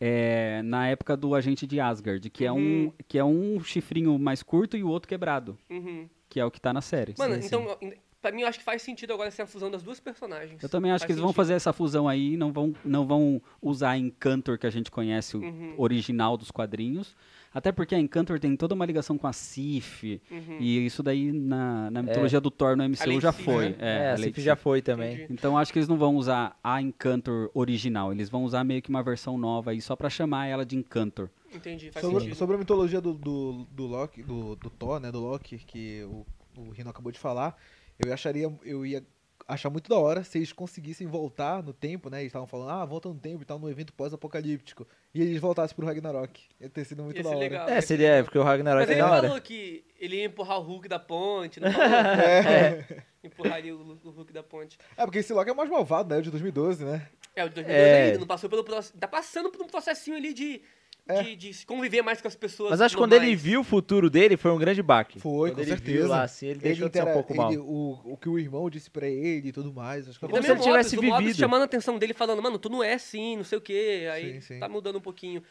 Speaker 4: é, na época do Agente de Asgard, que é, um, que é um chifrinho mais curto e o outro quebrado,
Speaker 2: Uhum.
Speaker 4: que é o que tá na série.
Speaker 2: Mano,
Speaker 4: Sim, sim.
Speaker 2: então, pra mim, eu acho que faz sentido agora essa fusão das duas personagens.
Speaker 4: Eu também acho
Speaker 2: Faz
Speaker 4: que eles vão
Speaker 2: sentido.
Speaker 4: fazer essa fusão aí e não vão, não vão usar a Encantor que a gente conhece, o
Speaker 2: Uhum.
Speaker 4: original dos quadrinhos. Até porque a Encantor tem toda uma ligação com a Sif. E isso daí na, na mitologia do Thor no
Speaker 2: Uhum. A Lady
Speaker 4: MCU já
Speaker 2: Sif,
Speaker 4: foi.
Speaker 2: né?
Speaker 1: É, a
Speaker 4: a Lady
Speaker 1: Cip já
Speaker 4: Sif.
Speaker 1: foi também.
Speaker 2: Entendi.
Speaker 4: Então acho que eles não vão usar a Encantor original. Eles vão usar meio que uma versão nova aí só pra chamar ela de Encantor.
Speaker 2: Entendi, faz
Speaker 3: Sobre,
Speaker 2: sentido.
Speaker 3: sobre a mitologia do, do, do Loki, do, do Thor, né, do Loki, que o, o Rino acabou de falar, eu acharia, eu ia achar muito da hora se eles conseguissem voltar no tempo, né, eles estavam falando, ah, volta no tempo e tal, no evento pós-apocalíptico, e eles voltassem pro Ragnarok, ia ter sido muito
Speaker 2: Ia
Speaker 3: da
Speaker 2: ser
Speaker 3: hora.
Speaker 2: legal.
Speaker 1: É, seria, é, porque o Ragnarok
Speaker 2: Mas
Speaker 1: é
Speaker 2: ele
Speaker 1: da hora.
Speaker 2: falou que ele ia empurrar o Hulk da ponte, não falou?
Speaker 1: É.
Speaker 2: Empurraria o, Lu- o Hulk da ponte.
Speaker 3: É, porque esse Loki é o mais malvado, né, o de 2012, né?
Speaker 2: É, o de 2002
Speaker 1: É.
Speaker 2: ainda, não passou pelo processo. Tá passando por um processinho ali de, de, de se conviver mais com as pessoas.
Speaker 1: É. Mas acho que quando ele
Speaker 2: normais.
Speaker 1: viu o futuro dele, foi um grande baque.
Speaker 3: Foi,
Speaker 1: Quando
Speaker 3: com
Speaker 1: ele
Speaker 3: certeza.
Speaker 1: Viu lá, assim, ele deixou de ser um
Speaker 3: intera-
Speaker 1: pouco mal.
Speaker 3: ele- o, o que o irmão disse pra ele e tudo mais, acho que
Speaker 2: E
Speaker 3: eu
Speaker 1: Como
Speaker 2: também
Speaker 1: se ele
Speaker 2: o Mobius,
Speaker 1: tivesse
Speaker 2: o Mobius
Speaker 1: vivido.
Speaker 2: chamando a atenção dele, falando, mano, tu não é assim, não sei o quê. Aí
Speaker 3: Sim, sim.
Speaker 2: tá mudando um pouquinho.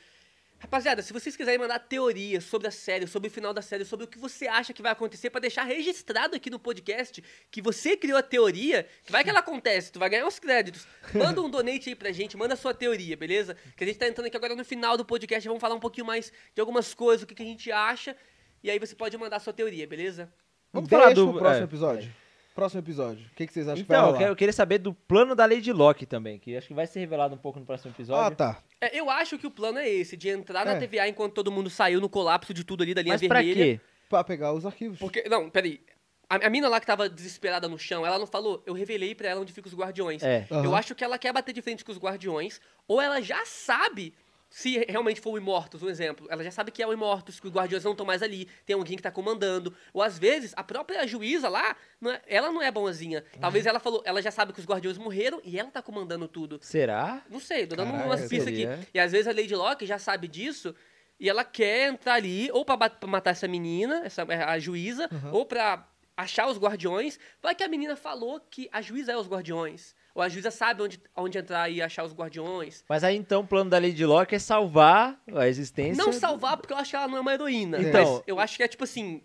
Speaker 2: Rapaziada, se vocês quiserem mandar teorias sobre a série, sobre o final da série, sobre o que você acha que vai acontecer, pra deixar registrado aqui no podcast que você criou a teoria, que vai que ela acontece, tu vai ganhar os créditos. Manda um donate aí pra gente, manda a sua teoria, beleza? Que a gente tá entrando aqui agora no final do podcast, vamos falar um pouquinho mais de algumas coisas, o que, que a gente acha, e aí você pode mandar a sua teoria, beleza?
Speaker 3: Vamos
Speaker 1: Deixa
Speaker 3: falar do
Speaker 1: pro
Speaker 3: próximo
Speaker 1: é.
Speaker 3: episódio. Próximo episódio. O que, que vocês acham
Speaker 1: Então, eu
Speaker 3: que vai
Speaker 1: quero-
Speaker 3: rolar?
Speaker 1: eu queria saber do plano da Lady Locke também, que acho que vai ser revelado um pouco no próximo episódio.
Speaker 3: Ah, tá.
Speaker 2: É, eu acho que o plano é esse, de entrar na
Speaker 3: É.
Speaker 2: TVA enquanto todo mundo saiu no colapso de tudo ali da linha
Speaker 1: Mas pra
Speaker 2: vermelha.
Speaker 1: quê?
Speaker 3: Pra pegar os arquivos.
Speaker 2: Porque, não, peraí. A, a mina lá que tava desesperada no chão, ela não falou, eu revelei pra ela onde fica os guardiões.
Speaker 1: É.
Speaker 3: Aham.
Speaker 2: Eu acho que ela quer bater de frente com os guardiões, ou ela já sabe se realmente for o Imortus, um exemplo. Ela já sabe que é o Imortus, que os guardiões não estão mais ali, tem alguém que tá comandando. Ou às vezes, a própria juíza lá, não é- ela não é bonzinha. Talvez ela falou, ela já sabe que os guardiões morreram e ela tá comandando tudo.
Speaker 1: Será?
Speaker 2: Não sei, tô dando
Speaker 3: Caraca,
Speaker 2: umas pistas aqui.
Speaker 1: seria?
Speaker 2: E às vezes a Lady Locke já sabe disso e ela quer entrar ali ou pra, ba- pra matar essa menina, essa é, a juíza, ou pra achar os guardiões. Vai que a menina falou que a juíza é os guardiões. Ou a juíza sabe onde, onde entrar e achar os guardiões.
Speaker 1: Mas aí então o plano da Lady Locke é salvar a existência.
Speaker 2: Não salvar, porque eu acho que ela não é uma heroína.
Speaker 1: Então-
Speaker 2: mas eu acho que é tipo assim,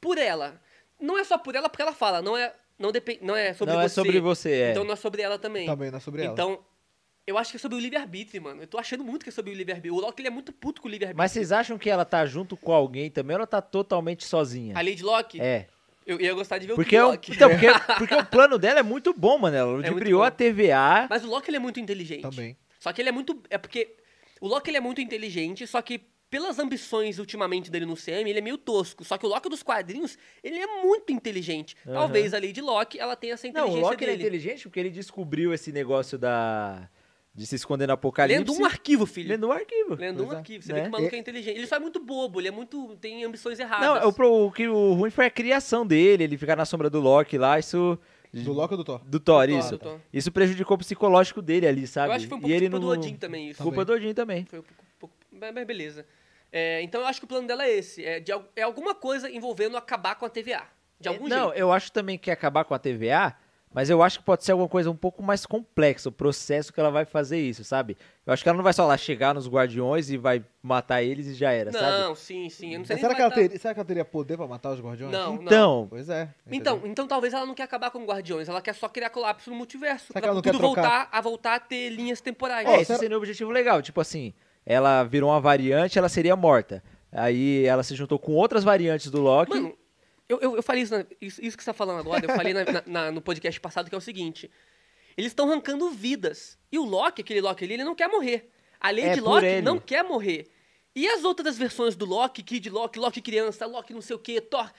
Speaker 2: por ela. Não é só por ela, porque ela fala, não é, não depende, não é sobre
Speaker 1: Não
Speaker 2: você.
Speaker 1: é sobre você, é. Tá
Speaker 2: Então não é sobre ela também.
Speaker 3: Também não é sobre ela.
Speaker 2: Então, eu acho que é sobre o livre-arbítrio, mano. Eu tô achando muito que é sobre o livre-arbítrio. O Loki ele é muito puto com o livre-arbítrio.
Speaker 1: Mas vocês acham que ela tá junto com alguém também ou ela tá totalmente sozinha?
Speaker 2: A Lady Loki,
Speaker 1: É.
Speaker 2: eu ia gostar de ver
Speaker 1: Porque,
Speaker 2: o
Speaker 1: é um-
Speaker 2: Loki.
Speaker 1: então, porque, porque o plano dela é muito bom, mano. Ela
Speaker 2: muito
Speaker 1: ludibriou
Speaker 2: bom.
Speaker 1: a TVA.
Speaker 2: Mas o Loki ele é muito inteligente.
Speaker 3: Também.
Speaker 2: Só que ele é muito. É porque. O Loki ele é muito inteligente, só que pelas ambições ultimamente dele no CM, ele é meio tosco. Só que o Loki dos quadrinhos, ele é muito inteligente. Talvez a Lady Loki, ela tenha essa
Speaker 1: Não,
Speaker 2: inteligência
Speaker 1: o Loki ele é
Speaker 2: dele.
Speaker 1: inteligente porque ele descobriu esse negócio da. de se esconder no apocalipse.
Speaker 2: Lendo um arquivo, filho.
Speaker 1: Lendo um arquivo.
Speaker 2: Lendo um
Speaker 3: Pois é.
Speaker 2: arquivo. Você
Speaker 1: Né?
Speaker 2: vê que o maluco é inteligente. Ele só é muito bobo, ele é muito. tem ambições erradas.
Speaker 1: Não, é o, pro- o que o ruim foi a criação dele, ele ficar na sombra do Loki lá, isso.
Speaker 3: Do Loki ou do Thor?
Speaker 1: Do Thor,
Speaker 2: Do Thor,
Speaker 1: isso.
Speaker 2: do Thor.
Speaker 1: Isso prejudicou o psicológico dele ali, sabe?
Speaker 2: Eu acho que foi um
Speaker 1: e
Speaker 2: pouco
Speaker 1: ele
Speaker 2: culpa
Speaker 1: não...
Speaker 2: do Odin também, isso.
Speaker 1: Culpa do Odin também.
Speaker 2: Foi um pouco. um pouco- mas- mas beleza. É, então eu acho que o plano dela é esse. É, de al- é alguma coisa envolvendo acabar com a TVA. De algum
Speaker 1: não,
Speaker 2: jeito.
Speaker 1: eu acho também que acabar com a TVA Mas eu acho que pode ser alguma coisa um pouco mais complexa, o processo que ela vai fazer isso, sabe? Eu acho que ela não vai só lá chegar nos guardiões e vai matar eles e já era, é, sabe?
Speaker 2: Não, sim, sim. Eu não sei nem é
Speaker 3: Mas será,
Speaker 2: se
Speaker 3: que
Speaker 2: vai
Speaker 3: ela
Speaker 2: dar-
Speaker 3: teria, será que ela teria poder pra matar os guardiões?
Speaker 2: Não, não.
Speaker 1: Então,
Speaker 3: Pois é.
Speaker 2: Então,
Speaker 3: entendeu?
Speaker 2: então talvez ela não quer acabar com Guardiões, ela quer só criar colapso no multiverso.
Speaker 3: Será que
Speaker 2: pra
Speaker 3: ela não
Speaker 2: tudo
Speaker 3: quer trocar?
Speaker 2: voltar a voltar a ter linhas temporais.
Speaker 1: é,
Speaker 3: Ó,
Speaker 1: isso
Speaker 3: será-
Speaker 1: seria um objetivo legal. Tipo assim, ela virou uma variante, ela seria morta. Aí ela se juntou com outras variantes do Loki.
Speaker 2: Mano, eu, eu, eu falei isso, na- isso, isso que você tá falando agora, eu falei na- na- na- no podcast passado que é o seguinte: eles estão arrancando vidas. E o Loki, aquele Loki ali, ele não quer morrer. A
Speaker 1: É
Speaker 2: Lady de
Speaker 1: por
Speaker 2: Loki
Speaker 1: ele.
Speaker 2: não quer morrer. E as outras versões do Loki, Kid Loki, Loki criança, Loki não sei o quê, Thor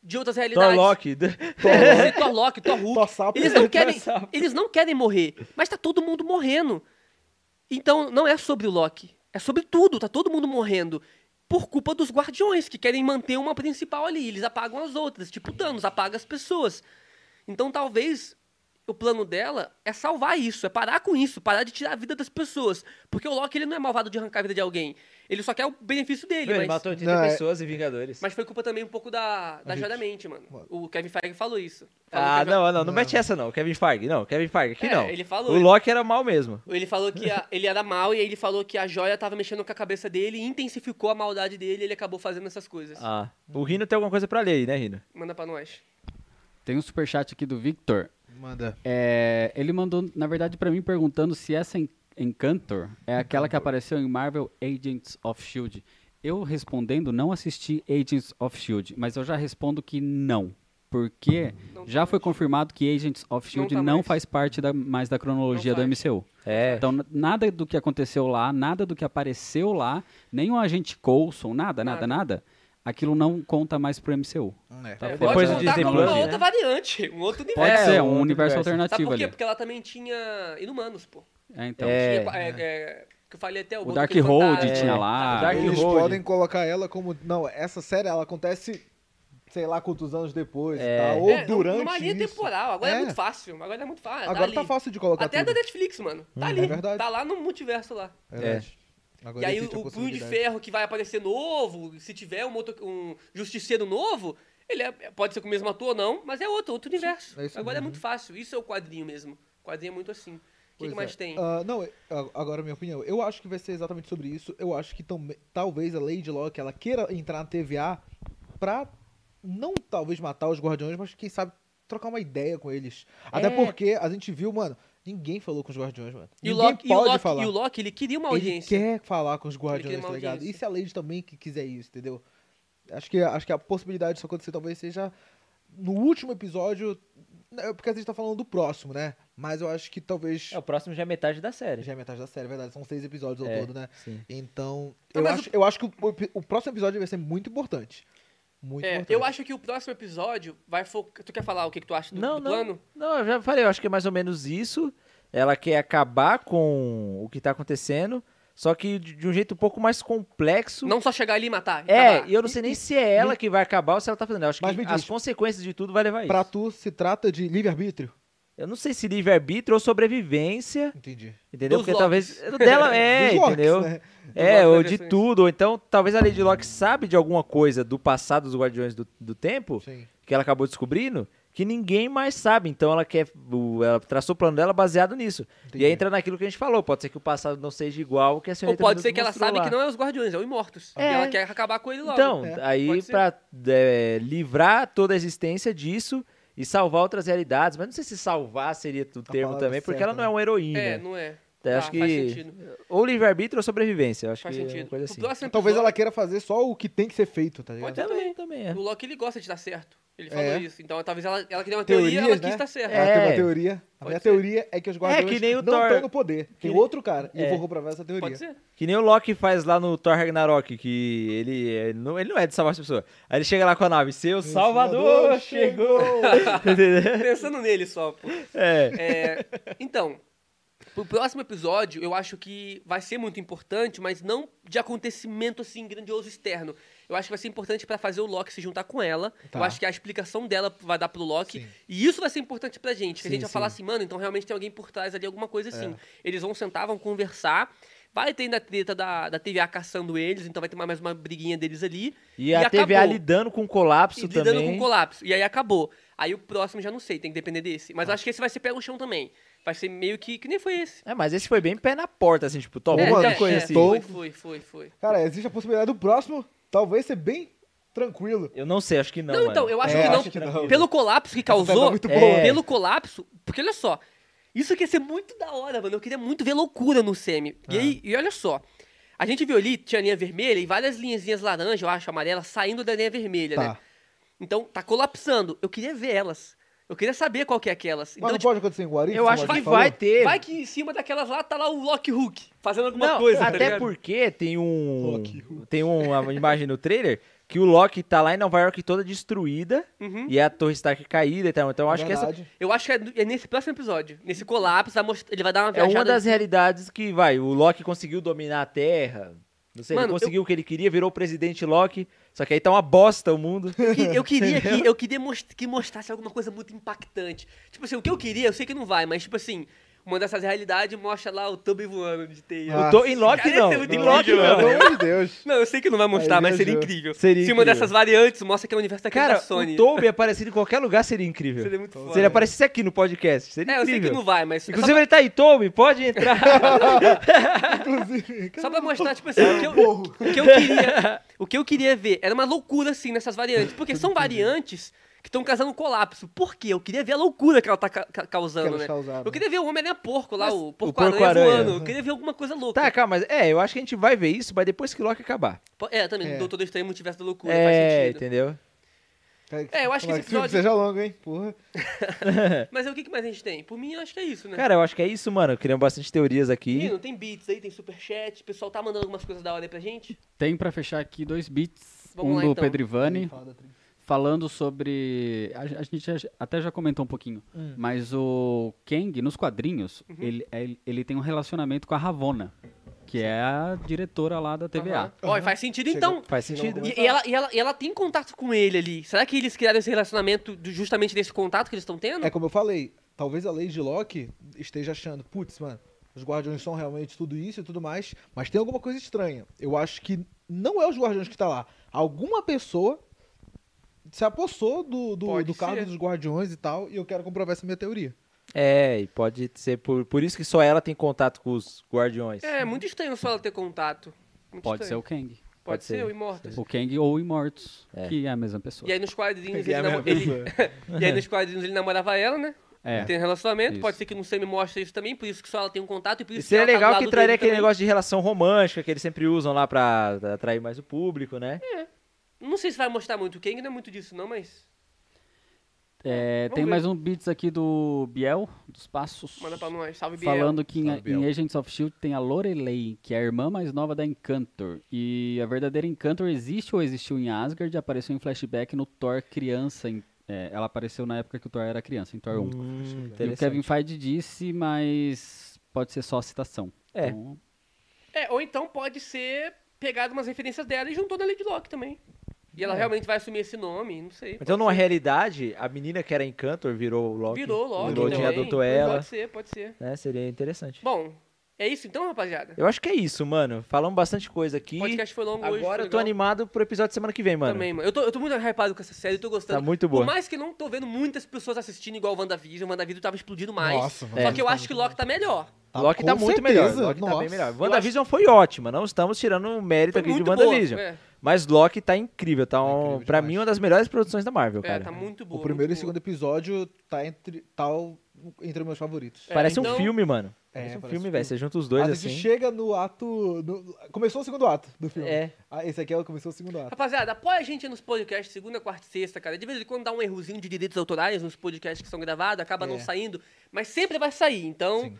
Speaker 2: de outras
Speaker 1: Thor
Speaker 2: realidades.
Speaker 1: Então, Loki.
Speaker 2: É, Thor Loki, Thor Hulk.
Speaker 3: Thor Sapo.
Speaker 2: eles, não
Speaker 3: Thor
Speaker 2: querem, eles não querem morrer, mas tá todo mundo morrendo. Então não é sobre o Loki, é sobre tudo, tá todo mundo morrendo. Por culpa dos guardiões, que querem manter uma principal ali. Eles apagam as outras, tipo Thanos, apaga as pessoas. Então talvez o plano dela é salvar isso, é parar com isso, parar de tirar a vida das pessoas. Porque o Loki ele não é malvado de arrancar a vida de alguém. Ele só quer o benefício dele,
Speaker 1: Ele
Speaker 2: mas...
Speaker 1: matou 80
Speaker 3: Não, é-
Speaker 1: pessoas e Vingadores.
Speaker 2: Mas foi culpa também um pouco da, da
Speaker 3: gente-
Speaker 2: Joia da Mente, mano. O Kevin Feige falou isso. Falou
Speaker 1: Ah,
Speaker 2: que a Jo-
Speaker 1: não, não, não, mete essa não. Kevin Feige, não. Kevin Feige, aqui
Speaker 2: É,
Speaker 1: não.
Speaker 2: ele falou,
Speaker 1: o
Speaker 2: ele-
Speaker 1: Loki era mal mesmo.
Speaker 2: Ele falou que a- ele era mal e aí ele falou que a joia tava mexendo com a cabeça dele, intensificou a maldade dele e ele acabou fazendo essas coisas.
Speaker 1: Ah, o Rino tem alguma coisa pra ler aí, né, Rino?
Speaker 2: Manda pra nós.
Speaker 4: Tem um superchat aqui do Victor.
Speaker 3: Manda.
Speaker 4: É, ele mandou, na verdade, pra mim perguntando se essa en- Encantor é aquela que apareceu em Marvel Agents of Shield. Eu respondendo, não assisti Agents of Shield, mas eu já respondo que não. Porque
Speaker 2: Não tá
Speaker 4: já foi
Speaker 2: mais.
Speaker 4: confirmado que Agents of Shield
Speaker 2: tá
Speaker 4: não,
Speaker 2: mais.
Speaker 4: faz parte da- mais da cronologia
Speaker 2: Não
Speaker 4: do
Speaker 2: faz.
Speaker 4: MCU.
Speaker 1: É.
Speaker 4: Então, n- nada do que aconteceu lá, nada do que apareceu lá, nem o agente Coulson, nada, nada, nada, aquilo não conta mais pro MCU.
Speaker 3: É.
Speaker 4: Tá
Speaker 2: É,
Speaker 4: fora.
Speaker 1: Depois
Speaker 2: pode
Speaker 1: do
Speaker 2: contar
Speaker 1: Disney
Speaker 2: como
Speaker 1: Plus,
Speaker 2: uma
Speaker 1: né?
Speaker 2: outra variante, um outro
Speaker 4: Pode
Speaker 2: universo.
Speaker 1: É,
Speaker 4: ser,
Speaker 1: um
Speaker 4: um
Speaker 1: outro
Speaker 4: universo
Speaker 1: universo.
Speaker 2: Sabe
Speaker 4: alternativo
Speaker 2: por quê?
Speaker 4: ali.
Speaker 2: Porque ela também tinha inumanos, pô.
Speaker 4: É, então.
Speaker 1: É.
Speaker 2: Tinha, é, é, que eu falei até o é
Speaker 4: O
Speaker 2: bom
Speaker 4: Dark
Speaker 2: daquele
Speaker 4: Hold
Speaker 2: fantasma.
Speaker 4: tinha lá.
Speaker 1: O Dark
Speaker 3: Eles
Speaker 1: Road.
Speaker 3: podem colocar ela como. Não, essa série ela acontece, sei lá quantos anos depois e
Speaker 1: É.
Speaker 3: tal. Ou
Speaker 2: É,
Speaker 3: durante.
Speaker 2: Numa linha
Speaker 3: isso.
Speaker 2: temporal, agora é.
Speaker 3: É.
Speaker 2: muito fácil. Agora é muito fácil.
Speaker 3: Agora
Speaker 2: tá,
Speaker 3: tá
Speaker 2: ali.
Speaker 3: fácil de colocar
Speaker 2: Até da
Speaker 3: tudo.
Speaker 2: Netflix, mano. Tá ali.
Speaker 3: é verdade.
Speaker 2: Tá lá no multiverso lá.
Speaker 3: Verdade. Agora
Speaker 2: e aí
Speaker 3: existe a
Speaker 2: o punho de
Speaker 3: possibilidade.
Speaker 2: ferro que vai aparecer novo, se tiver um, moto- um justiceiro novo, ele é- pode ser com o mesmo ator ou não, mas é outro, outro universo.
Speaker 3: é isso
Speaker 2: Agora é
Speaker 3: mesmo.
Speaker 2: muito fácil. Isso é o quadrinho mesmo. O quadrinho é muito assim. O que,
Speaker 3: Pois
Speaker 2: que
Speaker 3: é.
Speaker 2: mais tem?
Speaker 3: Ah, não, eu- agora minha opinião. Eu acho que vai ser exatamente sobre isso. Eu acho que tam- talvez a Lady Locke ela queira entrar na TVA pra não talvez matar os guardiões, mas quem sabe trocar uma ideia com eles.
Speaker 2: É.
Speaker 3: Até porque a gente viu, mano, ninguém falou com os guardiões, mano.
Speaker 2: e, o
Speaker 3: ninguém
Speaker 2: Loki, e, o
Speaker 3: pode
Speaker 2: Loki,
Speaker 3: falar.
Speaker 2: e o Loki, ele queria uma
Speaker 3: Ele
Speaker 2: audiência.
Speaker 3: quer falar com os
Speaker 2: queria
Speaker 3: guardiões,
Speaker 2: uma
Speaker 3: tá ligado? E
Speaker 2: audiência.
Speaker 3: se a Lady também que quiser isso, entendeu? Acho que, acho que a possibilidade disso acontecer talvez seja no último episódio, né, porque a gente tá falando do próximo, né? Mas eu acho que talvez
Speaker 1: É, o próximo já é metade da série.
Speaker 3: já é metade da série, é verdade. São seis episódios ao
Speaker 1: É,
Speaker 3: todo, né?
Speaker 1: sim.
Speaker 3: Então,
Speaker 2: Ah,
Speaker 3: eu
Speaker 2: mas
Speaker 3: acho, eu acho que o, o- o próximo episódio vai ser muito importante. Muito
Speaker 2: É,
Speaker 3: importante.
Speaker 2: eu acho que o próximo episódio vai focar. Tu quer falar o que, que tu acha do,
Speaker 1: Não,
Speaker 2: do
Speaker 1: não.
Speaker 2: plano?
Speaker 1: Não, eu já falei, eu acho que é mais ou menos isso. Ela quer acabar com o que tá acontecendo, só que de de um jeito um pouco mais complexo.
Speaker 2: Não só chegar ali e matar.
Speaker 1: é,
Speaker 2: acabar.
Speaker 1: e eu não sei nem se é ela que vai acabar ou se ela tá fazendo. Eu acho
Speaker 3: Mas
Speaker 1: que
Speaker 3: me diz.
Speaker 1: as consequências de tudo vai
Speaker 2: é
Speaker 1: levar a
Speaker 3: Pra
Speaker 1: isso.
Speaker 3: tu, se trata de livre-arbítrio?
Speaker 1: Eu não sei se livre-arbítrio ou sobrevivência,
Speaker 3: Entendi.
Speaker 1: entendeu?
Speaker 2: Dos
Speaker 1: Porque
Speaker 2: Locks.
Speaker 1: talvez. Dela é,
Speaker 3: Dos orcs,
Speaker 1: entendeu?
Speaker 3: né?
Speaker 1: É,
Speaker 2: Dos
Speaker 1: ou
Speaker 2: Locks
Speaker 1: de
Speaker 2: vai ver
Speaker 1: tudo. Ou então, talvez a Lady Locke sabe de alguma coisa do passado dos Guardiões do, do Tempo,
Speaker 3: Sim.
Speaker 1: que ela acabou descobrindo, que ninguém mais sabe. Então, ela quer. o- Ela traçou o plano dela baseado nisso.
Speaker 3: Entendi.
Speaker 1: E aí entra naquilo que a gente falou. Pode ser que o passado não seja igual ao que a senhora
Speaker 2: Ou pode ser que ela sabe que não é os Guardiões, é o Imortus.
Speaker 1: É.
Speaker 2: E ela quer acabar com ele logo.
Speaker 1: Então,
Speaker 3: É,
Speaker 1: aí
Speaker 2: pode ser.
Speaker 1: pra é, livrar toda a existência disso e salvar outras realidades. Mas não sei se salvar seria o termo
Speaker 3: palavra
Speaker 1: também, porque
Speaker 3: certa,
Speaker 1: ela
Speaker 3: né?
Speaker 1: não é uma heroína.
Speaker 2: é, não é.
Speaker 1: Eu
Speaker 2: Tá,
Speaker 1: acho
Speaker 2: Faz
Speaker 1: que-
Speaker 2: sentido.
Speaker 1: Ou livre-arbítrio ou sobrevivência. Eu acho
Speaker 2: Faz
Speaker 1: que é
Speaker 2: sentido.
Speaker 1: uma coisa
Speaker 2: O
Speaker 1: assim.
Speaker 2: próximo
Speaker 3: Então, Talvez
Speaker 2: episódio-
Speaker 3: ela queira fazer só o que tem que ser feito, tá ligado?
Speaker 2: Pode
Speaker 1: Também, também é.
Speaker 2: O Loki ele gosta de estar certo. Ele
Speaker 3: É.
Speaker 2: falou isso. Então talvez ela, ela queria uma teoria e ela
Speaker 3: né?
Speaker 2: quis estar certa.
Speaker 3: Ela tem uma
Speaker 1: É.
Speaker 3: teoria. A
Speaker 2: Pode
Speaker 3: minha
Speaker 2: ser.
Speaker 3: teoria é que os guardiões
Speaker 1: que nem o
Speaker 3: não
Speaker 1: Thor.
Speaker 3: estão no poder. Tem um
Speaker 1: nem-
Speaker 3: outro cara. E
Speaker 1: É.
Speaker 3: eu vou comprovar essa teoria.
Speaker 2: Pode ser.
Speaker 1: Que nem o Loki faz lá no Thor Ragnarok, que ele, é- não, ele não é de salvar as pessoas. Aí ele chega lá com a nave, seu Salvador
Speaker 3: Salvador
Speaker 1: chegou! Entendeu?
Speaker 2: Pensando nele só, pô.
Speaker 1: é.
Speaker 2: É, então, pro próximo episódio, eu acho que vai ser muito importante, mas não de acontecimento assim grandioso externo. Eu acho que vai ser importante pra fazer o Loki se juntar com ela.
Speaker 3: Tá.
Speaker 2: Eu acho que a explicação dela vai dar pro Loki.
Speaker 3: Sim.
Speaker 2: E isso vai ser importante pra gente, que a
Speaker 3: Sim, É.
Speaker 2: gente vai
Speaker 3: sim.
Speaker 2: falar assim, mano, então realmente tem alguém por trás ali, alguma coisa assim. Eles vão sentar, vão conversar. Vai ter ainda a treta da, da TVA caçando eles, então vai ter mais uma briguinha deles ali.
Speaker 1: E, a
Speaker 2: acabou.
Speaker 1: TVA lidando com o colapso
Speaker 2: E
Speaker 1: também.
Speaker 2: lidando com o colapso. E aí acabou. Aí o próximo já não sei, tem que depender desse.
Speaker 3: Ah.
Speaker 2: Mas acho que esse vai ser pega no chão também. Vai ser meio que. que nem foi esse.
Speaker 1: É, mas esse foi bem pé na porta, assim, tipo, toma,
Speaker 3: É,
Speaker 1: eu
Speaker 3: mano,
Speaker 1: não conheci.
Speaker 3: tô-
Speaker 2: foi, foi, foi, foi.
Speaker 3: Cara, existe a possibilidade do próximo talvez ser bem tranquilo.
Speaker 1: Eu não sei, acho que não.
Speaker 2: Não, então, eu acho
Speaker 3: É,
Speaker 2: que não.
Speaker 3: acho que não.
Speaker 2: Pelo colapso que
Speaker 3: perna é
Speaker 2: causou.
Speaker 3: muito
Speaker 1: boa.
Speaker 2: Pelo colapso. Porque olha só. Isso aqui ia ser muito da hora, mano. Eu queria muito ver loucura no Semi.
Speaker 3: Ah.
Speaker 2: E aí, e olha só. A gente viu ali, tinha linha vermelha e várias linhazinhas laranja, eu acho, amarela, saindo da linha vermelha,
Speaker 3: Tá.
Speaker 2: né? Então, tá colapsando. Eu queria ver elas. Eu queria saber qual que é aquelas.
Speaker 3: Mas
Speaker 2: Então,
Speaker 3: não
Speaker 2: tipo,
Speaker 3: pode acontecer em Guarita?
Speaker 1: Eu acho que vai ter.
Speaker 2: vai que em cima daquelas lá tá lá o Lock Hook, fazendo alguma
Speaker 1: Não,
Speaker 2: coisa, tá
Speaker 1: até
Speaker 2: ligado?
Speaker 1: porque tem um.
Speaker 3: Loki.
Speaker 1: Tem uma imagem no trailer que o Loki tá lá em Nova York toda destruída
Speaker 2: Uhum.
Speaker 1: e a Torre Stark caída e tal. Então eu acho que essa.
Speaker 2: Eu acho que é do- é nesse próximo episódio. Nesse colapso, vai mostrar- ele vai dar uma
Speaker 1: É
Speaker 2: viajada.
Speaker 1: uma das realidades que, vai, o Loki conseguiu dominar a Terra. Não sei, ele
Speaker 2: Mano,
Speaker 1: conseguiu o que ele queria, virou o presidente Loki. Só que aí tá uma bosta o mundo.
Speaker 2: Eu, que- eu queria que, eu queria mos- que mostrasse alguma coisa muito impactante. Tipo assim, o que eu queria, eu sei que não vai, mas tipo assim, uma dessas realidades mostra lá o Tubby voando de teia.
Speaker 3: Ah,
Speaker 1: Eu tô- em Loki
Speaker 2: cara,
Speaker 1: não.
Speaker 2: esse é
Speaker 1: Em
Speaker 2: muito incrível,
Speaker 1: Loki
Speaker 2: mano.
Speaker 1: não.
Speaker 3: Pelo amor de Deus.
Speaker 2: Não, eu sei que não vai mostrar,
Speaker 3: Aí
Speaker 2: mas seria
Speaker 3: viajou.
Speaker 2: incrível.
Speaker 1: Seria
Speaker 2: Se uma
Speaker 1: incrível.
Speaker 2: dessas variantes mostra que é o universo daquele
Speaker 1: Cara,
Speaker 2: da Sony.
Speaker 1: o Toby aparecendo em qualquer lugar seria incrível.
Speaker 2: Seria muito foda.
Speaker 1: Se ele aparecesse aqui no podcast, seria
Speaker 2: É, eu sei
Speaker 1: incrível.
Speaker 2: que não vai, mas. é
Speaker 1: Inclusive ele tá aí, Toby, pode entrar.
Speaker 3: Inclusive,
Speaker 2: Só pra mostrar, tipo assim, o que, eu, o que eu queria. O que eu queria ver era uma loucura, assim, nessas variantes. Porque são variantes que estão causando um colapso. Por quê? Eu queria ver a loucura que ela tá ca- ca- causando,
Speaker 3: Que
Speaker 2: né?
Speaker 3: ela tá usando.
Speaker 2: Eu queria ver o Homem-Aranha Porco lá, o
Speaker 1: porco-aranha.
Speaker 2: Porco-Aranha voando. Eu queria ver alguma coisa louca.
Speaker 1: tá, calma, mas é, eu acho que a gente vai ver isso, mas depois que Loki acabar.
Speaker 2: Po- É, também,
Speaker 3: É.
Speaker 2: no Doutor Estranho Multiverso da Loucura,
Speaker 1: É,
Speaker 2: faz sentido. né?
Speaker 1: entendeu?
Speaker 2: É, eu acho que
Speaker 3: Tomara
Speaker 2: esse
Speaker 3: filme
Speaker 2: episódio-
Speaker 3: seja longo, hein? Porra.
Speaker 2: Mas aí, o que que mais a gente tem? Por mim, eu acho que é isso, né?
Speaker 1: Cara, eu acho que é isso, mano. Criamos bastante teorias aqui.
Speaker 2: Menino, tem beats aí, tem superchat, o pessoal tá mandando algumas coisas da hora aí pra gente.
Speaker 4: Tem pra fechar aqui dois beats.
Speaker 2: Vamos
Speaker 4: um
Speaker 2: lá,
Speaker 4: do
Speaker 2: então.
Speaker 4: Pedrivani, falando sobre. A, a gente já- até já comentou um pouquinho. Mas o Kang, nos quadrinhos, ele, ele, ele tem um relacionamento com a Ravona, que é a diretora lá da TVA.
Speaker 2: Aham. Ó, e faz sentido então.
Speaker 1: Faz sentido. né?
Speaker 2: E, e ela, e, ela, e ela tem contato com ele ali. Será que eles criaram esse relacionamento do- justamente desse contato que eles estão tendo?
Speaker 3: É como eu falei, talvez a Lady Locke esteja achando, putz, mano, os Guardiões são realmente tudo isso e tudo mais, mas tem alguma coisa estranha. Eu acho que não é os Guardiões que tá lá. Alguma pessoa se apossou do, do,
Speaker 2: Pode
Speaker 3: do cargo
Speaker 2: ser.
Speaker 3: dos Guardiões e tal, e eu quero comprovar essa minha teoria.
Speaker 1: É, e pode ser por, por isso que só ela tem contato com os guardiões.
Speaker 2: É, muito estranho só ela ter contato. Muito
Speaker 4: Pode ser
Speaker 2: estranho.
Speaker 4: o Kang.
Speaker 2: Pode,
Speaker 1: pode
Speaker 2: ser,
Speaker 1: ser.
Speaker 2: o Immortus.
Speaker 4: O Tipo Kang ou Imortus,
Speaker 1: É.
Speaker 4: que é a mesma pessoa.
Speaker 2: E aí nos quadrinhos
Speaker 3: É
Speaker 2: ele,
Speaker 3: a
Speaker 2: namo-
Speaker 3: minha
Speaker 2: ele- E aí nos quadrinhos ele namorava ela, né?
Speaker 4: É.
Speaker 2: Tem relacionamento,
Speaker 4: Isso.
Speaker 2: pode ser que no Sam mostre isso também, por isso que só ela tem um contato e por
Speaker 1: E
Speaker 2: isso
Speaker 1: seria
Speaker 2: que ela tá do
Speaker 1: legal que
Speaker 2: lado
Speaker 1: traria
Speaker 2: dele
Speaker 1: aquele
Speaker 2: também.
Speaker 1: negócio de relação romântica que eles sempre usam lá pra atrair mais o público, né?
Speaker 2: Não sei se vai mostrar muito o Kang, não é muito disso, não, mas.
Speaker 4: É,
Speaker 2: Vamos
Speaker 4: tem
Speaker 2: ver.
Speaker 4: mais um beats aqui do Biel, dos Passos.
Speaker 2: Manda pra nós. Salve, Biel.
Speaker 4: Falando que em,
Speaker 1: Salve, Biel.
Speaker 4: em Agents of S.H.I.E.L.D. tem a Lorelei, que é a irmã mais nova da Encantor. E a verdadeira Encantor existe ou existiu em Asgard e apareceu em flashback no Thor criança. em- é, ela apareceu na época que o Thor era criança, em Thor 1.
Speaker 3: Hum.
Speaker 4: e o
Speaker 1: Hum, interessante.
Speaker 4: Kevin Feige disse, mas pode ser só citação.
Speaker 1: É.
Speaker 4: Então,
Speaker 2: É, ou então pode ser pegado umas referências dela e juntou na Lady Locke também. E ela realmente vai assumir esse nome, não sei.
Speaker 1: Então,
Speaker 2: pode
Speaker 1: numa
Speaker 2: ser.
Speaker 1: realidade, a menina que era Encantor virou Loki.
Speaker 2: Virou Locke.
Speaker 1: Virou,
Speaker 2: também.
Speaker 1: Jim adotou ela.
Speaker 2: Pode ser, pode ser.
Speaker 1: Né? Seria interessante.
Speaker 2: Bom, é isso então, rapaziada?
Speaker 1: Eu acho que é isso, mano. Falamos bastante coisa aqui.
Speaker 2: O podcast foi longo hoje.
Speaker 1: Agora
Speaker 2: foi
Speaker 1: eu tô
Speaker 2: legal.
Speaker 1: animado pro episódio de semana que vem, mano.
Speaker 2: Também, mano. Eu tô, eu tô muito hypado com essa série, eu tô gostando.
Speaker 1: Tá muito boa.
Speaker 2: Por mais que não tô vendo muitas pessoas assistindo igual o Wandavision, o Wandavision tava explodindo mais.
Speaker 3: Nossa,
Speaker 1: É.
Speaker 2: só
Speaker 3: mano.
Speaker 2: que eu acho que Loki tá melhor.
Speaker 1: Loki tá
Speaker 3: com
Speaker 1: muito
Speaker 3: certeza.
Speaker 1: melhor. Loki tá
Speaker 3: Nossa.
Speaker 1: bem melhor. Wandavision foi ótima, não estamos tirando o mérito
Speaker 2: Foi
Speaker 1: aqui de
Speaker 2: muito boa,
Speaker 1: Tá WandaVision.
Speaker 2: é.
Speaker 1: Mas Loki tá incrível, tá um,
Speaker 3: incrível
Speaker 1: pra
Speaker 3: demais.
Speaker 1: mim uma das melhores produções da Marvel,
Speaker 2: É,
Speaker 1: cara.
Speaker 2: tá muito boa.
Speaker 3: O primeiro e
Speaker 2: muito
Speaker 3: o segundo episódio tá entre, tal, entre meus favoritos.
Speaker 2: É,
Speaker 1: Parece um
Speaker 2: então-
Speaker 1: filme, mano.
Speaker 3: É,
Speaker 1: Parece um
Speaker 3: parece
Speaker 1: filme,
Speaker 3: um
Speaker 1: velho.
Speaker 3: filme.
Speaker 1: Você junta os dois
Speaker 3: a gente
Speaker 1: assim.
Speaker 3: chega no ato. no- começou o segundo ato do filme.
Speaker 1: É.
Speaker 3: Ah, esse aqui é o começou o segundo ato.
Speaker 2: Rapaziada, apoia a gente nos podcasts segunda, quarta e sexta, cara. De vez em quando dá um errozinho de direitos autorais nos podcasts que são gravados, acaba não
Speaker 3: É.
Speaker 2: saindo, mas sempre vai sair. Então,
Speaker 3: Sim.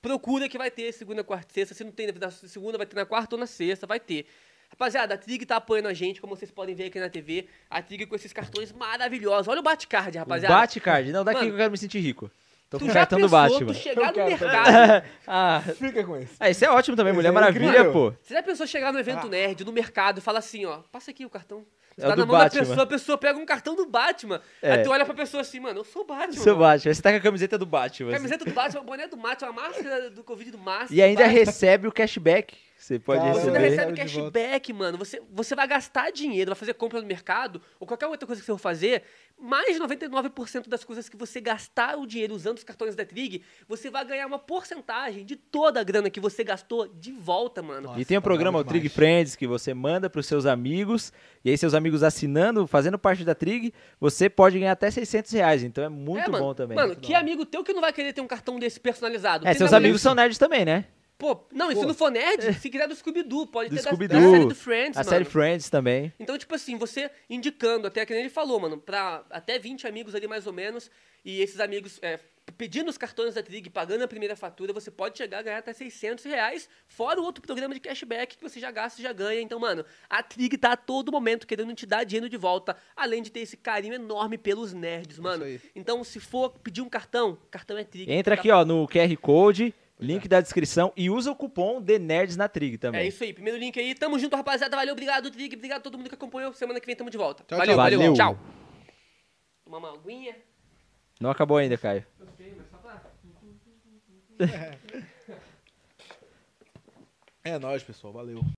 Speaker 2: procura que vai ter segunda, quarta e sexta. Se não tem na segunda, vai ter na quarta ou na sexta, vai ter. Rapaziada, a Trig tá apoiando a gente, como vocês podem ver aqui na TV. A Trig com esses cartões maravilhosos. Olha o Batcard,
Speaker 1: O
Speaker 2: rapaziada.
Speaker 1: Batcard. Não, daqui
Speaker 2: Mano,
Speaker 1: que eu quero me sentir rico. Tô com
Speaker 2: tu
Speaker 1: o
Speaker 2: já
Speaker 1: cartão do
Speaker 2: pensou
Speaker 1: Batman.
Speaker 2: tu chegar no
Speaker 3: Eu quero
Speaker 2: mercado?
Speaker 1: ah,
Speaker 3: Fica com esse.
Speaker 1: ah, esse é ótimo também,
Speaker 3: Esse
Speaker 1: Mulher
Speaker 3: é
Speaker 1: Maravilha,
Speaker 3: incrível.
Speaker 1: pô.
Speaker 2: Você já pensou chegar no evento
Speaker 3: Ah.
Speaker 2: nerd, no mercado, e falar assim, ó, passa aqui o cartão. Tu
Speaker 1: É o
Speaker 2: tá
Speaker 1: do
Speaker 2: na mão
Speaker 1: Batman.
Speaker 2: da pessoa, a pessoa pega um cartão do Batman.
Speaker 1: É.
Speaker 2: Aí tu olha pra pessoa assim, mano, eu sou o Batman.
Speaker 1: Seu
Speaker 2: mano.
Speaker 1: Batman. Você tá com a camiseta do Batman. assim.
Speaker 2: Camiseta do Batman, boné do Batman, a máscara do Covid do Batman.
Speaker 1: E ainda é né?
Speaker 2: Batman.
Speaker 1: recebe o cashback. Você pode
Speaker 3: Caramba.
Speaker 2: Você ainda
Speaker 1: receber.
Speaker 2: recebe
Speaker 3: De volta.
Speaker 2: cashback, mano. Você, você vai gastar dinheiro, vai fazer compra no mercado ou qualquer outra coisa que você for fazer. Mais de 99% das coisas que você gastar o dinheiro usando os cartões da Trig, você vai ganhar uma porcentagem de toda a grana que você gastou de volta, mano.
Speaker 1: E tem o
Speaker 3: Nossa,
Speaker 1: programa
Speaker 3: bom
Speaker 1: o Trig
Speaker 3: demais.
Speaker 1: Friends que você manda pros seus amigos e aí seus amigos assinando, fazendo parte da Trig, você pode ganhar até 600 reais. Então é muito
Speaker 2: É, mano.
Speaker 1: bom também.
Speaker 2: Mano,
Speaker 1: Muito
Speaker 2: que
Speaker 1: bom.
Speaker 2: amigo teu que não vai querer ter um cartão desse personalizado?
Speaker 1: É,
Speaker 2: Tem
Speaker 1: seus
Speaker 2: meu amigo-
Speaker 1: amigos são nerds também, né?
Speaker 2: Pô, não, e se
Speaker 3: Pô.
Speaker 2: não for nerd, se quiser do Scooby-Doo, pode
Speaker 1: Do
Speaker 2: ter da- da,
Speaker 1: Scooby-Doo,
Speaker 2: série do Friends,
Speaker 1: A
Speaker 2: mano.
Speaker 1: série Friends também.
Speaker 2: Então, tipo assim, você indicando, até que nem ele falou, mano, pra até 20 amigos ali mais ou menos, e esses amigos é, pedindo os cartões da Trig, pagando a primeira fatura, você pode chegar a ganhar até 600 reais, fora o outro programa de cashback que você já gasta e já ganha. Então, mano, a Trig tá a todo momento querendo te dar dinheiro de volta, além de ter esse carinho enorme pelos nerds, mano.
Speaker 3: aí.
Speaker 2: Então, se for pedir um cartão, cartão é Trig.
Speaker 1: Entra aqui, ó, no QR Code, link da descrição e usa o cupom The Nerds na Trig também.
Speaker 2: É isso aí, primeiro link aí. Tamo junto, rapaziada. Valeu, obrigado, Trig. Obrigado a todo mundo que acompanhou. Semana que vem tamo de volta.
Speaker 3: Tchau,
Speaker 2: valeu,
Speaker 1: tchau.
Speaker 2: valeu,
Speaker 1: Valeu.
Speaker 2: Tchau. Tomar uma aguinha.
Speaker 1: Não acabou ainda, Caio.
Speaker 3: É nóis, pessoal. Valeu.